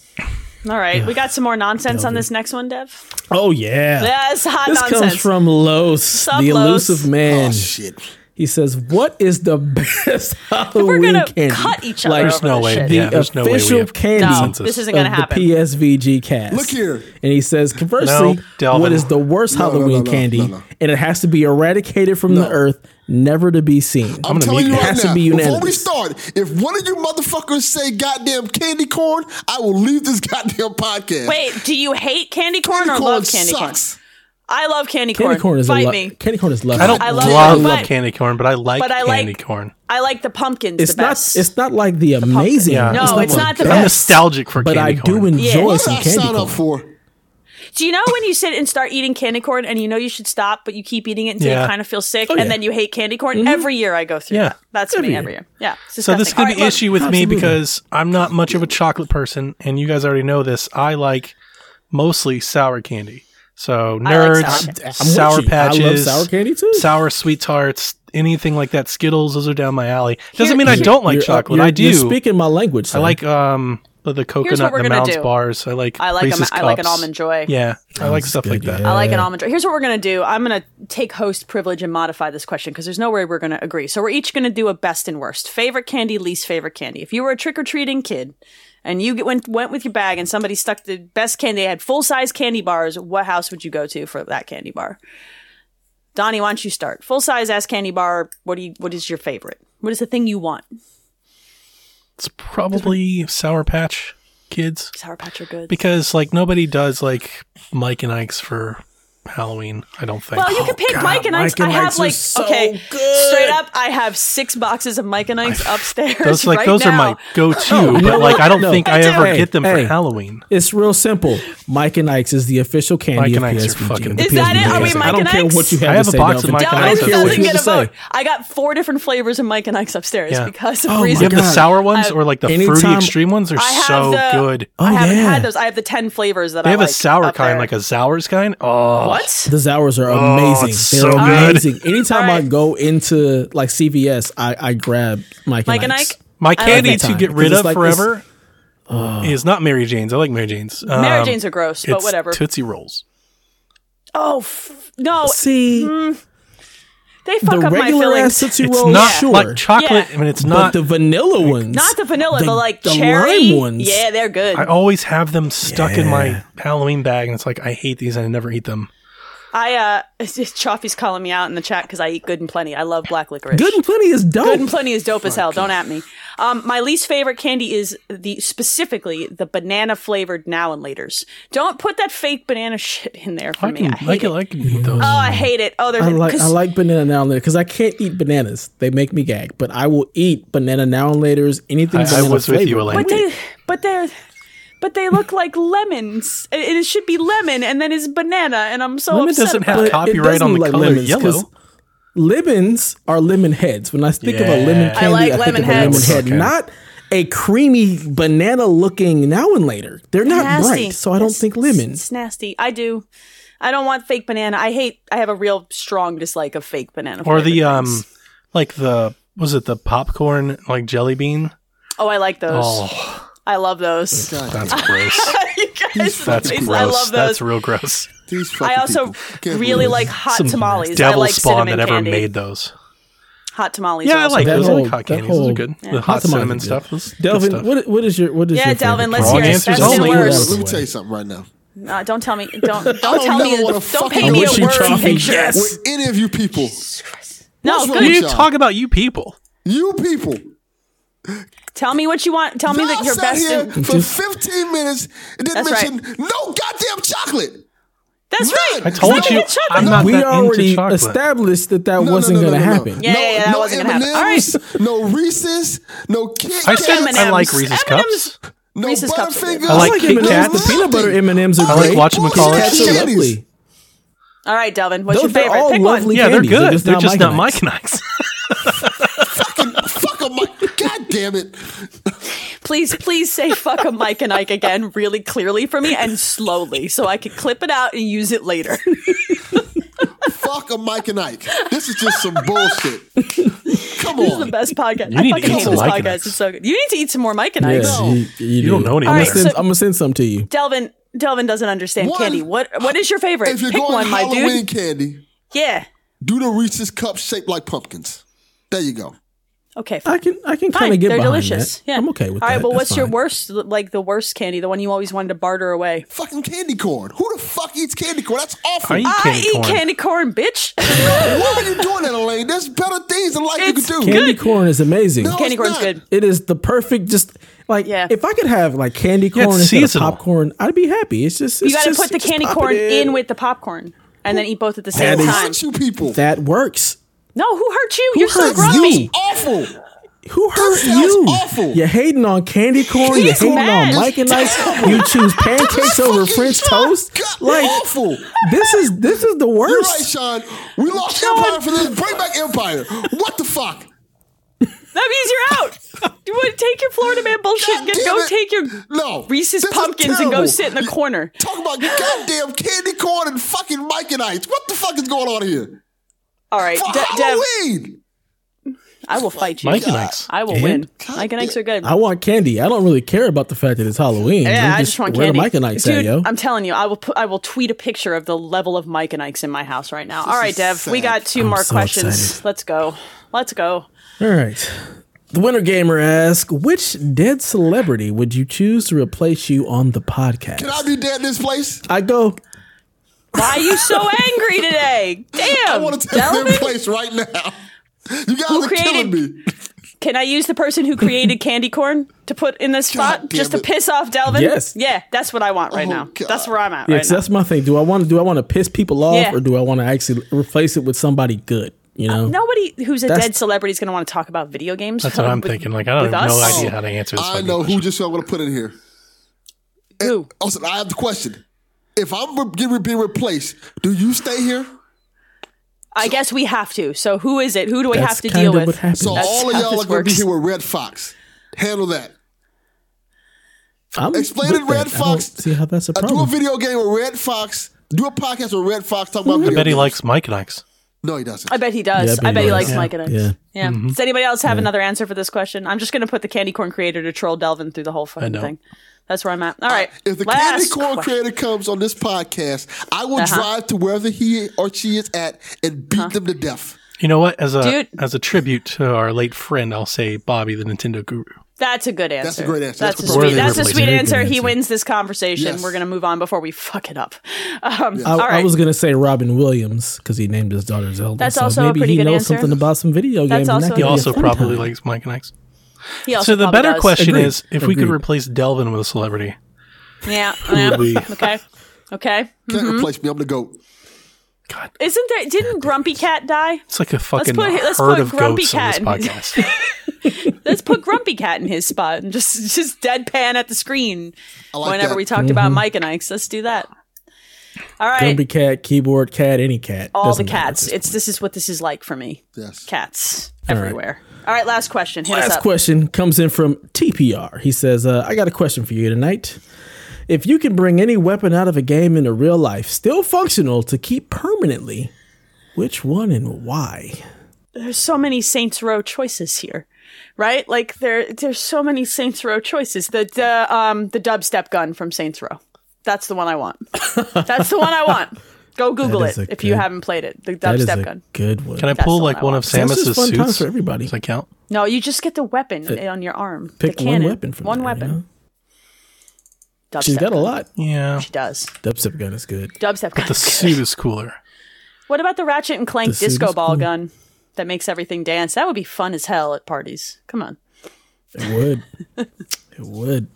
Speaker 1: All right, we got some more nonsense on this next one, Dev.
Speaker 2: Oh yeah.
Speaker 1: Yes, hot
Speaker 2: This
Speaker 1: nonsense.
Speaker 2: comes from Los,
Speaker 1: up,
Speaker 2: the
Speaker 1: Los?
Speaker 2: elusive man.
Speaker 3: Oh shit.
Speaker 2: He says, "What is the best Halloween
Speaker 1: We're gonna
Speaker 2: candy?"
Speaker 1: cut each other.
Speaker 2: Like,
Speaker 1: over
Speaker 2: There's
Speaker 4: no
Speaker 1: this
Speaker 4: way.
Speaker 1: shit.
Speaker 2: the
Speaker 4: Yeah, there's no way we
Speaker 2: official
Speaker 4: have
Speaker 2: candy
Speaker 1: No,
Speaker 4: consensus.
Speaker 1: this isn't going to
Speaker 2: of
Speaker 1: happen.
Speaker 2: the PSVG cast.
Speaker 3: Look here.
Speaker 2: And he says,
Speaker 4: No,
Speaker 2: conversely,
Speaker 4: Delvin.
Speaker 2: what is the worst
Speaker 3: No, no, no,
Speaker 2: Halloween
Speaker 3: no,
Speaker 2: candy?
Speaker 3: no, no.
Speaker 2: And it has to be eradicated from the earth, never to be seen.
Speaker 3: I'm,
Speaker 4: gonna
Speaker 3: telling
Speaker 4: mute
Speaker 3: you
Speaker 4: you.
Speaker 3: right
Speaker 2: Has to
Speaker 3: now.
Speaker 2: be
Speaker 3: before we
Speaker 2: unanimous.
Speaker 3: start, if one of you motherfuckers say goddamn candy corn, I will leave this goddamn podcast.
Speaker 1: Wait, do you hate candy corn
Speaker 3: candy
Speaker 1: or
Speaker 3: corn
Speaker 1: love candy
Speaker 3: sucks.
Speaker 1: corn? I love candy,
Speaker 2: candy corn is
Speaker 1: Fight
Speaker 2: a lo-
Speaker 1: me.
Speaker 2: Candy corn is lovely.
Speaker 4: I don't
Speaker 1: I love
Speaker 4: love,
Speaker 1: it, but-
Speaker 4: candy corn, but I like
Speaker 1: but I like-
Speaker 4: candy corn.
Speaker 1: I like the pumpkins
Speaker 2: It's
Speaker 1: the
Speaker 2: not.
Speaker 1: best.
Speaker 2: It's not like the amazing.
Speaker 4: Yeah. No,
Speaker 1: it's
Speaker 2: like
Speaker 1: not the
Speaker 2: that,
Speaker 1: best.
Speaker 4: I'm nostalgic for
Speaker 2: But I
Speaker 4: candy corn.
Speaker 2: do enjoy
Speaker 1: Yeah.
Speaker 3: What did
Speaker 2: some
Speaker 3: I
Speaker 2: candy
Speaker 3: sign
Speaker 2: corn.
Speaker 3: up for?
Speaker 1: Do you know when you sit and start eating candy corn and you know you should stop, but you keep eating it until you
Speaker 4: Yeah.
Speaker 1: kind of feel sick,
Speaker 2: Oh, yeah. Mm-hmm.
Speaker 1: and then you hate candy corn? Every year I go through.
Speaker 4: Yeah.
Speaker 1: that. that's
Speaker 2: Every
Speaker 1: me
Speaker 2: year.
Speaker 1: every year. Yeah. It's
Speaker 4: So this
Speaker 1: disgusting.
Speaker 4: could
Speaker 1: All
Speaker 4: be
Speaker 1: right, look,
Speaker 4: issue with me
Speaker 2: absolutely.
Speaker 4: because I'm not much of a chocolate person, and you guys already know this. I like mostly sour candy. So nerds,
Speaker 1: sour
Speaker 4: sour,
Speaker 1: candy.
Speaker 2: I'm with you.
Speaker 4: patches,
Speaker 2: I love sour candy too.
Speaker 4: sour sweet tarts, anything like that. Skittles, those are down my alley.
Speaker 1: Here-
Speaker 4: Doesn't mean I
Speaker 1: here-
Speaker 4: don't like
Speaker 2: You're-
Speaker 4: chocolate.
Speaker 2: you're-
Speaker 4: I do.
Speaker 2: You're speaking my language.
Speaker 4: I like um the, the coconut,
Speaker 1: we're
Speaker 4: the
Speaker 1: gonna
Speaker 4: Mounds
Speaker 1: do.
Speaker 4: bars. I like
Speaker 1: I like a,
Speaker 4: Reese's
Speaker 1: I like an
Speaker 4: Cups.
Speaker 1: almond joy.
Speaker 4: Yeah, I like stuff like that.
Speaker 1: I like an almond joy. Here's what we're gonna do. I'm gonna take host privilege and modify this question because there's no way we're gonna agree. So we're each gonna do a best and worst, favorite candy, least favorite candy. If you were a trick or treating kid and you get, went went with your bag and somebody stuck the best candy, they had full size candy bars. What house would you go to for that candy bar? Donnie, why don't you start? Full size ass candy bar. What do you? What is your favorite? What is the thing you want?
Speaker 4: It's probably Sour Patch Kids
Speaker 1: Sour Patch are good.
Speaker 4: because like nobody does like Mike and Ike's for Halloween. I don't think.
Speaker 1: well, you can pick
Speaker 2: Oh, God,
Speaker 1: Mike and Ike's.
Speaker 2: Mike and
Speaker 1: I have
Speaker 2: Ike's are
Speaker 1: like
Speaker 2: so
Speaker 1: okay,
Speaker 2: good.
Speaker 1: straight up, I have six boxes of Mike and Ike's upstairs.
Speaker 4: those like
Speaker 1: right
Speaker 4: those are
Speaker 1: now.
Speaker 4: my go-to,
Speaker 2: No,
Speaker 4: but
Speaker 2: no,
Speaker 4: like I don't
Speaker 2: no.
Speaker 4: think
Speaker 2: I
Speaker 4: I, ever
Speaker 2: do.
Speaker 4: get them
Speaker 2: Hey,
Speaker 4: for Halloween.
Speaker 2: It's real simple. Mike and Ike's is the official
Speaker 4: Mike
Speaker 2: candy of
Speaker 4: and Ike's are
Speaker 2: PSVG.
Speaker 4: fucking-
Speaker 2: The
Speaker 1: Is that
Speaker 2: PSVG
Speaker 1: it? Are we
Speaker 2: has
Speaker 1: Mike
Speaker 2: I don't
Speaker 1: and
Speaker 2: care
Speaker 1: Ike's?
Speaker 2: what you have
Speaker 4: I
Speaker 2: to
Speaker 4: have a
Speaker 2: say,
Speaker 4: box of
Speaker 2: Delvin.
Speaker 4: Mike and
Speaker 2: I
Speaker 1: Delvin
Speaker 4: Ike's
Speaker 2: don't care
Speaker 4: upstairs.
Speaker 2: what
Speaker 1: doesn't
Speaker 2: you have
Speaker 1: get
Speaker 2: to
Speaker 1: a vote.
Speaker 2: say.
Speaker 1: I got four different flavors of Mike and Ike's upstairs
Speaker 4: Yeah.
Speaker 1: because of
Speaker 2: Oh, my
Speaker 4: You
Speaker 1: reasons.
Speaker 4: have the
Speaker 2: God.
Speaker 4: sour ones or like the fruity
Speaker 2: Anytime-
Speaker 4: extreme ones. They're
Speaker 1: Uh, I have
Speaker 4: so
Speaker 1: the,
Speaker 4: good.
Speaker 1: I
Speaker 2: Oh,
Speaker 1: haven't
Speaker 2: yeah.
Speaker 1: had those. I have the ten flavors that
Speaker 4: They
Speaker 1: I
Speaker 4: have
Speaker 1: like
Speaker 4: a sour
Speaker 1: up
Speaker 4: kind,
Speaker 1: there.
Speaker 4: like a Zowers kind. Oh,
Speaker 1: what?
Speaker 2: The Zowers are amazing.
Speaker 4: it's
Speaker 2: They're
Speaker 4: so good.
Speaker 2: amazing. Anytime
Speaker 1: All right.
Speaker 2: I go into like CVS, I, I grab Mike,
Speaker 1: Mike and
Speaker 2: and
Speaker 1: Ike.
Speaker 2: Ike's.
Speaker 4: My candy
Speaker 2: that
Speaker 4: to
Speaker 2: time,
Speaker 4: get
Speaker 2: because
Speaker 4: rid
Speaker 2: it's
Speaker 4: of
Speaker 2: like this-
Speaker 4: forever is not Mary Jane's. I like Mary Jane's. Um,
Speaker 1: Mary Jane's are gross, but
Speaker 4: it's
Speaker 1: whatever.
Speaker 4: Tootsie Rolls.
Speaker 1: oh f- no,
Speaker 2: See
Speaker 1: they Mm, fuck
Speaker 2: the
Speaker 1: up my
Speaker 2: regular
Speaker 1: fillings.
Speaker 2: ass Tootsie
Speaker 4: It's
Speaker 2: Roll,
Speaker 4: not
Speaker 2: sure,
Speaker 4: like chocolate.
Speaker 1: Yeah.
Speaker 4: I mean, it's
Speaker 2: but
Speaker 4: not.
Speaker 2: the vanilla ones,
Speaker 1: Not the vanilla,
Speaker 2: The-
Speaker 1: but like
Speaker 2: the
Speaker 1: cherry
Speaker 2: lime ones.
Speaker 1: Yeah, they're good.
Speaker 4: I
Speaker 1: I,
Speaker 4: always have them stuck in my Halloween bag, and it's like I hate these, and I never eat them.
Speaker 1: uh, Chaffee's calling me out in the chat because I eat good and plenty. I love black licorice.
Speaker 2: Good and Plenty is dope.
Speaker 1: Good and plenty is dope as hell. Don't at me. Um, my least favorite candy is the specifically the banana flavored now and later's. Don't put that fake banana shit in there for
Speaker 4: I
Speaker 1: me.
Speaker 4: can,
Speaker 1: I
Speaker 4: I,
Speaker 1: hate
Speaker 4: can,
Speaker 1: it.
Speaker 4: I can eat those.
Speaker 1: Oh, I hate it. Oh, there's
Speaker 2: I like
Speaker 1: 'cause
Speaker 2: I like banana now and later because I can't eat bananas. They make me gag. But I will eat banana now and later's anything.
Speaker 4: I- I
Speaker 2: banana
Speaker 4: was with you,
Speaker 2: flavored.
Speaker 4: Elaine.
Speaker 1: but they but they're but they look like lemons. It, it should be lemon, and then it's banana, and I'm so
Speaker 4: Lemon
Speaker 1: upset.
Speaker 4: doesn't
Speaker 1: about
Speaker 4: have
Speaker 1: it.
Speaker 2: it
Speaker 4: copyright
Speaker 2: doesn't
Speaker 4: on the
Speaker 2: look like
Speaker 4: color
Speaker 2: lemons,
Speaker 4: yellow.
Speaker 2: 'cause- Lemons are lemon heads. When I think of a
Speaker 4: Yeah.
Speaker 2: lemon
Speaker 4: I
Speaker 2: candy, I,
Speaker 1: like
Speaker 2: think
Speaker 1: lemon
Speaker 2: of a lemon
Speaker 1: heads.
Speaker 2: head,
Speaker 4: Okay.
Speaker 2: not a creamy banana looking now and later. They're not
Speaker 1: Nasty.
Speaker 2: bright, so I don't think lemon.
Speaker 1: It's nasty. I do. I don't want fake banana. I hate. I have a real strong dislike of fake banana.
Speaker 4: Or the
Speaker 1: flavored
Speaker 4: um,
Speaker 1: things.
Speaker 4: like the was it the popcorn like jelly bean?
Speaker 1: Oh, I like those.
Speaker 4: Oh,
Speaker 1: I love those.
Speaker 4: that's gross.
Speaker 1: you guys,
Speaker 4: That's
Speaker 1: please,
Speaker 4: gross.
Speaker 1: I love those.
Speaker 4: That's real gross.
Speaker 3: These fucking
Speaker 1: I also
Speaker 3: people. Can't
Speaker 1: really
Speaker 3: believe
Speaker 1: like
Speaker 3: this.
Speaker 1: hot
Speaker 4: Some
Speaker 1: tamales. I
Speaker 4: Devil
Speaker 1: like
Speaker 4: spawn
Speaker 1: cinnamon
Speaker 4: that ever
Speaker 1: candy.
Speaker 4: made those.
Speaker 1: hot tamales.
Speaker 4: Yeah,
Speaker 1: are
Speaker 4: I
Speaker 1: also
Speaker 4: like
Speaker 1: good.
Speaker 4: those. I
Speaker 2: whole-
Speaker 4: like hot
Speaker 2: that
Speaker 4: candies. Those are
Speaker 2: whole-
Speaker 4: good.
Speaker 2: yeah.
Speaker 4: The
Speaker 2: Hot
Speaker 4: hot
Speaker 2: tamales
Speaker 4: cinnamon
Speaker 2: are
Speaker 4: stuff.
Speaker 2: good.
Speaker 4: Those- good
Speaker 2: Delvin,
Speaker 4: stuff.
Speaker 2: what, what is your what is
Speaker 1: Yeah,
Speaker 2: your
Speaker 1: Delvin,
Speaker 2: favorite
Speaker 1: let's
Speaker 2: product?
Speaker 1: hear it.
Speaker 4: answers
Speaker 1: Best
Speaker 4: only.
Speaker 1: and
Speaker 4: Let me
Speaker 3: Let me-
Speaker 1: worst.
Speaker 3: let me tell you something right now.
Speaker 1: Uh, don't tell me. Don't don't,
Speaker 3: I don't
Speaker 1: tell me.
Speaker 3: never wanna
Speaker 1: Don't
Speaker 3: fucking
Speaker 1: paint
Speaker 2: I
Speaker 1: me
Speaker 2: wish
Speaker 1: a
Speaker 2: you
Speaker 1: word
Speaker 2: toffee.
Speaker 1: picture.
Speaker 2: Yes.
Speaker 3: With any of you
Speaker 1: No,
Speaker 3: people, What's wrong
Speaker 1: good.
Speaker 3: with Good
Speaker 4: You
Speaker 3: job.
Speaker 4: talk about you people.
Speaker 3: you people,
Speaker 1: Tell me what you want. Tell me that
Speaker 3: y'all
Speaker 1: your
Speaker 3: sat
Speaker 1: best.
Speaker 3: here
Speaker 1: in-
Speaker 3: for 15 minutes and didn't
Speaker 1: That's right.
Speaker 3: mention no goddamn chocolate.
Speaker 1: That's right.
Speaker 4: I told
Speaker 1: Look
Speaker 4: you
Speaker 1: at the chocolate.
Speaker 4: I'm not
Speaker 2: we
Speaker 4: that into
Speaker 2: already
Speaker 4: chocolate.
Speaker 2: established that that wasn't going to happen.
Speaker 1: Yeah, yeah, yeah, that wasn't gonna happen. All right.
Speaker 3: M&Ms, No Reese's, no Kit
Speaker 4: I said
Speaker 1: M&Ms.
Speaker 3: Kats,
Speaker 4: I like Reese's
Speaker 1: M&Ms.
Speaker 4: cups.
Speaker 3: no
Speaker 1: Reese's Cups are good.
Speaker 3: Butterfingers.
Speaker 4: I like Kit
Speaker 2: M&Ms.
Speaker 4: Kats.
Speaker 2: The peanut butter M and M's are
Speaker 4: I like
Speaker 2: great.
Speaker 4: watching
Speaker 3: Bullshit.
Speaker 4: McCullough's.
Speaker 2: Kats are
Speaker 3: Shitties.
Speaker 2: lovely.
Speaker 1: All right, Delvin. What's your
Speaker 2: Those are
Speaker 1: favorite?
Speaker 2: all
Speaker 1: Pick one.
Speaker 2: lovely
Speaker 4: Yeah, they're
Speaker 2: candies. They're
Speaker 4: good.
Speaker 2: just
Speaker 4: They're
Speaker 2: not Mike
Speaker 4: just
Speaker 2: and
Speaker 4: not Mike
Speaker 2: Ike's.
Speaker 4: and Ike's.
Speaker 3: Fucking fuck 'em, Mike. God damn it.
Speaker 1: Please, please say fuck a Mike and Ike again really clearly for me and slowly so I could clip it out and use it later.
Speaker 3: Fuck a Mike and Ike. This is just some bullshit. Come
Speaker 1: This is the
Speaker 3: on.
Speaker 1: best podcast.
Speaker 4: You need
Speaker 1: I
Speaker 4: to
Speaker 1: fucking
Speaker 4: eat
Speaker 1: hate
Speaker 4: some
Speaker 1: this
Speaker 4: Mike and
Speaker 1: podcast.
Speaker 4: Ikes.
Speaker 1: It's so good. You need to eat some more Mike and
Speaker 2: Yeah,
Speaker 1: Ikes.
Speaker 2: you,
Speaker 4: You don't know any
Speaker 2: I'm
Speaker 1: better.
Speaker 2: gonna, send,
Speaker 1: Alright, so-
Speaker 2: I'm gonna send some to you.
Speaker 1: Delvin, Delvin doesn't understand
Speaker 3: One-
Speaker 1: candy. What What is your favorite?
Speaker 3: If you're
Speaker 1: Pick
Speaker 3: going
Speaker 1: one, my
Speaker 3: Halloween
Speaker 1: dude.
Speaker 3: candy,
Speaker 1: Yeah.
Speaker 3: do the Reese's cup shaped like pumpkins. There you go.
Speaker 1: Okay.
Speaker 2: I
Speaker 1: Fine.
Speaker 2: can I can kind
Speaker 1: Fine.
Speaker 2: of get
Speaker 1: They're
Speaker 2: behind
Speaker 1: delicious.
Speaker 2: that.
Speaker 1: Yeah.
Speaker 2: I'm okay with
Speaker 1: All
Speaker 2: that.
Speaker 1: right. Well, what's
Speaker 2: That's
Speaker 1: your
Speaker 2: fine.
Speaker 1: worst, like the worst candy, the one you always wanted to barter away?
Speaker 3: Fucking candy corn. Who the fuck eats candy corn? That's awful.
Speaker 4: I eat
Speaker 1: I
Speaker 4: candy
Speaker 1: eat
Speaker 4: corn.
Speaker 1: candy corn, bitch.
Speaker 3: Why are you doing that, Elaine? There's better things in life
Speaker 1: It's
Speaker 3: you could do.
Speaker 1: good.
Speaker 2: Candy corn is amazing.
Speaker 3: No.
Speaker 1: candy
Speaker 3: it's
Speaker 1: corn's
Speaker 3: not.
Speaker 1: good.
Speaker 2: It is the perfect just like
Speaker 1: Yeah.
Speaker 2: if I could have like candy corn
Speaker 4: it's
Speaker 2: instead of
Speaker 4: seasonal.
Speaker 2: popcorn, I'd be happy. It's just
Speaker 1: You
Speaker 2: it's
Speaker 1: got to
Speaker 2: just-
Speaker 1: put the
Speaker 2: just
Speaker 1: candy
Speaker 2: pop
Speaker 1: corn
Speaker 2: it
Speaker 1: in. with the popcorn and then eat both at the same
Speaker 2: That is-
Speaker 1: time.
Speaker 3: Hurt you people.
Speaker 2: that works.
Speaker 1: No, who hurt you? You're so
Speaker 2: hurt
Speaker 1: gross.
Speaker 2: you?
Speaker 3: Awful.
Speaker 2: Who hurt
Speaker 3: sounds
Speaker 2: you?
Speaker 3: awful.
Speaker 2: You're hating on candy corn. You're
Speaker 1: He's
Speaker 2: hating
Speaker 1: mad.
Speaker 2: on Mike and Ice. You choose pancakes over
Speaker 3: Fucking
Speaker 2: French
Speaker 3: Sean,
Speaker 2: toast.
Speaker 3: God,
Speaker 2: Like
Speaker 3: awful.
Speaker 2: this is this is the
Speaker 3: You're right,
Speaker 2: worst.
Speaker 3: Sean. We lost Empire for this. Bring back Empire. What the fuck?
Speaker 1: That means you're out. you want to take your Florida man bullshit and
Speaker 3: God
Speaker 1: get-
Speaker 3: damn
Speaker 1: go
Speaker 3: it.
Speaker 1: take your
Speaker 3: No.
Speaker 1: Reese's
Speaker 3: This is
Speaker 1: pumpkins and go
Speaker 3: terrible.
Speaker 1: sit in the
Speaker 3: You-
Speaker 1: corner.
Speaker 3: Talk about goddamn candy corn and fucking Mike and Ice. What the fuck is going on here?
Speaker 1: All right, De-
Speaker 3: For
Speaker 1: Dev,
Speaker 3: Halloween.
Speaker 1: I will fight you.
Speaker 4: Mike and Ikes.
Speaker 1: I will win. Mike and Ike's are good.
Speaker 2: I want candy. I don't really care about the fact that it's Halloween.
Speaker 1: yeah,
Speaker 2: I'm
Speaker 1: I just want
Speaker 2: where
Speaker 1: candy.
Speaker 2: the Mike and Ike's
Speaker 1: Dude,
Speaker 2: at, yo?
Speaker 1: I'm telling you, I will put, I will tweet a picture of the level of Mike and Ike's in my house right now. All right,
Speaker 3: is
Speaker 1: Dev, we
Speaker 3: sad.
Speaker 1: got 2
Speaker 2: I'm
Speaker 1: more
Speaker 2: so
Speaker 1: questions.
Speaker 2: excited.
Speaker 1: Let's go. Let's go.
Speaker 2: All right. The winner gamer asks, which dead celebrity would you choose to replace you on the podcast?
Speaker 3: Can I be dead in this place?
Speaker 2: I go.
Speaker 1: Why are you so angry today?
Speaker 3: I
Speaker 1: Damn.
Speaker 3: want to take
Speaker 1: Delvin?
Speaker 3: their place right now. You guys are
Speaker 1: created-
Speaker 3: killing me.
Speaker 1: Can I use the person who created candy corn to put in this
Speaker 3: God
Speaker 1: spot
Speaker 3: damn
Speaker 1: just to
Speaker 3: it.
Speaker 1: piss off Delvin?
Speaker 2: Yes.
Speaker 1: Yeah, that's what I want right
Speaker 3: Oh,
Speaker 1: now.
Speaker 3: God.
Speaker 1: That's where I'm at
Speaker 2: Yeah,
Speaker 1: right
Speaker 2: 'cause
Speaker 1: now.
Speaker 2: that's my thing. Do I want to do I want to piss people off
Speaker 1: Yeah.
Speaker 2: or do I want to actually replace it with somebody good? You know,
Speaker 1: Nobody who's a
Speaker 2: That's-
Speaker 1: dead celebrity is going to want to talk about video games.
Speaker 4: That's what I'm
Speaker 1: with-
Speaker 4: thinking. Like, I don't
Speaker 1: with
Speaker 4: have no
Speaker 1: us?
Speaker 4: idea how to answer this.
Speaker 3: I
Speaker 4: fucking
Speaker 3: know
Speaker 4: question.
Speaker 3: who just so I'm going to put in here.
Speaker 1: Who?
Speaker 3: Also, I have the question. If I'm re- getting being replaced, do you stay here?
Speaker 1: I guess we have to. So who is it? Who do we
Speaker 2: that's
Speaker 1: have to
Speaker 2: kinda
Speaker 1: deal with?
Speaker 2: what happened.
Speaker 3: So all of
Speaker 1: how
Speaker 3: y'all
Speaker 1: this
Speaker 3: are going to be
Speaker 1: works.
Speaker 3: here with Red Fox. Handle that.
Speaker 2: I'm
Speaker 3: explain
Speaker 2: with
Speaker 3: it,
Speaker 2: that.
Speaker 3: Red
Speaker 2: I
Speaker 3: Fox.
Speaker 2: don't see how that's a
Speaker 3: I Uh, do a
Speaker 2: problem.
Speaker 3: video game with Red Fox. Do a podcast with Red Fox talking about.
Speaker 4: I
Speaker 3: video
Speaker 4: bet he
Speaker 3: games.
Speaker 4: likes Mike and Ike's.
Speaker 3: No, he doesn't.
Speaker 1: I bet he does.
Speaker 2: Yeah, I bet
Speaker 1: I bet
Speaker 2: he
Speaker 1: he
Speaker 2: does.
Speaker 1: likes
Speaker 2: Yeah.
Speaker 1: Mike and Ike.
Speaker 2: Yeah.
Speaker 1: Yeah. Does anybody else have another answer for this question? I'm just going to put the candy corn creator to troll Delvin through the whole fucking
Speaker 4: know.
Speaker 1: thing. That's where I'm at. All right.
Speaker 3: If the
Speaker 1: last
Speaker 3: candy corn
Speaker 1: question.
Speaker 3: creator comes on this podcast, I will
Speaker 1: Uh-huh.
Speaker 3: drive to wherever he or she is at and beat them to death.
Speaker 4: You know what? As a
Speaker 1: Dude.
Speaker 4: as a tribute to our late friend, I'll say Bobby, the Nintendo guru.
Speaker 1: That's a good answer.
Speaker 3: a great answer.
Speaker 1: That's,
Speaker 3: That's
Speaker 1: a
Speaker 3: worthy
Speaker 1: sweet. That's a
Speaker 4: replacement.
Speaker 1: sweet
Speaker 2: Very good
Speaker 1: answer. He
Speaker 2: answer.
Speaker 1: wins this conversation.
Speaker 3: Yes.
Speaker 1: We're gonna move on before we fuck it up. Um,
Speaker 2: I,
Speaker 1: All
Speaker 2: I
Speaker 1: right.
Speaker 2: was gonna say Robin Williams because he named his daughter Zelda.
Speaker 1: That's
Speaker 2: so
Speaker 1: also a
Speaker 2: maybe
Speaker 1: pretty
Speaker 2: he
Speaker 1: good
Speaker 2: knows
Speaker 1: answer.
Speaker 2: something about some video
Speaker 1: That's
Speaker 2: games. and
Speaker 1: also
Speaker 2: that
Speaker 1: a
Speaker 2: could
Speaker 1: good
Speaker 4: He
Speaker 2: be a
Speaker 4: also
Speaker 2: fun
Speaker 4: probably
Speaker 2: time.
Speaker 4: likes Mike and Ike's.
Speaker 1: He also
Speaker 4: So the
Speaker 1: probably
Speaker 4: better
Speaker 1: does.
Speaker 4: question
Speaker 2: Agreed.
Speaker 4: is, if we could
Speaker 2: Agreed.
Speaker 4: replace Delvin with a celebrity,
Speaker 1: Yeah.
Speaker 4: who
Speaker 1: yeah.
Speaker 4: would we?
Speaker 1: Okay. Okay.
Speaker 3: Can't replace me. I'm the goat.
Speaker 4: God,
Speaker 1: Isn't there? Didn't Grumpy Cat die?
Speaker 4: it's like a fucking
Speaker 1: put- let's
Speaker 4: herd
Speaker 1: put
Speaker 4: of
Speaker 1: Grumpy
Speaker 4: goats on this
Speaker 1: Cat.
Speaker 4: podcast.
Speaker 1: Let's put Grumpy Cat in his spot and just just deadpan at the screen
Speaker 3: like
Speaker 1: whenever
Speaker 3: that.
Speaker 1: we talked
Speaker 2: Mm-hmm.
Speaker 1: about Mike and Ike's. Let's do that. All right.
Speaker 2: Grumpy cat, keyboard cat, any cat.
Speaker 1: All the
Speaker 2: Doesn't matter.
Speaker 1: cats. It's this is what this is like for me.
Speaker 3: Yes.
Speaker 1: Cats
Speaker 2: right.
Speaker 1: everywhere. All right. Last question. Hit us
Speaker 2: Last
Speaker 1: up.
Speaker 2: question comes in from TPR. He says, uh, I got a question for you tonight. If you can bring any weapon out of a game into real life, still functional to keep permanently, which one and why?
Speaker 1: there's so many Saints Row choices here, right? Like there, there's so many Saints Row choices. The the um the dubstep gun from Saints Row, that's the one I want. That's the one I want. Go Google it
Speaker 2: That is a
Speaker 1: if you
Speaker 2: good-
Speaker 1: haven't played it. The
Speaker 2: That is
Speaker 1: dubstep
Speaker 2: a
Speaker 1: gun.
Speaker 2: good one.
Speaker 4: Can I
Speaker 1: That's
Speaker 4: pull
Speaker 1: the one
Speaker 4: like
Speaker 1: I
Speaker 4: one of
Speaker 1: want.
Speaker 2: That's
Speaker 4: Samus's
Speaker 2: just fun times
Speaker 4: suits?
Speaker 2: for everybody.
Speaker 4: Does that count?
Speaker 1: No, you just get the weapon on your arm.
Speaker 2: Pick
Speaker 1: the cannon.
Speaker 2: one weapon from
Speaker 1: one
Speaker 2: there,
Speaker 1: weapon.
Speaker 2: you know?
Speaker 1: Dubstep
Speaker 2: She's got a
Speaker 1: gun.
Speaker 2: lot.
Speaker 4: Yeah,
Speaker 1: She does.
Speaker 2: Dubstep gun is good.
Speaker 1: Dubstep gun.
Speaker 4: the suit is cooler.
Speaker 1: What about the Ratchet and Clank
Speaker 2: The suit
Speaker 1: disco
Speaker 2: is
Speaker 1: ball
Speaker 2: cool.
Speaker 1: gun that makes everything dance? That would be fun as hell at parties. Come on.
Speaker 2: It would. it would.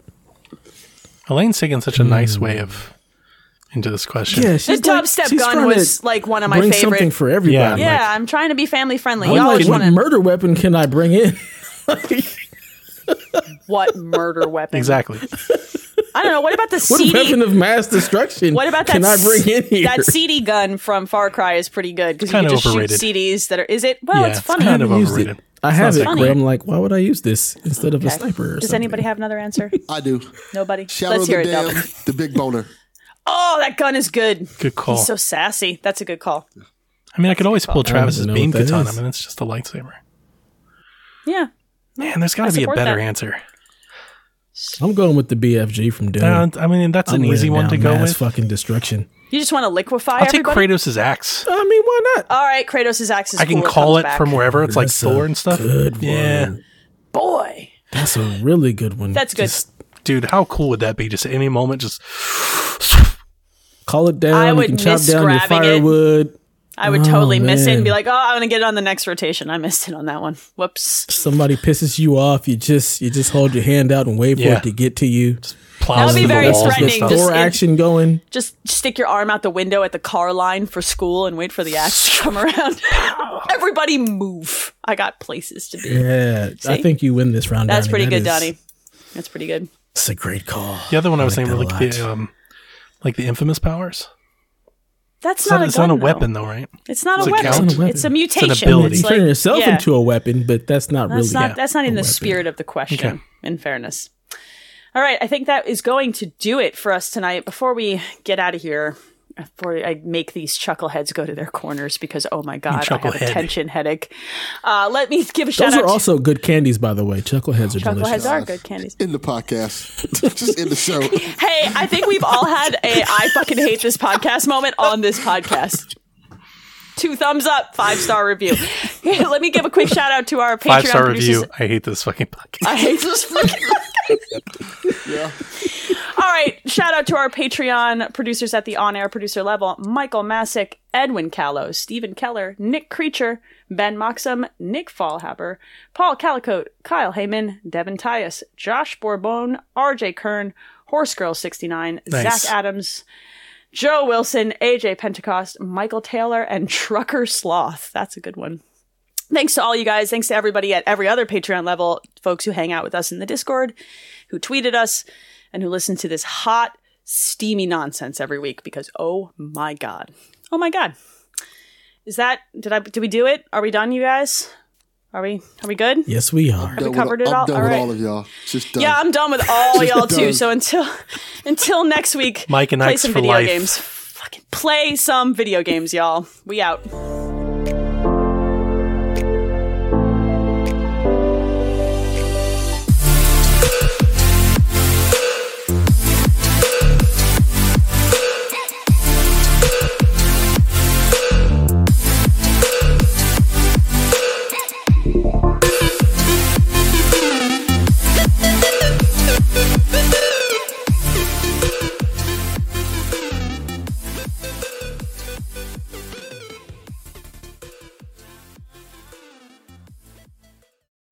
Speaker 4: Elaine's taking such a nice way of into this question.
Speaker 2: Hmm. Yeah, she's
Speaker 1: The
Speaker 2: like-
Speaker 1: dubstep
Speaker 2: she's
Speaker 1: gun
Speaker 2: trying
Speaker 1: was
Speaker 2: to
Speaker 1: like one of my
Speaker 2: bring
Speaker 1: favorite.
Speaker 2: something for everybody.
Speaker 4: Yeah.
Speaker 1: Yeah, I'm trying to be family friendly.
Speaker 2: I'm
Speaker 1: Y'all
Speaker 2: like,
Speaker 1: always
Speaker 2: what
Speaker 1: want to
Speaker 2: murder weapon can I bring in?
Speaker 1: what murder weapon?
Speaker 4: exactly.
Speaker 1: I don't know. What about the
Speaker 2: What
Speaker 1: CD?
Speaker 2: weapon of mass destruction
Speaker 1: What about that?
Speaker 2: can I bring in
Speaker 1: s-
Speaker 2: here?
Speaker 1: That CD gun from Far Cry is pretty good because you can
Speaker 4: Kinda
Speaker 1: just
Speaker 4: overrated.
Speaker 1: shoot CDs that are. Is it? Well,
Speaker 4: yeah,
Speaker 1: it's
Speaker 4: it's,
Speaker 1: funny.
Speaker 4: kind of
Speaker 2: Used it.
Speaker 4: overrated.
Speaker 2: I have it,
Speaker 1: funny.
Speaker 2: but I'm like, why would I use this instead of a
Speaker 1: Okay.
Speaker 2: sniper? Or
Speaker 1: Does
Speaker 2: something?
Speaker 1: anybody have another answer?
Speaker 3: I do.
Speaker 1: Nobody.
Speaker 3: Shout
Speaker 1: Let's
Speaker 3: out
Speaker 1: hear
Speaker 3: the
Speaker 1: it. though.
Speaker 3: damn, the big boner.
Speaker 1: Oh, that gun is good.
Speaker 4: Good call.
Speaker 2: Oh.
Speaker 1: He's so sassy. That's a good call.
Speaker 4: I mean, I could always pull Travis's
Speaker 2: know
Speaker 4: beam
Speaker 2: what that
Speaker 4: katana.
Speaker 2: is.
Speaker 4: I mean, it's just a lightsaber.
Speaker 1: Yeah.
Speaker 4: Man, there's got
Speaker 1: I
Speaker 4: to be a
Speaker 1: support
Speaker 4: better
Speaker 1: that.
Speaker 4: answer.
Speaker 2: I'm going with the BFG from Doom.
Speaker 4: Uh, I mean, that's
Speaker 2: I'm
Speaker 4: an easy
Speaker 2: laying
Speaker 4: one
Speaker 2: down
Speaker 4: to go
Speaker 2: mass
Speaker 4: with.
Speaker 2: Fucking destruction.
Speaker 1: You just want to liquefy
Speaker 4: I'll take
Speaker 1: everybody.
Speaker 4: Kratos' axe.
Speaker 2: I mean, why not?
Speaker 1: All right, Kratos' axe is
Speaker 4: I can
Speaker 1: cool.
Speaker 4: call
Speaker 1: comes
Speaker 4: it
Speaker 1: back.
Speaker 4: from wherever. It's like
Speaker 2: That's a
Speaker 4: Thor and stuff.
Speaker 2: Good one.
Speaker 4: Yeah.
Speaker 1: Boy,
Speaker 2: That's a really good one.
Speaker 1: that's good.
Speaker 2: Just
Speaker 4: Dude, how cool would that be? Just at any moment, just
Speaker 2: call it down.
Speaker 1: I would
Speaker 2: you can chop
Speaker 1: miss
Speaker 2: down your
Speaker 1: grabbing it.
Speaker 2: firewood.
Speaker 1: I would
Speaker 2: Oh,
Speaker 1: totally miss it and be
Speaker 2: man.
Speaker 1: like, "Oh, I'm gonna get it on the next rotation." I missed it on that one. Whoops.
Speaker 2: Somebody pisses you off. You just you just hold your hand out and wait for
Speaker 4: Yeah.
Speaker 2: it to get to you.
Speaker 4: plows
Speaker 1: That would be
Speaker 4: into
Speaker 1: very
Speaker 4: the walls and
Speaker 1: threatening,
Speaker 4: stuff.
Speaker 1: just-
Speaker 2: Thor
Speaker 1: in-
Speaker 2: action going.
Speaker 1: Just stick your arm out the window at the car line for school and wait for the axe to come around. Everybody move. I got places to be.
Speaker 2: Yeah, I
Speaker 1: See?
Speaker 2: think you win this round.
Speaker 1: That's
Speaker 2: Donnie.
Speaker 1: pretty
Speaker 2: That
Speaker 1: good,
Speaker 2: is-
Speaker 1: Donnie. That's pretty good.
Speaker 2: It's a great call.
Speaker 4: The other one I was saying were
Speaker 2: like
Speaker 4: like
Speaker 2: that a
Speaker 4: the
Speaker 2: lot.
Speaker 4: um, like the infamous powers.
Speaker 1: That's
Speaker 4: It's
Speaker 1: not,
Speaker 4: not,
Speaker 1: a
Speaker 4: it's
Speaker 1: gun,
Speaker 4: not a
Speaker 1: though.
Speaker 4: weapon though, right?
Speaker 1: It's not
Speaker 4: Does
Speaker 1: a
Speaker 4: it
Speaker 1: weapon.
Speaker 4: count?
Speaker 1: It's,
Speaker 2: It's not a
Speaker 1: a
Speaker 2: weapon.
Speaker 1: mutation. It's,
Speaker 4: ability.
Speaker 2: You
Speaker 1: like,
Speaker 2: turn yourself
Speaker 1: yeah.
Speaker 2: into a weapon, but that's not
Speaker 1: That's
Speaker 2: really.
Speaker 1: not
Speaker 4: yeah,
Speaker 1: that's not in
Speaker 2: a
Speaker 1: the
Speaker 2: weapon.
Speaker 1: spirit of the question.
Speaker 4: Okay.
Speaker 1: In fairness, all right. I think that is going to do it for us tonight. Before we get out of here, before I make these chuckleheads go to their corners because oh my god, I have a
Speaker 4: chucklehead.
Speaker 1: tension headache. Uh, let me give a shout
Speaker 2: Those
Speaker 1: out.
Speaker 2: are also good candies, by the way. Chuckleheads
Speaker 1: to
Speaker 2: are delicious.
Speaker 1: Chuckleheads are good candies.
Speaker 3: In the podcast. Just in the show.
Speaker 1: Hey, I think we've all had a I fucking hate this podcast moment on this podcast. Two thumbs up, five star review. Let me give a quick shout out to our Patreon
Speaker 4: Five star
Speaker 1: producers.
Speaker 4: review. I hate this fucking podcast.
Speaker 1: I hate this fucking
Speaker 3: Yeah.
Speaker 1: All right, shout out to our Patreon producers at the on air producer level Michael Masick, Edwin Callow, Stephen Keller, Nick Creature, Ben Moxham, Nick Fallhaber, Paul Calicote, Kyle Heyman, Devin Tyus, Josh Bourbon, RJ Kern, Horse Girl 69,
Speaker 4: Nice.
Speaker 1: Zach Adams, Joe Wilson, AJ Pentecost, Michael Taylor, and Trucker Sloth. That's a good one. Thanks to all you guys. Thanks to everybody at every other Patreon level, folks who hang out with us in the Discord, who tweeted us, and who listen to this hot, steamy nonsense every week because oh my god. Oh my god. Is that did I did we do it? Are we done, you guys? Are we are we good?
Speaker 2: Yes, we are.
Speaker 3: Done with-
Speaker 1: covered it
Speaker 3: I'm
Speaker 1: all?
Speaker 3: done
Speaker 1: All
Speaker 3: with
Speaker 1: right.
Speaker 3: all of y'all. Just done.
Speaker 1: Yeah, I'm done with all y'all too.
Speaker 3: done.
Speaker 1: So until until next week,
Speaker 4: Mike and
Speaker 1: play
Speaker 4: Ike's
Speaker 1: some
Speaker 4: for
Speaker 1: video
Speaker 4: life.
Speaker 1: games. Fucking play some video games, y'all. We out.